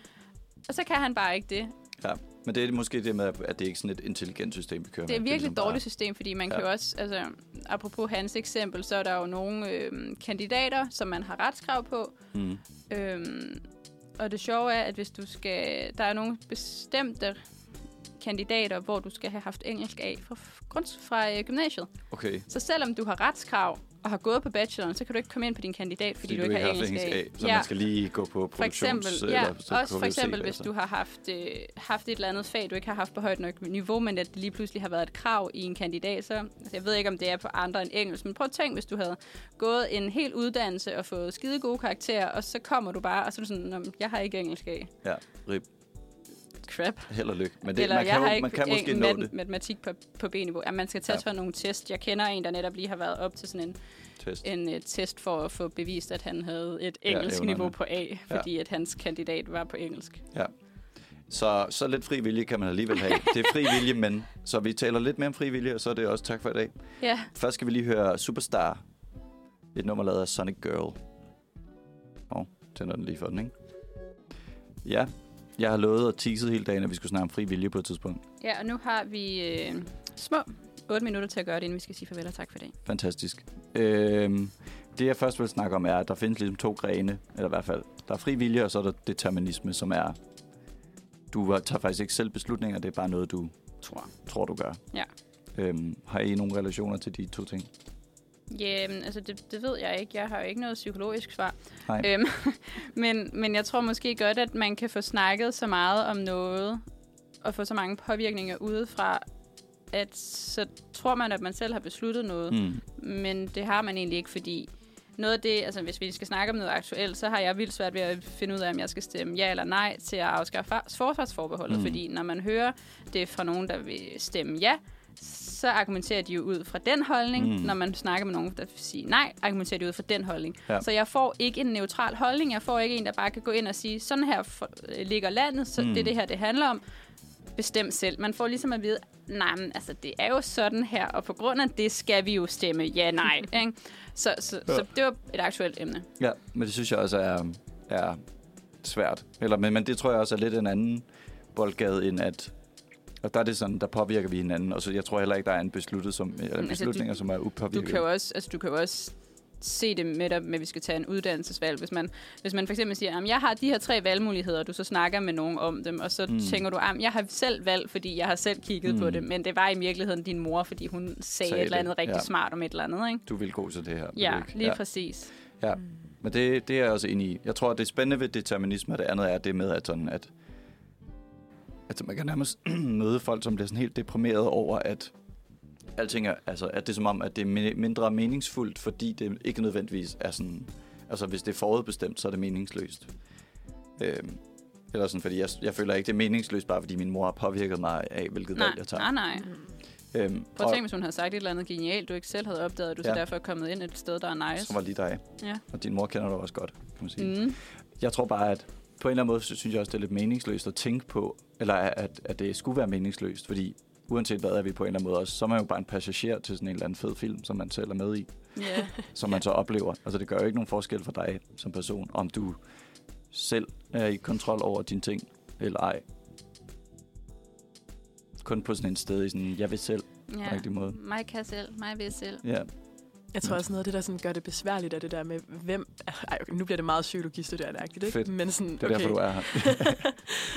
Og så kan han bare ikke det. Ja. Men det er måske det med, at det ikke er sådan et intelligent system, vi kører Det er med. virkelig ligesom et dårligt bare- system, fordi man Ja. ja. kan jo også, altså apropos hans eksempel, så er der jo nogle øh, kandidater, som man har retskrav på. Mm. Øhm, og det sjove er, at hvis du skal, der er nogle bestemte kandidater, hvor du skal have haft engelsk af fra, grunds, fra øh, gymnasiet. Mm. Okay. Fordi, Så selvom du har retskrav og har gået på bacheloren, så kan du ikke komme ind på din kandidat, fordi, du, ikke har haft engelsk af. af, så ja. man skal lige gå på For eksempel, produktions... ja, eller så altså. også for KVUC eksempel, hvis bagefter. du har haft, øh, haft et eller andet fag, du ikke har haft på højt nok niveau, men at det lige pludselig har været et krav i en kandidat, så altså, jeg ved ikke, om det er på andre end engelsk, men prøv at tænk, hvis du havde gået en hel uddannelse og fået skide gode karakterer, og så kommer du bare, og så er du sådan, "Nå, men jeg har ikke engelsk af. Ja, rip. Crap. Held og lykke. Men det, eller man jeg kan, har jo, ikke man kan måske nå mat- det. matematik på, på B-niveau. Ja, man skal tage Ja. ja. nogle test. Jeg kender en, der netop lige har været op til sådan en Test. en uh, test for at få bevist, at han havde et engelsk ja, evnerne. niveau på A, fordi ja. at hans kandidat var på engelsk. Så, så lidt fri vilje kan man alligevel have. Det er fri vilje, men... Så vi taler lidt mere om fri vilje, og så er det også tak for i dag. Ja, Først skal vi lige høre Superstar. Et nummer lavet af Sonic Girl. Åh, oh, tænder den lige for den, ikke? Ja, jeg har lovet og teaset hele dagen, at vi skulle snakke om fri vilje på et tidspunkt. ja og nu har vi øh, små 8 minutter til at gøre det, inden vi skal sige farvel og tak for i dag. Fantastisk. Øhm, det, jeg først vil snakke om, er, at der findes ligesom to grene, eller i hvert fald, der er fri vilje, og så er der determinisme, som er, du tager faktisk ikke selv beslutninger, det er bare noget, du Tror. tror, du gør. Ja. Øhm, har I nogle relationer til de to ting? Jamen, altså det, det ved jeg ikke. Jeg har jo ikke noget psykologisk svar. Nej. Øhm, men, men jeg tror måske godt, at man kan få snakket så meget om noget, og få så mange påvirkninger udefra, at så tror man, at man selv har besluttet noget. Mm. men det har man egentlig ikke, fordi noget af det, altså hvis vi skal snakke om noget aktuelt, så har jeg vildt svært ved at finde ud af, om jeg skal stemme ja eller nej til at afskaffe for- forsvarsforbeholdet, Mm. mm. fordi når man hører det fra nogen, der vil stemme ja, så argumenterer de jo ud fra den holdning. Mm. Mm. Når man snakker med nogen, der siger nej, argumenterer de ud fra den holdning. Ja. Ja. Så jeg får ikke en neutral holdning. Jeg får ikke en, der bare kan gå ind og sige, sådan her for- ligger landet, så Mm. mm. det er det her, det handler om. Bestem selv. Man får ligesom at vide, nej, men altså, det er jo sådan her, og på grund af det skal vi jo stemme ja, nej. Ikke? Så, så, Ja. ja. så det var et aktuelt emne. Ja, men det synes jeg også er, er svært. Eller, men, men det tror jeg også er lidt en anden boldgade, end at og der er det sådan, der påvirker vi hinanden, og så jeg tror heller ikke, der er en besluttet som, eller altså, beslutninger, du- som er Du upåvirket. kan jo også, altså, du kan jo også se det med, at vi skal tage en uddannelsesvalg. Hvis man, hvis man for eksempel siger, at jeg har de her tre valgmuligheder, og du så snakker med nogen om dem, og så Mm. mm. tænker du, at jeg har selv valgt, fordi jeg har selv kigget Mm. på det, men det var i virkeligheden din mor, fordi hun sagde, Sagde et det, eller andet rigtig ja. smart om et eller andet, ikke? Du vil gå til det her. vil Ja, du ikke? lige ja. præcis. Ja, men det, det er jeg også enig i. Jeg tror, at det spændende ved determinisme, og det andet er det med, at, sådan, at, at man kan nærmest møde folk, som bliver sådan helt deprimeret over, at alting er, altså, at det er som om, at det er mi- mindre meningsfuldt, fordi det ikke nødvendigvis er sådan... Altså, hvis det er forudbestemt, så er det meningsløst. Øhm, eller sådan, fordi jeg, jeg føler ikke, det er meningsløst, bare fordi min mor har påvirket mig af, hvilket Nej, valg jeg tager. nej, nej. Prøv Øhm, og- at tænke, hvis hun havde sagt et eller andet genialt, du ikke selv havde opdaget, og du ja. Ja. så derfor er kommet ind et sted, der er nice. Som var lige dig. Ja. Og din mor kender dig også godt, kan man sige. Mm. Jeg tror bare, at på en eller anden måde sy- synes jeg også, det er lidt meningsløst at tænke på, eller at, at det skulle være meningsløst, fordi uanset hvad er vi på en eller anden måde også, så er man jo bare en passager til sådan en eller anden fed film, som man selv er med i, Yeah. som man så oplever. Altså det gør jo ikke nogen forskel for dig som person, om du selv er i kontrol over dine ting, eller ej. Kun på sådan en sted i sådan, jeg vil selv, ja. ja. rigtig måde. Mig kan selv, mig vil selv. Ja, Jeg tror Ja. også noget af det, der sådan gør det besværligt, er det der med, hvem... Ej, okay, nu bliver det meget psykologistuderende-agtigt, ikke? Fedt. Men sådan, det er okay. derfor, du er her.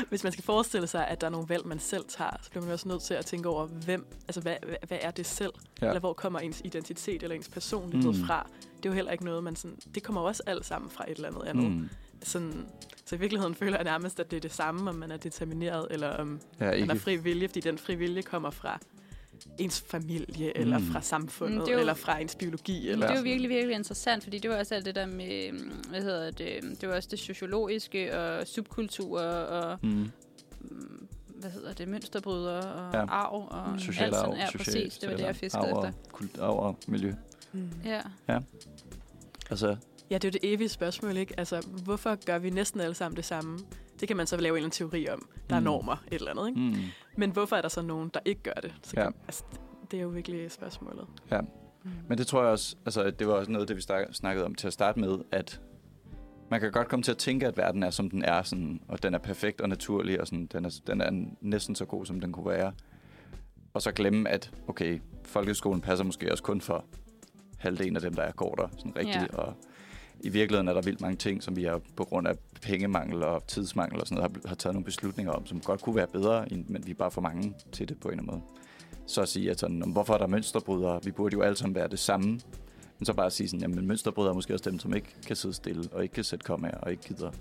Hvis man skal forestille sig, at der er nogle valg, man selv tager, så bliver man også nødt til at tænke over, hvem, altså hvad, hvad, hvad er det selv? Ja. Ja. Eller hvor kommer ens identitet eller ens personlighed Mm. mm. fra? Det er jo heller ikke noget, man sådan... Det kommer jo også alt sammen fra et eller andet andet. Mm. Mm. Sådan, så i virkeligheden føler jeg nærmest, at det er det samme, om man er determineret, eller om Ja, man har ikke. fri vilje, fordi den fri vilje kommer fra ens familie, mm. eller Mm. fra samfundet, Men mm, det er jo- eller fra ens biologi. Men Eller det er jo sådan. virkelig, virkelig interessant, fordi det var også alt det der med, øhm, hvad hedder det, øhm, det var også det sociologiske og subkulturer og, Mm. øhm, hvad hedder det, mønsterbrydere og Ja. ja. arv og Social alt sådan. arv, Ja, social- præcis, det var det, jeg fiskede arv og efter. kult- Arv og miljø. Mm. Ja. Altså, Ja, det er jo det evige spørgsmål, ikke? Altså, hvorfor gør vi næsten alle sammen det samme? Det kan man så lave en eller anden teori om. Der er Mm. normer, et eller andet, ikke? mm. Men hvorfor er der så nogen, der ikke gør det? Så Ja. ja. kan, altså, det er jo virkelig spørgsmålet. Mm. Men det tror jeg også, altså, at det var også noget, af det vi snak- snakkede om til at starte med, at Man kan godt komme til at tænke, at verden er, som den er, sådan, og den er perfekt og naturlig, og sådan, den, er, den er næsten så god, som den kunne være. Og så glemme, at okay, folkeskolen passer måske også kun for halvdelen af dem, der går der sådan rigtigt. Ja. Ja. Og i virkeligheden er der vildt mange ting, som vi har på grund af pengemangel og tidsmangel og sådan noget, har, har taget nogle beslutninger om, som godt kunne være bedre, end- men vi er bare for mange til det på en eller anden måde. Så at sige, at sådan, "Nå, hvorfor er der mønsterbrydere? Vi burde jo alle sammen være det samme. Men så bare at sige sådan, jamen mønsterbrydere er måske også dem, som ikke kan sidde stille, og ikke kan sætte komme og ikke gider.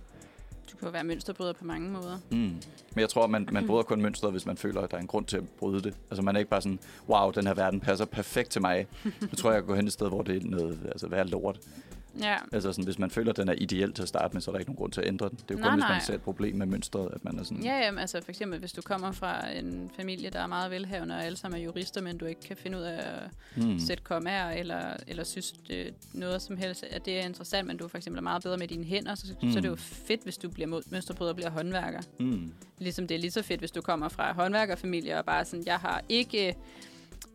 Du kan jo være mønsterbryder på mange måder. Mm. Men jeg tror, man, man bryder kun mønstret, hvis man føler, at der er en grund til at bryde det. Altså man er ikke bare sådan, wow, den her verden passer perfekt til mig. Nu tror jeg, jeg går hen et sted, hvor det er noget, altså hvad er lort? Ja, Altså sådan, hvis man føler, at den er ideel til at starte med, så er der ikke nogen grund til at ændre den. Det er jo Nej, kun, hvis nej. man ser et problem med mønstret, at man er sådan... ja jamen, altså for eksempel, hvis du kommer fra en familie, der er meget velhavende, og alle sammen er jurister, men du ikke kan finde ud af at hmm, sætte kommaer, eller, eller synes det, noget som helst, at det er interessant, men du for eksempel er meget bedre med dine hænder, så, mm. så er det jo Mm. fedt, hvis du bliver mod- mønsterbryder og bliver håndværker. hmm, Ligesom det er lige så fedt, hvis du kommer fra håndværkerfamilie og bare sådan, jeg har ikke øh,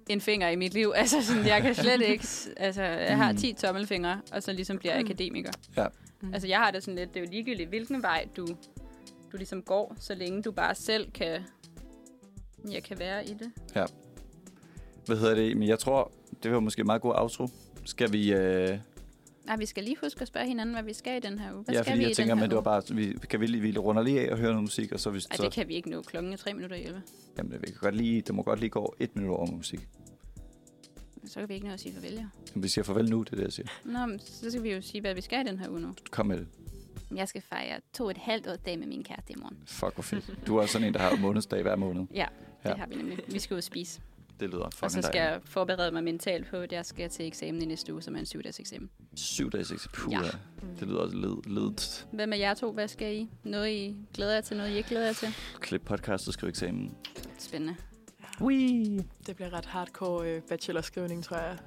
en finger i mit liv. Altså sådan, jeg kan slet ikke, s- altså jeg har 10 tommelfingre, og så ligesom bliver jeg akademiker. Mm. Ja. Altså jeg har det sådan lidt, det er jo ligegyldigt, hvilken vej du, du ligesom går, så længe du bare selv kan, jeg kan være i det. Hvad hedder det? Men jeg tror, det var måske en meget god outro. Skal vi... Øh, Nej, vi skal lige huske at spørge hinanden, hvad vi skal i den her uge. Hvad ja, skal fordi vi i jeg tænker, den her men det var uge? bare... Vi, kan vi, lige- vi runder lige af og hører noget musik, og så... Hvis, Ej, så det kan vi ikke nå. Klokken er tre minutter i 11. Jamen, vi kan godt lige, det må godt lige gå et minut over med musik. Så kan vi ikke nå at sige farvel, ja. Jamen, vi siger farvel nu, det er det, jeg siger. Nå, men så skal vi jo sige, hvad vi skal i den her uge nu. Kom med det. Jeg skal fejre to og et halvt år dag med min kæreste i morgen. Fuck, hvor fedt. Du er også sådan en, der har månedsdag hver måned. Ja, det Ja. har vi nemlig. Vi skal ud og spise. Det lyder fucking og så skal dejligt. jeg forberede mig mentalt på, at jeg skal til eksamen i næste uge, som er en syvdags eksamen. Syv dages eksamen. Puh, Ja. ja. Det lyder også led, ledt. Hvad med jer to? Hvad skal I? Noget, I glæder jer til? Noget, I ikke glæder jer til? Klip podcast og skriv eksamen. Spændende. Wee! Det bliver ret hardcore øh, bachelorskrivning, tror jeg.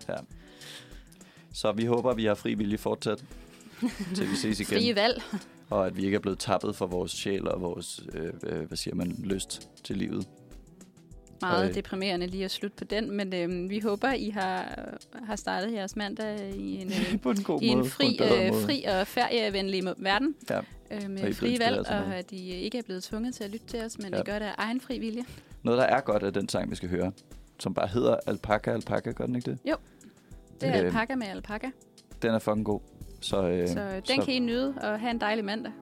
Så vi håber, vi har fri vilje fortsat, til vi ses Frie igen. valg. og at vi ikke er blevet tappet for vores sjæl og vores, øh, øh, hvad siger man, lyst til livet. Meget Ej. deprimerende lige at slutte på den, men øhm, vi håber, I har, har startet jeres mandag i en, øh, på en god i en måde. på fri, en bedre øh, måde. fri og ferievenlig mo- verden Ja. øh, Og I med er frie blevet valg, inspireret til og noget. at I ikke er blevet tvunget til at lytte til os, men ja. Ja. I gør det af egen fri vilje. Noget, der er godt af den sang, vi skal høre, som bare hedder Alpaca, Alpaca, gør den ikke det? Det er Øh, alpaka med alpaka, Den er fucking god. Så, øh, så øh, den kan I nyde, og have en dejlig mandag.